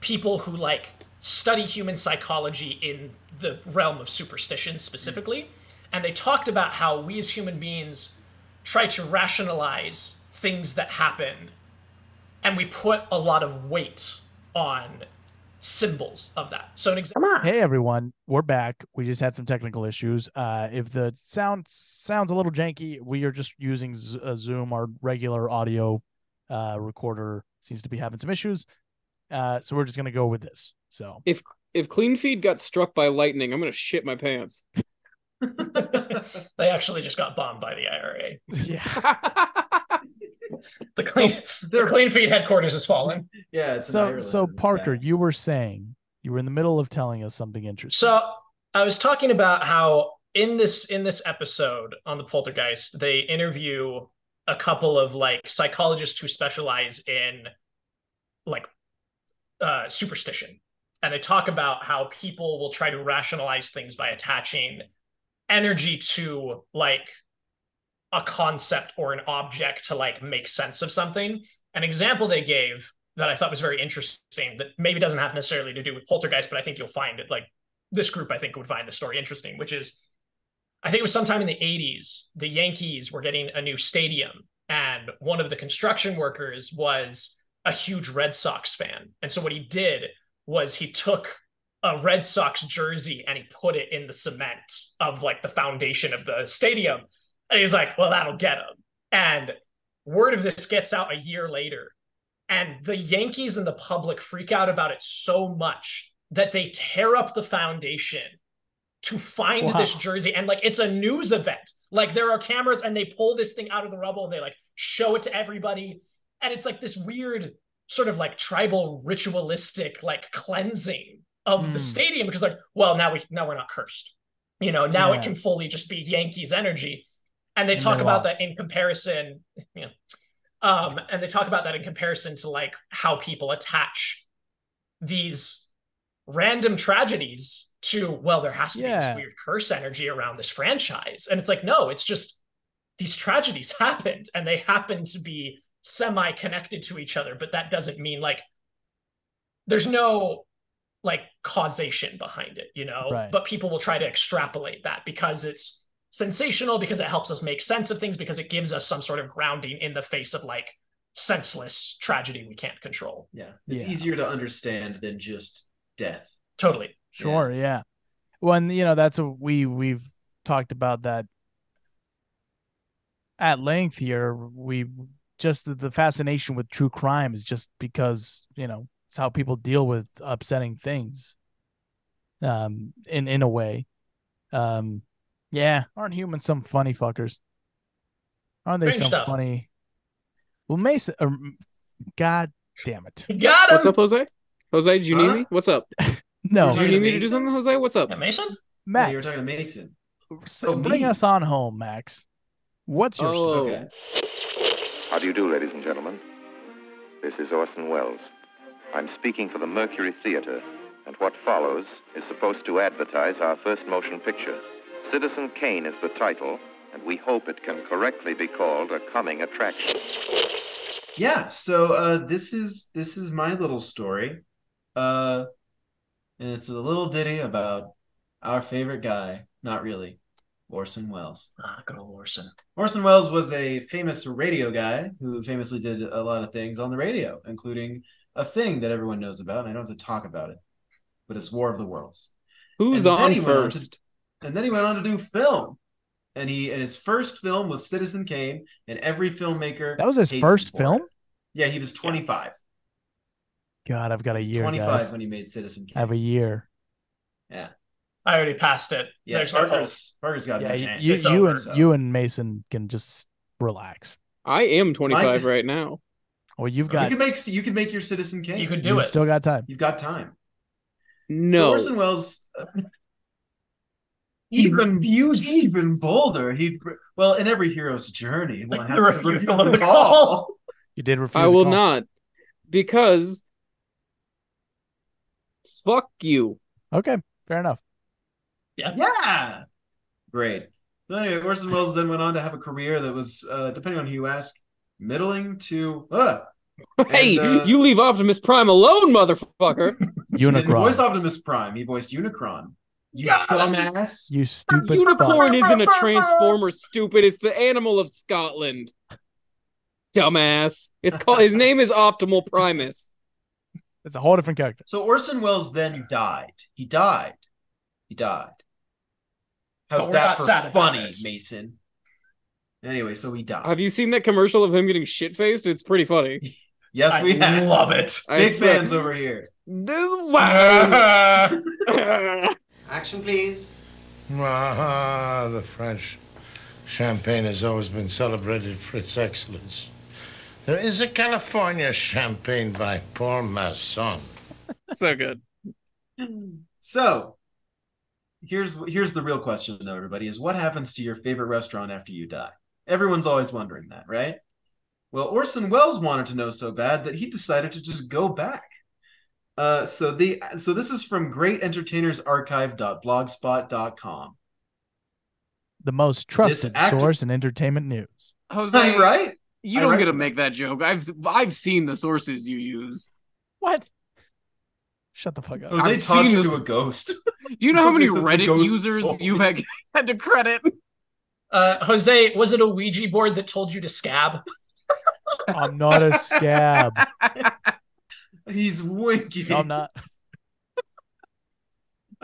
Speaker 8: people who like study human psychology in the realm of superstition specifically and they talked about how we as human beings try to rationalize things that happen and we put a lot of weight on symbols of that so an example
Speaker 6: Hey everyone, we're back. We just had some technical issues. Uh, if the sound sounds a little janky, we are just using Z- uh, Zoom. Our regular audio uh, recorder seems to be having some issues, uh, so we're just gonna go with this. So
Speaker 5: If if Clean Feed got struck by lightning, I'm gonna shit my pants.
Speaker 8: they actually just got bombed by the ira
Speaker 6: yeah,
Speaker 8: the clean their clean feed headquarters has fallen
Speaker 7: yeah, it's in
Speaker 6: so
Speaker 7: Ireland.
Speaker 6: so Parker,
Speaker 7: Yeah.
Speaker 6: you were saying you were in the middle of telling us something interesting.
Speaker 8: So I was talking about how in this in this episode on the poltergeist, they interview a couple of like psychologists who specialize in like uh, superstition, and they talk about how people will try to rationalize things by attaching energy to like a concept or an object to like make sense of something. An example they gave that I thought was very interesting that maybe doesn't have necessarily to do with poltergeist, but I think you'll find it like this group I think would find the story interesting, which is I think it was sometime in the 80s, the Yankees were getting a new stadium, and one of the construction workers was a huge Red Sox fan. And so what he did was he took a Red Sox jersey and he put it in the cement of like the foundation of the stadium. And he's like, well, that'll get him. And word of this gets out a year later. And the Yankees and the public freak out about it so much that they tear up the foundation to find
Speaker 12: Wow.
Speaker 8: this jersey. And like, it's a news event. Like, there are cameras and they pull this thing out of the rubble and they like show it to everybody. And it's like this weird sort of like tribal ritualistic like cleansing of the
Speaker 12: Mm.
Speaker 8: stadium because like well now we now we're not cursed you know now
Speaker 12: Yeah.
Speaker 8: it can fully just be yankees energy and they
Speaker 12: And
Speaker 8: talk
Speaker 12: they
Speaker 8: about
Speaker 12: lost.
Speaker 8: that in comparison you know, um and they talk about that in comparison to like how people attach these random tragedies to well there has to be
Speaker 12: Yeah.
Speaker 8: this weird curse energy around this franchise and it's like no it's just these tragedies happened and they happen to be semi connected to each other but that doesn't mean like there's no like causation behind it you know
Speaker 12: Right.
Speaker 8: but people will try to extrapolate that because it's sensational because it helps us make sense of things because it gives us some sort of grounding in the face of like senseless tragedy we can't control
Speaker 7: Yeah. It's easier to understand than just death.
Speaker 8: totally
Speaker 6: Sure, yeah. Well, and you know that's a, we we've talked about that at length here. We just the, the fascination with true crime is just because you know it's how people deal with upsetting things. Um, in in a way, um, yeah. Aren't humans some funny fuckers? Aren't they
Speaker 12: Strange
Speaker 6: some
Speaker 12: stuff.
Speaker 6: funny? Well, Mason, or, God damn it!
Speaker 8: got
Speaker 5: um,
Speaker 13: What's up, Jose? Jose, do you
Speaker 6: Huh?
Speaker 13: need me? What's up?
Speaker 6: No.
Speaker 13: Did you need me to do something, Jose? What's up?
Speaker 8: Mason?
Speaker 6: Max.
Speaker 7: you were talking to Mason.
Speaker 6: S- bring us on home, Max. What's
Speaker 7: Oh,
Speaker 6: your story?
Speaker 14: How do you do, ladies and gentlemen? This is Orson Welles. I'm speaking for the Mercury Theater, and what follows is supposed to advertise our first motion picture. Citizen Kane is the title, and we hope it can correctly be called a coming attraction.
Speaker 7: Yeah, so uh, this is this is my little story. Uh, and it's a little ditty about our favorite guy, not really, Orson Welles.
Speaker 8: Ah, good old Orson.
Speaker 7: Orson Welles was a famous radio guy who famously did a lot of things on the radio, including a thing that everyone knows about, and I don't have to talk about it, but it's War of the Worlds.
Speaker 13: Who's
Speaker 7: And then
Speaker 13: on
Speaker 7: he went to-
Speaker 13: first?
Speaker 7: and then he went on to do film. And he and his first film was Citizen Kane, and every filmmaker
Speaker 6: That was his
Speaker 7: hates him
Speaker 6: first
Speaker 7: for
Speaker 6: film.
Speaker 7: it. Yeah, he was 25.
Speaker 6: God, I've got a
Speaker 7: He's
Speaker 6: year.
Speaker 7: 25
Speaker 6: guys.
Speaker 7: when he made Citizen Kane.
Speaker 6: I have a year.
Speaker 7: Yeah.
Speaker 8: I already passed it.
Speaker 7: Yeah,
Speaker 8: There's no
Speaker 7: Parker's, Parker's got
Speaker 6: Yeah,
Speaker 7: no
Speaker 6: you,
Speaker 7: chance.
Speaker 6: you,
Speaker 7: It's
Speaker 6: you
Speaker 7: over,
Speaker 6: and
Speaker 7: so.
Speaker 6: you and Mason can just relax.
Speaker 13: I am 25
Speaker 7: Mine-
Speaker 13: right now.
Speaker 6: Well, you've
Speaker 7: you
Speaker 6: got
Speaker 7: can make you can make your Citizen Kane. You
Speaker 13: could
Speaker 6: you've still got time.
Speaker 7: You've got time. So
Speaker 13: No.
Speaker 7: Orson Welles. even even bolder. He well in every hero's journey, one has to
Speaker 13: refusal
Speaker 7: refuse
Speaker 13: of the
Speaker 7: the call.
Speaker 6: You did refuse.
Speaker 13: I
Speaker 6: the
Speaker 13: will
Speaker 6: call.
Speaker 13: not. Because fuck you.
Speaker 6: Okay, fair enough.
Speaker 8: Yeah.
Speaker 7: Yeah. Great. So anyway, Orson Welles then went on to have a career that was, uh, depending on who you ask, middling to uh,
Speaker 13: Hey,
Speaker 7: uh,
Speaker 13: you leave Optimus Prime alone, motherfucker.
Speaker 7: didn't voice Optimus Prime. He voiced Unicron. You dumbass.
Speaker 6: You stupid.
Speaker 13: Unicorn isn't a transformer, stupid. It's the animal of Scotland. Dumbass. It's called his name is Optimal Primus.
Speaker 6: It's a whole different character.
Speaker 7: So Orson Welles then died. He died. He died. How's
Speaker 13: But we're
Speaker 7: that
Speaker 13: not
Speaker 7: for
Speaker 13: sad about
Speaker 7: funny, Mason? Anyway, so he died.
Speaker 13: Have you seen that commercial of him getting shit faced? It's pretty funny.
Speaker 7: Yes, we have.
Speaker 13: I
Speaker 7: Big
Speaker 13: said-
Speaker 7: fans over here.
Speaker 13: This
Speaker 15: Action, please.
Speaker 16: Ah, the French champagne has always been celebrated for its excellence. There is a California champagne by Paul Masson.
Speaker 13: so good.
Speaker 7: So here's here's the real question though, everybody, is what happens to your favorite restaurant after you die? Everyone's always wondering that, right? Well, Orson Welles wanted to know so bad that he decided to just go back. Uh, so the so this is from greatentertainersarchive.blogspot.com.
Speaker 6: The most trusted
Speaker 7: act-
Speaker 6: source in entertainment news.
Speaker 5: Jose,
Speaker 7: right?
Speaker 5: You
Speaker 6: I
Speaker 5: don't
Speaker 6: right?
Speaker 5: get to make that joke. I've I've seen the sources you use.
Speaker 6: What? Shut the fuck up.
Speaker 5: Jose I've talks seen to this- a
Speaker 7: ghost.
Speaker 5: Do you know how many
Speaker 8: This is the
Speaker 5: Reddit
Speaker 8: ghost
Speaker 5: users
Speaker 8: story.
Speaker 5: you've had, had to credit?
Speaker 8: Uh, Jose, was it a Ouija board that told you to scab?
Speaker 6: I'm not a scab.
Speaker 7: He's winking.
Speaker 6: I'm not.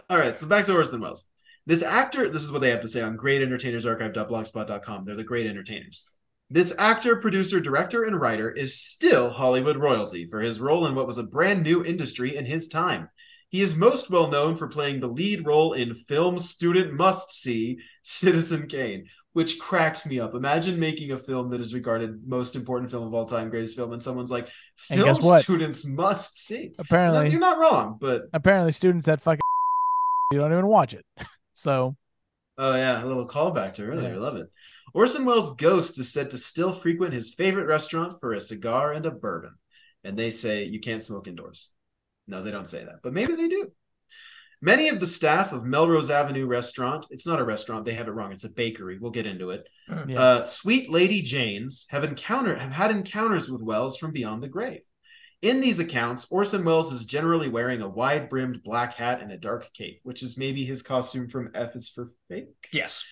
Speaker 7: All right, so back to Orson Welles. This actor, this is what they have to say on greatentertainersarchive.blogspot.com. They're the great entertainers. This actor, producer, director, and writer is still Hollywood royalty for his role in what was a brand new industry in his time. He is most well known for playing the lead role in film student must see Citizen Kane, which cracks me up. Imagine making a film that is regarded most important film of all time, greatest film, and someone's like,
Speaker 6: And guess
Speaker 7: film
Speaker 6: what?
Speaker 7: students must see.
Speaker 6: Apparently-
Speaker 7: you're not wrong, but
Speaker 6: Apparently, students at fucking you don't even watch it. So
Speaker 7: Oh yeah, a little callback to earlier.
Speaker 6: Yeah.
Speaker 7: Love it. Orson Welles' ghost is said to still frequent his favorite restaurant for a cigar and a bourbon. And they say you can't smoke indoors. No, they don't say that, but maybe they do. Many of the staff of Melrose Avenue restaurant, it's not a restaurant, they have it wrong. It's a bakery. We'll get into it.
Speaker 6: Mm. Yeah.
Speaker 7: Uh, sweet Lady Jane's have encountered have had encounters with Wells from beyond the grave. In these accounts, Orson Welles is generally wearing a wide-brimmed black hat and a dark cape, which is maybe his costume from F is for Fake.
Speaker 8: Yes.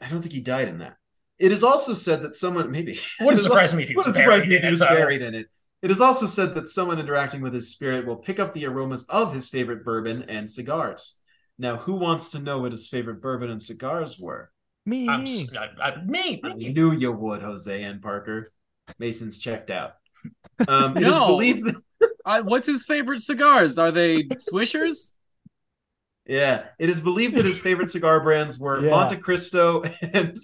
Speaker 7: I don't think he died in that. It is also said that someone maybe
Speaker 8: Wouldn't
Speaker 7: It is al-
Speaker 8: surprise me if he was
Speaker 7: wouldn't surprise
Speaker 8: buried
Speaker 7: me
Speaker 8: in
Speaker 7: if he
Speaker 8: it,
Speaker 7: was
Speaker 8: though.
Speaker 7: buried in it. It is also said that someone interacting with his spirit will pick up the aromas of his favorite bourbon and cigars. Now, who wants to know what his favorite bourbon and cigars were?
Speaker 6: Me,
Speaker 8: I'm, s- I- I- me,
Speaker 7: I
Speaker 8: me.
Speaker 7: knew you would, Jose and Parker. Mason's checked out. Um, it is
Speaker 5: No.
Speaker 7: believed that-
Speaker 5: Uh, what's his favorite cigars? Are they Swishers?
Speaker 7: yeah, it is believed that his favorite cigar brands were
Speaker 5: Yeah.
Speaker 7: Monte Cristo and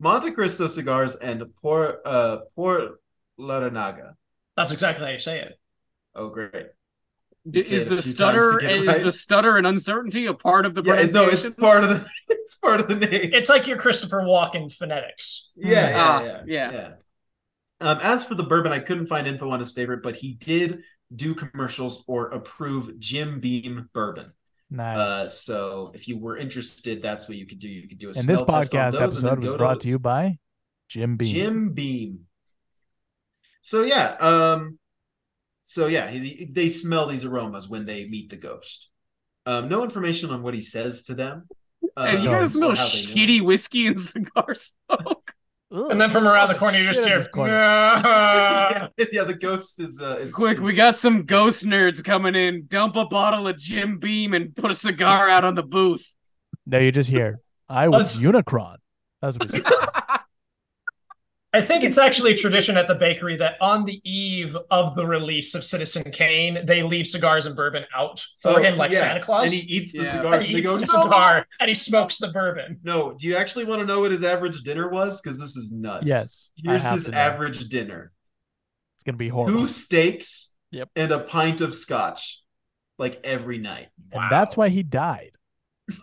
Speaker 7: Monte Cristo cigars and Por uh, Por Laranaga.
Speaker 8: That's exactly how you say it.
Speaker 7: Oh, great.
Speaker 5: D-
Speaker 7: You say
Speaker 5: is
Speaker 7: it a
Speaker 5: the
Speaker 7: few times
Speaker 5: stutter
Speaker 7: to get
Speaker 5: is
Speaker 7: right.
Speaker 5: the stutter and uncertainty a part of the
Speaker 7: Yeah, it's- no, it's
Speaker 5: pronunciation?
Speaker 7: part of the it's part of the name.
Speaker 8: It's like your Christopher Walken phonetics.
Speaker 7: Yeah, yeah,
Speaker 5: Ah,
Speaker 7: yeah,
Speaker 5: yeah.
Speaker 7: Um, as for the bourbon, I couldn't find info on his favorite, but he did do commercials or approve Jim Beam bourbon.
Speaker 6: nice.
Speaker 7: Uh, so if you were interested, that's what you could do. You could do a
Speaker 6: and this
Speaker 7: smell test on
Speaker 6: podcast
Speaker 7: those and then
Speaker 6: episode was
Speaker 7: go to
Speaker 6: brought
Speaker 7: those.
Speaker 6: to you by Jim Beam.
Speaker 7: Jim Beam. So yeah, um, so yeah, he, they smell these aromas when they meet the ghost. Um, no information on what he says to them.
Speaker 5: and you
Speaker 7: um,
Speaker 5: guys
Speaker 7: or
Speaker 5: smell
Speaker 7: how they know.
Speaker 5: shitty whiskey and cigar smoke.
Speaker 8: And then from around the corner, you just
Speaker 6: Oh, Shit in
Speaker 8: hear.
Speaker 6: this corner.
Speaker 8: "Nah."
Speaker 7: yeah, yeah, the ghost is uh, is
Speaker 5: Quick, we got some ghost nerds coming in. Dump a bottle of Jim Beam and put a cigar out on the booth.
Speaker 6: No, you just hear. I was Unicron. That's what he said.
Speaker 8: I think it's actually tradition at the bakery that on the eve of the release of Citizen Kane, they leave cigars and bourbon out for
Speaker 7: Oh,
Speaker 8: him, like
Speaker 7: yeah.
Speaker 8: Santa Claus.
Speaker 7: and he eats the
Speaker 5: Yeah.
Speaker 7: cigar.
Speaker 8: And he
Speaker 7: they
Speaker 8: eats
Speaker 7: go,
Speaker 8: the
Speaker 7: "No."
Speaker 8: cigar and he smokes the bourbon.
Speaker 7: No, do you actually want to know what his average dinner was? Because this is nuts.
Speaker 6: Yes, I
Speaker 7: here's
Speaker 6: have
Speaker 7: his
Speaker 6: to know.
Speaker 7: average dinner:
Speaker 6: It's gonna be horrible.
Speaker 7: two steaks,
Speaker 6: Yep.
Speaker 7: and a pint of scotch, like every night.
Speaker 6: And that's why he died.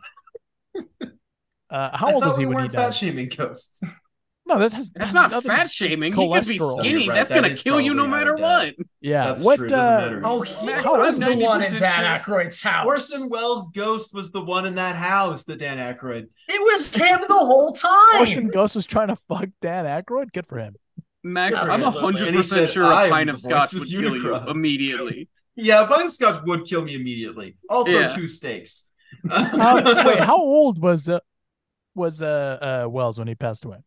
Speaker 6: uh, how
Speaker 7: I
Speaker 6: old
Speaker 7: thought
Speaker 6: was he
Speaker 7: we
Speaker 6: when he
Speaker 7: weren't fat
Speaker 6: died?
Speaker 7: shaming ghosts.
Speaker 6: No, that has,
Speaker 5: That's
Speaker 6: has
Speaker 5: not
Speaker 6: nothing-
Speaker 5: fat
Speaker 6: it's
Speaker 5: shaming. You could be
Speaker 6: cholesterol.
Speaker 5: skinny.
Speaker 7: You're right,
Speaker 5: That's
Speaker 7: that
Speaker 5: gonna
Speaker 7: is
Speaker 5: kill you no
Speaker 7: probably
Speaker 5: matter
Speaker 7: how I
Speaker 5: what.
Speaker 6: Yeah.
Speaker 7: That's
Speaker 6: what?
Speaker 7: true, it doesn't
Speaker 6: Uh,
Speaker 7: matter.
Speaker 8: Oh, he
Speaker 5: Max,
Speaker 8: was
Speaker 5: I'm
Speaker 8: the one in
Speaker 5: 90%
Speaker 8: Dan
Speaker 5: sure.
Speaker 8: Aykroyd's house.
Speaker 7: Orson Welles' ghost was the one in that house that Dan Aykroyd.
Speaker 8: It was him the whole time.
Speaker 6: Orson Ghost was trying to fuck Dan Aykroyd. Good for him.
Speaker 5: Max,
Speaker 7: Yeah,
Speaker 5: I'm
Speaker 7: absolutely.
Speaker 5: hundred
Speaker 7: And he
Speaker 5: percent
Speaker 7: said,
Speaker 5: sure
Speaker 7: "I
Speaker 5: a
Speaker 7: am
Speaker 5: pint
Speaker 7: the
Speaker 5: of scotch
Speaker 7: voice of
Speaker 5: would kill you
Speaker 7: Unicron."
Speaker 5: immediately.
Speaker 7: Yeah, a pint of scotch would kill me immediately. Also,
Speaker 5: Yeah.
Speaker 7: two steaks.
Speaker 6: How, wait, how old was uh, was uh, uh, Wells when he passed away?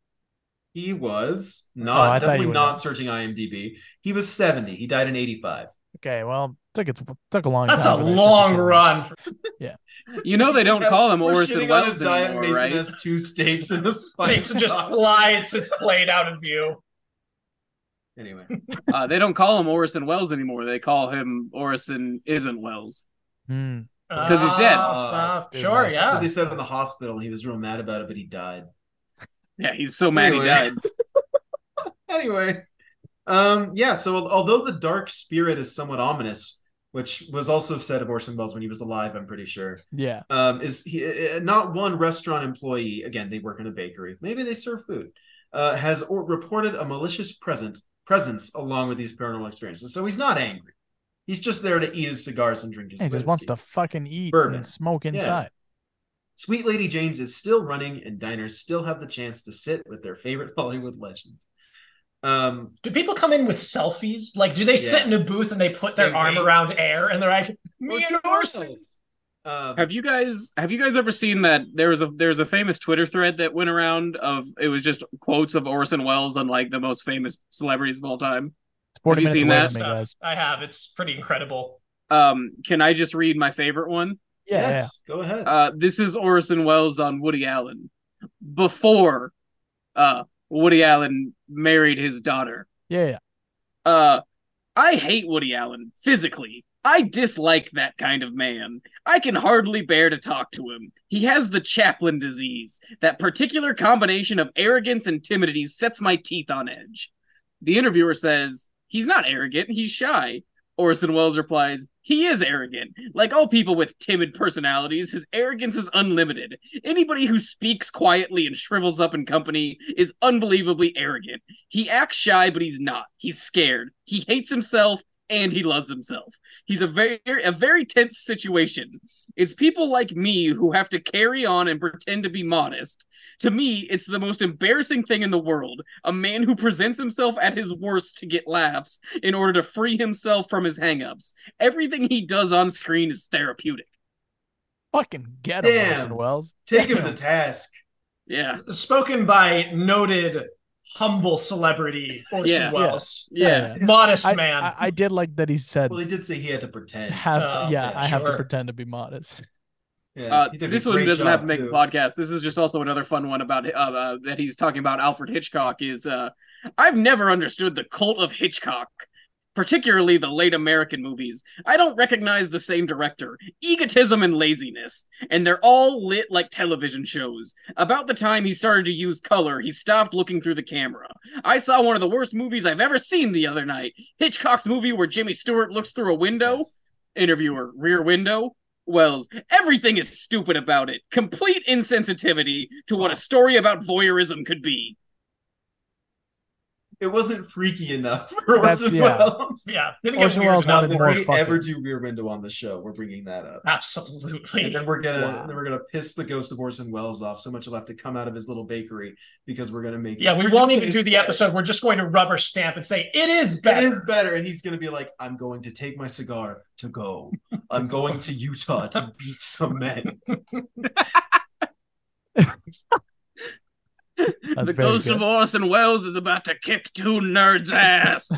Speaker 7: He was
Speaker 6: Oh, I
Speaker 7: not
Speaker 6: thought you
Speaker 7: definitely
Speaker 6: were
Speaker 7: not searching IMDb. He was 70. He died in 85.
Speaker 6: Okay, well, took it took a long
Speaker 8: That's a
Speaker 6: time. for that shit to
Speaker 8: long
Speaker 6: get out.
Speaker 8: run. For-
Speaker 5: You know they don't
Speaker 7: That's-
Speaker 5: call him
Speaker 7: we're
Speaker 5: Orson
Speaker 7: shitting on
Speaker 5: Welles
Speaker 7: his diet.
Speaker 5: anymore,
Speaker 7: Mason
Speaker 5: right?
Speaker 7: has two steaks and a spice.
Speaker 8: Mason just flies his blade out of view.
Speaker 7: anyway.
Speaker 5: Uh, they don't call him Orson Welles anymore. They call him Orson isn't Wells.
Speaker 6: Hmm.
Speaker 5: Because he's dead.
Speaker 7: Oh,
Speaker 8: Uh,
Speaker 6: Dude,
Speaker 8: sure,
Speaker 6: nice.
Speaker 7: That's what
Speaker 8: yeah.
Speaker 7: they said in the hospital. He was real mad about it, but he died.
Speaker 5: Yeah, he's so mad
Speaker 7: Anyway.
Speaker 5: Oh, he died.
Speaker 7: Anyway, um, yeah. So although the dark spirit is somewhat ominous, which was also said of Orson Welles when he was alive, I'm pretty sure.
Speaker 6: Yeah.
Speaker 7: um, is he, uh, not one restaurant employee again they work in a bakery maybe they serve food uh, has or reported a malicious presence presence along with these paranormal experiences so he's not angry he's just there to eat his cigars and drink his
Speaker 6: He just wants
Speaker 7: whiskey.
Speaker 6: to fucking eat
Speaker 7: Bourbon.
Speaker 6: and smoke inside.
Speaker 7: sweet lady jane's is still running and diners still have the chance to sit with their favorite hollywood legend um
Speaker 8: Do people come in with selfies? Like, do they
Speaker 7: Yeah.
Speaker 8: sit in a booth and they put their
Speaker 7: They Oh,
Speaker 8: arm
Speaker 7: wait.
Speaker 8: around air and they're like, "Me and Orson."
Speaker 7: um,
Speaker 5: Have you guys have you guys ever seen that there was a there's a famous Twitter thread that went around of it was just quotes of Orson Welles on like the most famous celebrities of all time.
Speaker 6: It's forty
Speaker 5: Have you
Speaker 6: minutes
Speaker 5: seen
Speaker 6: away
Speaker 5: that
Speaker 6: from me,
Speaker 8: Stuff.
Speaker 6: guys.
Speaker 8: I have. It's pretty incredible.
Speaker 5: Um, can I just read my favorite one?
Speaker 6: Yeah,
Speaker 7: Yes, go ahead.
Speaker 5: Uh, this is Orson Welles on Woody Allen before uh, Woody Allen married his daughter.
Speaker 6: Yeah, yeah.
Speaker 5: Uh, I hate Woody Allen physically. I dislike that kind of man. I can hardly bear to talk to him. He has the Chaplin disease. That particular combination of arrogance and timidity sets my teeth on edge. The interviewer says, He's not arrogant, he's shy. Orson Welles replies, He is arrogant. Like all people with timid personalities, his arrogance is unlimited. Anybody who speaks quietly and shrivels up in company is unbelievably arrogant. He acts shy, but he's not. He's scared. He hates himself and he loves himself. He's a very a very tense situation. It's people like me who have to carry on and pretend to be modest. To me, it's the most embarrassing thing in the world. A man who presents himself at his worst to get laughs in order to free himself from his hangups. Everything he does on screen is therapeutic.
Speaker 6: Fucking get him,
Speaker 5: Damn.
Speaker 6: Orson Welles.
Speaker 7: Take him to task.
Speaker 5: Yeah.
Speaker 8: Spoken by noted humble celebrity Orson
Speaker 6: Yeah.
Speaker 8: Welles.
Speaker 6: Yeah. Yeah.
Speaker 8: Modest
Speaker 6: I-
Speaker 8: man.
Speaker 6: I, I did like that he said.
Speaker 7: Well, he did say he had to pretend.
Speaker 6: Have,
Speaker 8: Oh,
Speaker 6: yeah,
Speaker 8: yeah,
Speaker 6: I have to
Speaker 8: sure.
Speaker 6: pretend to be modest.
Speaker 5: uh, this one doesn't have to make the podcast. This is just also another fun one about uh, uh, that he's talking about Alfred Hitchcock is uh, I've never understood the cult of Hitchcock, particularly the late American movies. I don't recognize the same director, egotism and laziness, and they're all lit like television shows. About the time he started to use color, he stopped looking through the camera. I saw one of the worst movies I've ever seen the other night. Hitchcock's movie where Jimmy Stewart looks through a window. Interviewer, rear window. Wells, everything is stupid about it. Complete insensitivity to what a story about voyeurism could be.
Speaker 7: It wasn't freaky enough for
Speaker 6: That's-
Speaker 7: Orson
Speaker 6: yeah.
Speaker 7: Welles.
Speaker 8: Yeah,
Speaker 6: didn't get Orson weird Welles enough. wanted
Speaker 7: If
Speaker 6: more
Speaker 7: we
Speaker 6: fucking.
Speaker 7: ever do Rear Window on the show, we're bringing that up.
Speaker 8: Absolutely.
Speaker 7: And then we're gonna
Speaker 8: Wow.
Speaker 7: then we're gonna piss the ghost of Orson Welles off so much he'll have to come out of his little bakery because we're gonna make. it-
Speaker 8: Yeah, we
Speaker 7: we're
Speaker 8: won't
Speaker 7: gonna
Speaker 8: even
Speaker 7: say
Speaker 8: do the episode. We're just going to rubber stamp and say it is better.
Speaker 7: It is better, and he's gonna be like, "I'm going to take my cigar to go. I'm going to Utah to beat some men."
Speaker 5: the ghost of Orson Welles is about to kick two nerds' ass.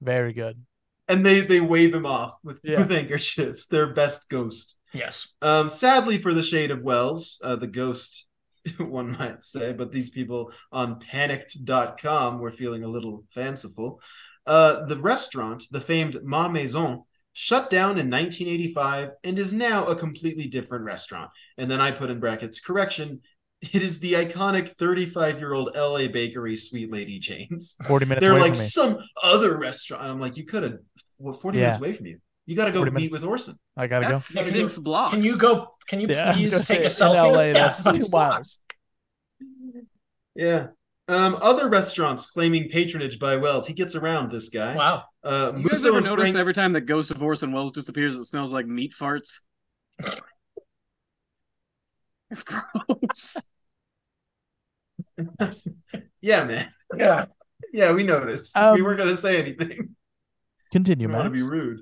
Speaker 6: Very good.
Speaker 7: and they they wave him off with
Speaker 6: Yeah.
Speaker 7: with handkerchiefs. Their best ghost.
Speaker 8: Yes.
Speaker 7: Um, sadly for the shade of Wells, uh, the ghost, one might say, but these people on panicked.com were feeling a little fanciful. Uh, the restaurant, the famed Ma Maison, shut down in 1985 and is now a completely different restaurant. And then I put in brackets correction. It is the iconic 35 year old LA bakery, Sweet Lady Jane's.
Speaker 6: 40 minutes
Speaker 7: They're
Speaker 6: away
Speaker 7: like
Speaker 6: from me.
Speaker 7: some other restaurant. And I'm like, you could have, well, 40
Speaker 6: Yeah.
Speaker 7: minutes away from you. You got to go
Speaker 6: 40
Speaker 7: meet
Speaker 6: minutes.
Speaker 7: with Orson.
Speaker 6: I gotta
Speaker 7: That's
Speaker 6: go.
Speaker 7: Yeah,
Speaker 8: Can you-
Speaker 5: Six blocks.
Speaker 8: Can you go? Can you
Speaker 6: Yeah, I was
Speaker 8: please
Speaker 6: gonna
Speaker 8: take
Speaker 6: say,
Speaker 8: a selfie?
Speaker 6: In LA,
Speaker 8: Yeah,
Speaker 6: that's
Speaker 8: six
Speaker 6: two
Speaker 8: blocks.
Speaker 6: miles.
Speaker 7: Yeah. Um, other restaurants claiming patronage by Wells. He gets around this guy.
Speaker 8: Wow.
Speaker 7: Uh,
Speaker 5: You guys
Speaker 7: Musso
Speaker 5: ever
Speaker 7: and
Speaker 5: notice
Speaker 7: Frank-
Speaker 5: every time the ghost of Orson Welles disappears, it smells like meat farts? it's gross.
Speaker 7: Yeah, man.
Speaker 8: Yeah.
Speaker 7: Yeah, we noticed. we
Speaker 6: Um,
Speaker 7: weren't going to say anything.
Speaker 6: Continue,
Speaker 7: We want to
Speaker 6: man.
Speaker 7: be rude.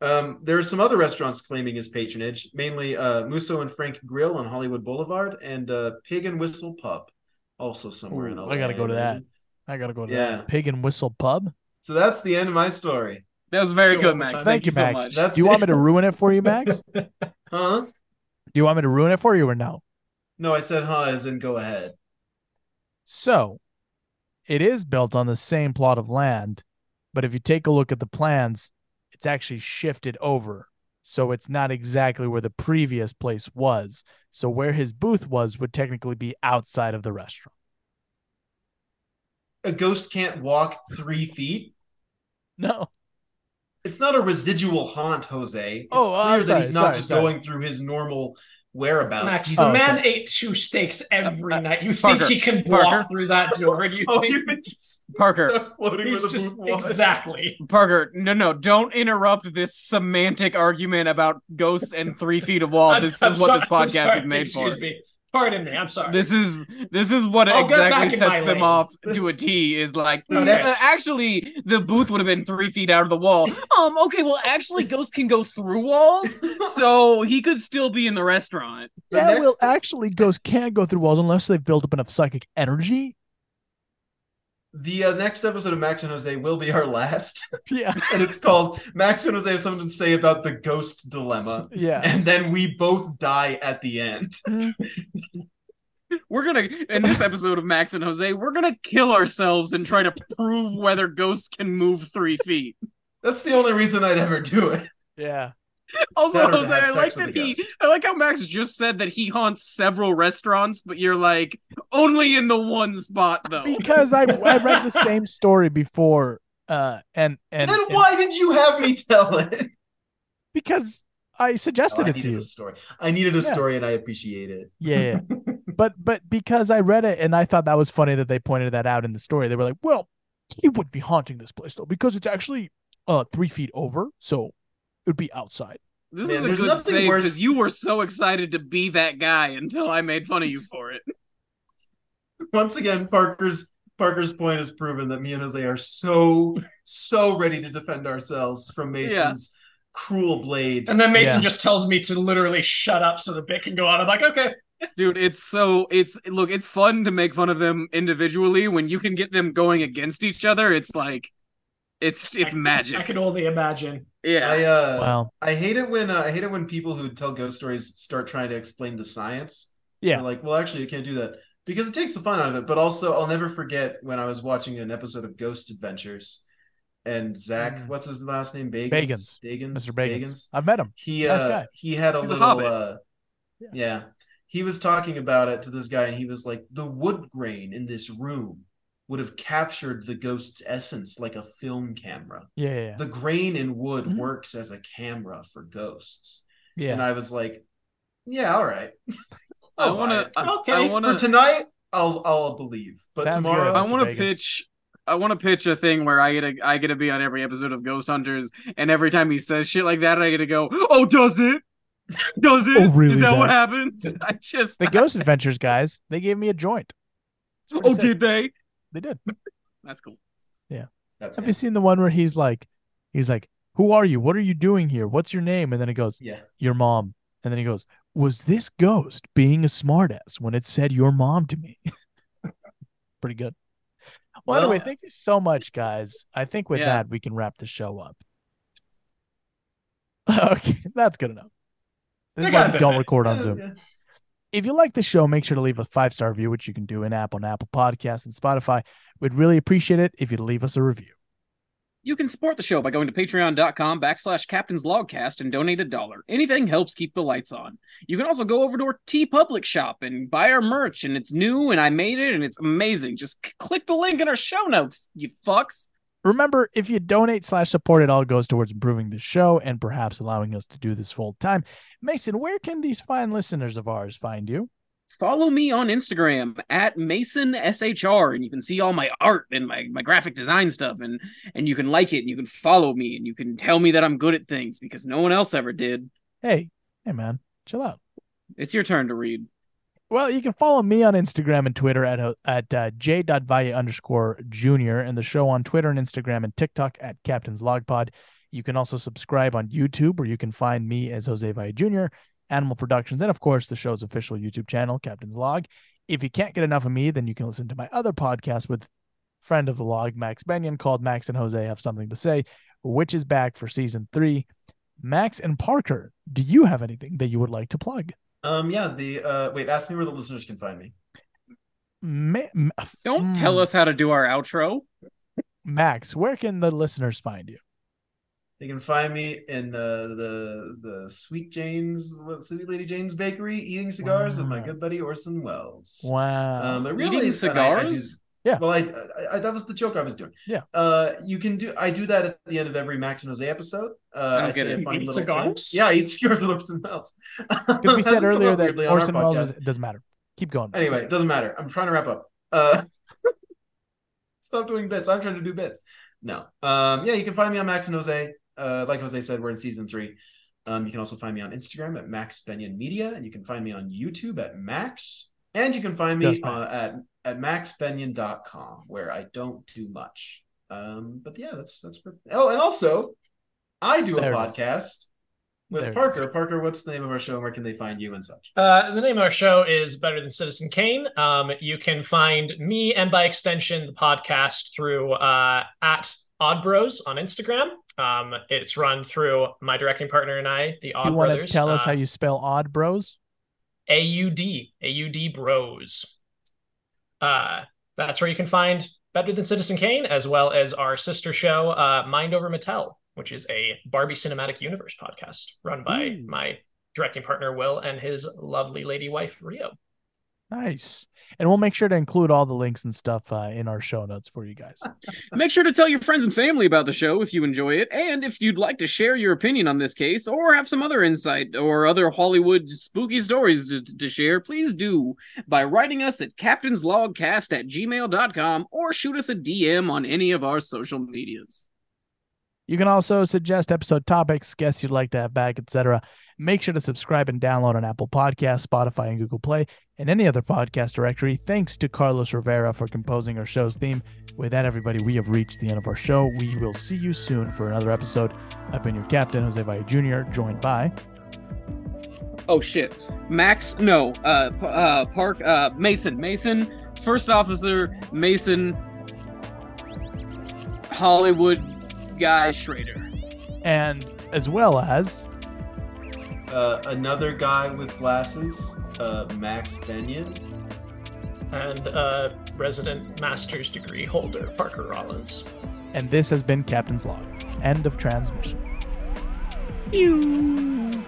Speaker 7: Um, there are some other restaurants claiming his patronage, mainly uh, Musso and Frank Grill on Hollywood Boulevard and uh, Pig and Whistle Pub, also somewhere in LA.
Speaker 6: I gotta go to that. I gotta go to
Speaker 7: Yeah.
Speaker 6: that pig and whistle pub.
Speaker 7: So that's the end of my story.
Speaker 5: That was very
Speaker 7: Go
Speaker 5: good,
Speaker 7: on,
Speaker 5: Max.
Speaker 7: Simon.
Speaker 5: Thank,
Speaker 6: Thank you,
Speaker 5: so
Speaker 6: Max.
Speaker 5: much.
Speaker 7: That's
Speaker 6: Do you want me to ruin it for you, Max? Do
Speaker 7: Huh?
Speaker 6: you want me to ruin it for you or no?
Speaker 7: No, I said huh as in go ahead.
Speaker 6: So, it is built on the same plot of land, but if you take a look at the plans, it's actually shifted over. So, it's not exactly where the previous place was. So, where his booth was would technically be outside of the restaurant.
Speaker 7: A ghost can't walk three feet.
Speaker 6: No.
Speaker 7: It's not a residual haunt, Jose. It's
Speaker 6: Oh,
Speaker 7: clear
Speaker 6: I'm
Speaker 7: that
Speaker 6: sorry,
Speaker 7: he's not
Speaker 6: sorry,
Speaker 7: just
Speaker 6: sorry.
Speaker 7: going through his normal whereabouts.
Speaker 8: Max,
Speaker 6: uh,
Speaker 7: He's-
Speaker 8: the man ate two steaks every night. You think
Speaker 5: Parker,
Speaker 8: he can
Speaker 5: Parker.
Speaker 8: walk through that door? Do you
Speaker 7: Oh,
Speaker 8: think
Speaker 7: you were just
Speaker 5: Parker.
Speaker 7: floating
Speaker 8: he's
Speaker 7: with a
Speaker 8: just
Speaker 7: boot wall.
Speaker 8: exactly?
Speaker 5: Parker, no, no, don't interrupt this semantic argument about ghosts and three feet of wall.
Speaker 8: I'm-
Speaker 5: Oh, This
Speaker 8: I'm
Speaker 5: is what this
Speaker 8: sorry, I'm
Speaker 5: podcast
Speaker 8: sorry,
Speaker 5: is made for.
Speaker 8: Excuse me. Pardon me. I'm sorry.
Speaker 5: This is this is what
Speaker 8: I'll Oh, get back
Speaker 5: exactly
Speaker 8: in my
Speaker 5: sets them
Speaker 8: lane.
Speaker 5: off to a T. Is like
Speaker 7: The
Speaker 5: "Uh,
Speaker 7: next-
Speaker 5: actually the booth would have been three feet out of the wall. Um, okay, well actually ghosts can go through walls, so he could still be in the restaurant.
Speaker 7: The
Speaker 6: yeah,
Speaker 7: next-
Speaker 6: well, actually, ghosts can't go through walls unless they've built up enough psychic energy.
Speaker 7: The uh, next episode of Max and Jose will be our last.
Speaker 6: Yeah.
Speaker 7: and it's called Max and Jose have something to say about the ghost dilemma.
Speaker 6: Yeah.
Speaker 7: And then we both die at the end.
Speaker 6: Mm-hmm.
Speaker 5: We're gonna in this episode of Max and Jose, we're gonna kill ourselves and try to prove whether ghosts can move three feet.
Speaker 7: That's the only reason I'd ever do it.
Speaker 6: Yeah.
Speaker 5: Also,
Speaker 7: That or to
Speaker 5: Jose, I
Speaker 7: have sex
Speaker 5: like
Speaker 7: with
Speaker 5: that
Speaker 7: a
Speaker 5: he I like how Max just said that he haunts several restaurants, but you're like only in the one spot though.
Speaker 6: because I I read the same story before, uh, and and,
Speaker 7: then
Speaker 6: and-
Speaker 7: why did you have me tell it?
Speaker 6: because I suggested
Speaker 7: Oh, I
Speaker 6: it to
Speaker 7: needed
Speaker 6: you.
Speaker 7: a story. I needed a
Speaker 6: Yeah.
Speaker 7: story and I appreciate it.
Speaker 6: Yeah, yeah. but but because I read it and I thought that was funny that they pointed that out in the story. They were like, "Well, he would be haunting this place though because it's actually uh three feet over, so it would be outside."
Speaker 5: This
Speaker 7: Man,
Speaker 5: is
Speaker 7: there's
Speaker 5: a good
Speaker 7: nothing
Speaker 5: save
Speaker 7: worse-
Speaker 5: because you were so excited to be that guy until I made fun of you for it.
Speaker 7: Once again, Parker's Parker's point is proven that me and Jose are so so ready to defend ourselves from Mason's cruel blade.
Speaker 8: And then Mason
Speaker 6: Yeah.
Speaker 8: just tells me to literally shut up so the bit can go on. I'm like, okay.
Speaker 5: Dude, it's so it's look, it's fun to make fun of them individually when you can get them going against each other. It's like it's it's
Speaker 8: I
Speaker 5: magic.
Speaker 8: can only imagine.
Speaker 5: Yeah.
Speaker 7: I uh
Speaker 6: Wow.
Speaker 7: I hate it when uh, I hate it when people who tell ghost stories start trying to explain the science.
Speaker 6: Yeah.
Speaker 7: They're like, well, actually, you can't do that because it takes the fun out of it. But also, I'll never forget when I was watching an episode of Ghost Adventures, and Zach,
Speaker 6: Mm.
Speaker 7: what's his last name? Bagans.
Speaker 6: Bagans.
Speaker 7: Bagans.
Speaker 6: Mr. Bagans. I've met him.
Speaker 7: He
Speaker 6: Nice
Speaker 7: uh,
Speaker 6: guy.
Speaker 7: he had a
Speaker 5: He's a
Speaker 7: little
Speaker 5: hobbit.
Speaker 7: uh, yeah. He was talking about it to this guy, and he was like, the wood grain in this room would have captured the ghost's essence like a film camera
Speaker 6: Yeah, yeah, yeah.
Speaker 7: the grain in wood
Speaker 5: Mm-hmm.
Speaker 6: Mhm.
Speaker 7: works as a camera for ghosts.
Speaker 6: yeah.
Speaker 7: And I was like, yeah, all right.
Speaker 5: I
Speaker 7: I'll buy
Speaker 5: wanna
Speaker 7: it.
Speaker 5: I,
Speaker 8: Okay,
Speaker 5: I
Speaker 7: for
Speaker 5: wanna
Speaker 7: tonight, I'll I'll believe. But
Speaker 6: Sounds
Speaker 7: tomorrow,
Speaker 6: good.
Speaker 5: I
Speaker 6: Mr.
Speaker 5: wanna
Speaker 6: Bagans.
Speaker 5: pitch I wanna pitch a thing where I get to I get to be on every episode of Ghost Hunters and every time he says shit like that I get to go, Oh, does it? Does it?
Speaker 6: Oh, really,
Speaker 5: Is that what
Speaker 6: Zach?
Speaker 5: happens? I just
Speaker 6: the Ghost Adventures guys, they gave me a joint. It's pretty
Speaker 5: Oh,
Speaker 6: sick.
Speaker 5: did they?
Speaker 6: they did?
Speaker 5: That's cool.
Speaker 7: that's
Speaker 6: Have
Speaker 7: it.
Speaker 6: you seen the one where he's like, he's like, "Who are you? What are you doing here? What's your name?" And then it goes,
Speaker 7: yeah.
Speaker 6: "Your mom." And then he goes, "Was this ghost being a smartass when it said your mom to me?" Pretty good. Well, anyway,
Speaker 7: Well-
Speaker 6: thank you so much, guys. I think with
Speaker 5: Yeah.
Speaker 6: that we can wrap the show up. Okay, that's good enough. This
Speaker 8: They
Speaker 6: is why
Speaker 8: got a
Speaker 6: we
Speaker 8: bit
Speaker 6: don't
Speaker 8: of it.
Speaker 6: record on
Speaker 7: Yeah,
Speaker 6: Zoom.
Speaker 7: yeah.
Speaker 6: If you like the show, make sure to leave a five star review, which you can do in app on Apple Podcasts and Spotify. We'd really appreciate it if you'd leave us a review.
Speaker 5: You can support the show by going to patreon.com backslash captain's logcast and donate a dollar. Anything helps keep the lights on. You can also go over to our T Public shop and buy our merch, and it's new, and I made it, and it's amazing. Just c- click the link in our show notes, you fucks.
Speaker 6: Remember, if you donate slash support, it all goes towards improving the show and perhaps allowing us to do this full time. Mason, where can these fine listeners of ours find you?
Speaker 5: Follow me on Instagram at Mason SHR, and you can see all my art and my, my graphic design stuff, and, and you can like it, and you can follow me, and you can tell me that I'm good at things because no one else ever did.
Speaker 6: Hey, hey, man, chill out.
Speaker 5: It's your turn to read.
Speaker 6: Well, you can follow me on Instagram and Twitter at ho- at uh, j.valle underscore junior and the show on Twitter and Instagram and TikTok at Captain's Log Pod. You can also subscribe on YouTube where you can find me as Jose Valle Jr., Animal Productions, and of course the show's official YouTube channel, Captain's Log. If you can't get enough of me, then you can listen to my other podcast with friend of the log, Max Benyon, called Max and Jose Have Something to Say, which is back for season three. Max and Parker, do you have anything that you would like to plug?
Speaker 7: Um, yeah. The uh, wait. Ask me where the listeners can find me.
Speaker 6: Ma- ma-
Speaker 5: Don't
Speaker 6: mm.
Speaker 7: Hmm.
Speaker 5: tell us how to do our outro.
Speaker 6: Max, where can the listeners find you?
Speaker 7: They can find me in uh, the the Sweet Jane's, what, Sweet Lady Jane's Bakery, eating cigars with my
Speaker 6: Wow.
Speaker 7: good buddy Orson Welles.
Speaker 6: Wow.
Speaker 7: Um, but
Speaker 5: Eating
Speaker 7: really, and I- I do-
Speaker 5: cigars?
Speaker 6: Yeah.
Speaker 7: Well, I, I, I that was the joke I was doing.
Speaker 6: Yeah.
Speaker 7: Uh, you can do. I do that at the end of every Max and Jose episode. Uh,
Speaker 5: I don't
Speaker 7: I
Speaker 5: get
Speaker 7: say
Speaker 5: it.
Speaker 7: a funny
Speaker 8: Eat
Speaker 7: little thing.
Speaker 8: cigars?
Speaker 7: Yeah, I eat cigars with Orson Welles.
Speaker 6: Because we
Speaker 7: Hasn't
Speaker 6: said
Speaker 7: come
Speaker 6: earlier
Speaker 7: up
Speaker 6: that
Speaker 7: weirdly on our
Speaker 6: Orson Welles was,
Speaker 7: podcast.
Speaker 6: it doesn't matter. Keep going. Max.
Speaker 7: Anyway, it doesn't matter. I'm trying to wrap up. Uh, stop doing bits. I'm trying to do bits. No. Um, yeah, you can find me on Max and Jose. Uh, like Jose said, we're in season three. Um, you can also find me on Instagram at Max Benyon Media, and you can find me on YouTube at Max, and you can find me
Speaker 6: Just
Speaker 7: uh,
Speaker 6: Max.
Speaker 7: at at maxbenyon.com, where I don't do much. Um, but yeah, that's that's. Pretty... Oh, and also, I do a
Speaker 6: There it is.
Speaker 7: podcast with
Speaker 8: There it
Speaker 7: Parker. Parker, what's the name of our show and where can they find you and such?
Speaker 8: Uh, the name of our show is Better Than Citizen Kane. Um, you can find me and by extension the podcast through uh, at Oddbros on Instagram. Um, it's run through my directing partner and I, the Odd
Speaker 6: you want to
Speaker 8: Brothers. uh,
Speaker 6: tell us how you spell odd bros?
Speaker 8: A U D A U D Bros. Uh, that's where you can find Better Than Citizen Kane, as well as our sister show, uh, Mind Over Mattel, which is a Barbie Cinematic Universe podcast run by
Speaker 6: Hmm.
Speaker 8: my directing partner Will and his lovely lady wife Rio.
Speaker 6: Nice. And we'll make sure to include all the links and stuff uh, in our show notes for you guys.
Speaker 5: Make sure to tell your friends and family about the show if you enjoy it, and if you'd like to share your opinion on this case or have some other insight or other Hollywood spooky stories to, to share, please do by writing us at captainslogcast at gmail.com or shoot us a DM on any of our social medias.
Speaker 6: You can also suggest episode topics, guests you'd like to have back, etc. Make sure to subscribe and download on Apple Podcasts, Spotify, and Google Play, and any other podcast directory. Thanks to Carlos Rivera for composing our show's theme. With that, everybody, we have reached the end of our show. We will see you soon for another episode. I've been your captain, Jose Valle Jr., joined by
Speaker 5: Oh shit. Max, no, uh, P- uh, Park, uh, Mason, Mason, first officer, Mason, Hollywood guy Schrader.
Speaker 6: and as well as
Speaker 7: Uh, another guy with glasses, uh, Max Benyon.
Speaker 8: And uh, resident master's degree holder Parker Rollins.
Speaker 6: and this has been Captain's Log. End of transmission.
Speaker 5: You.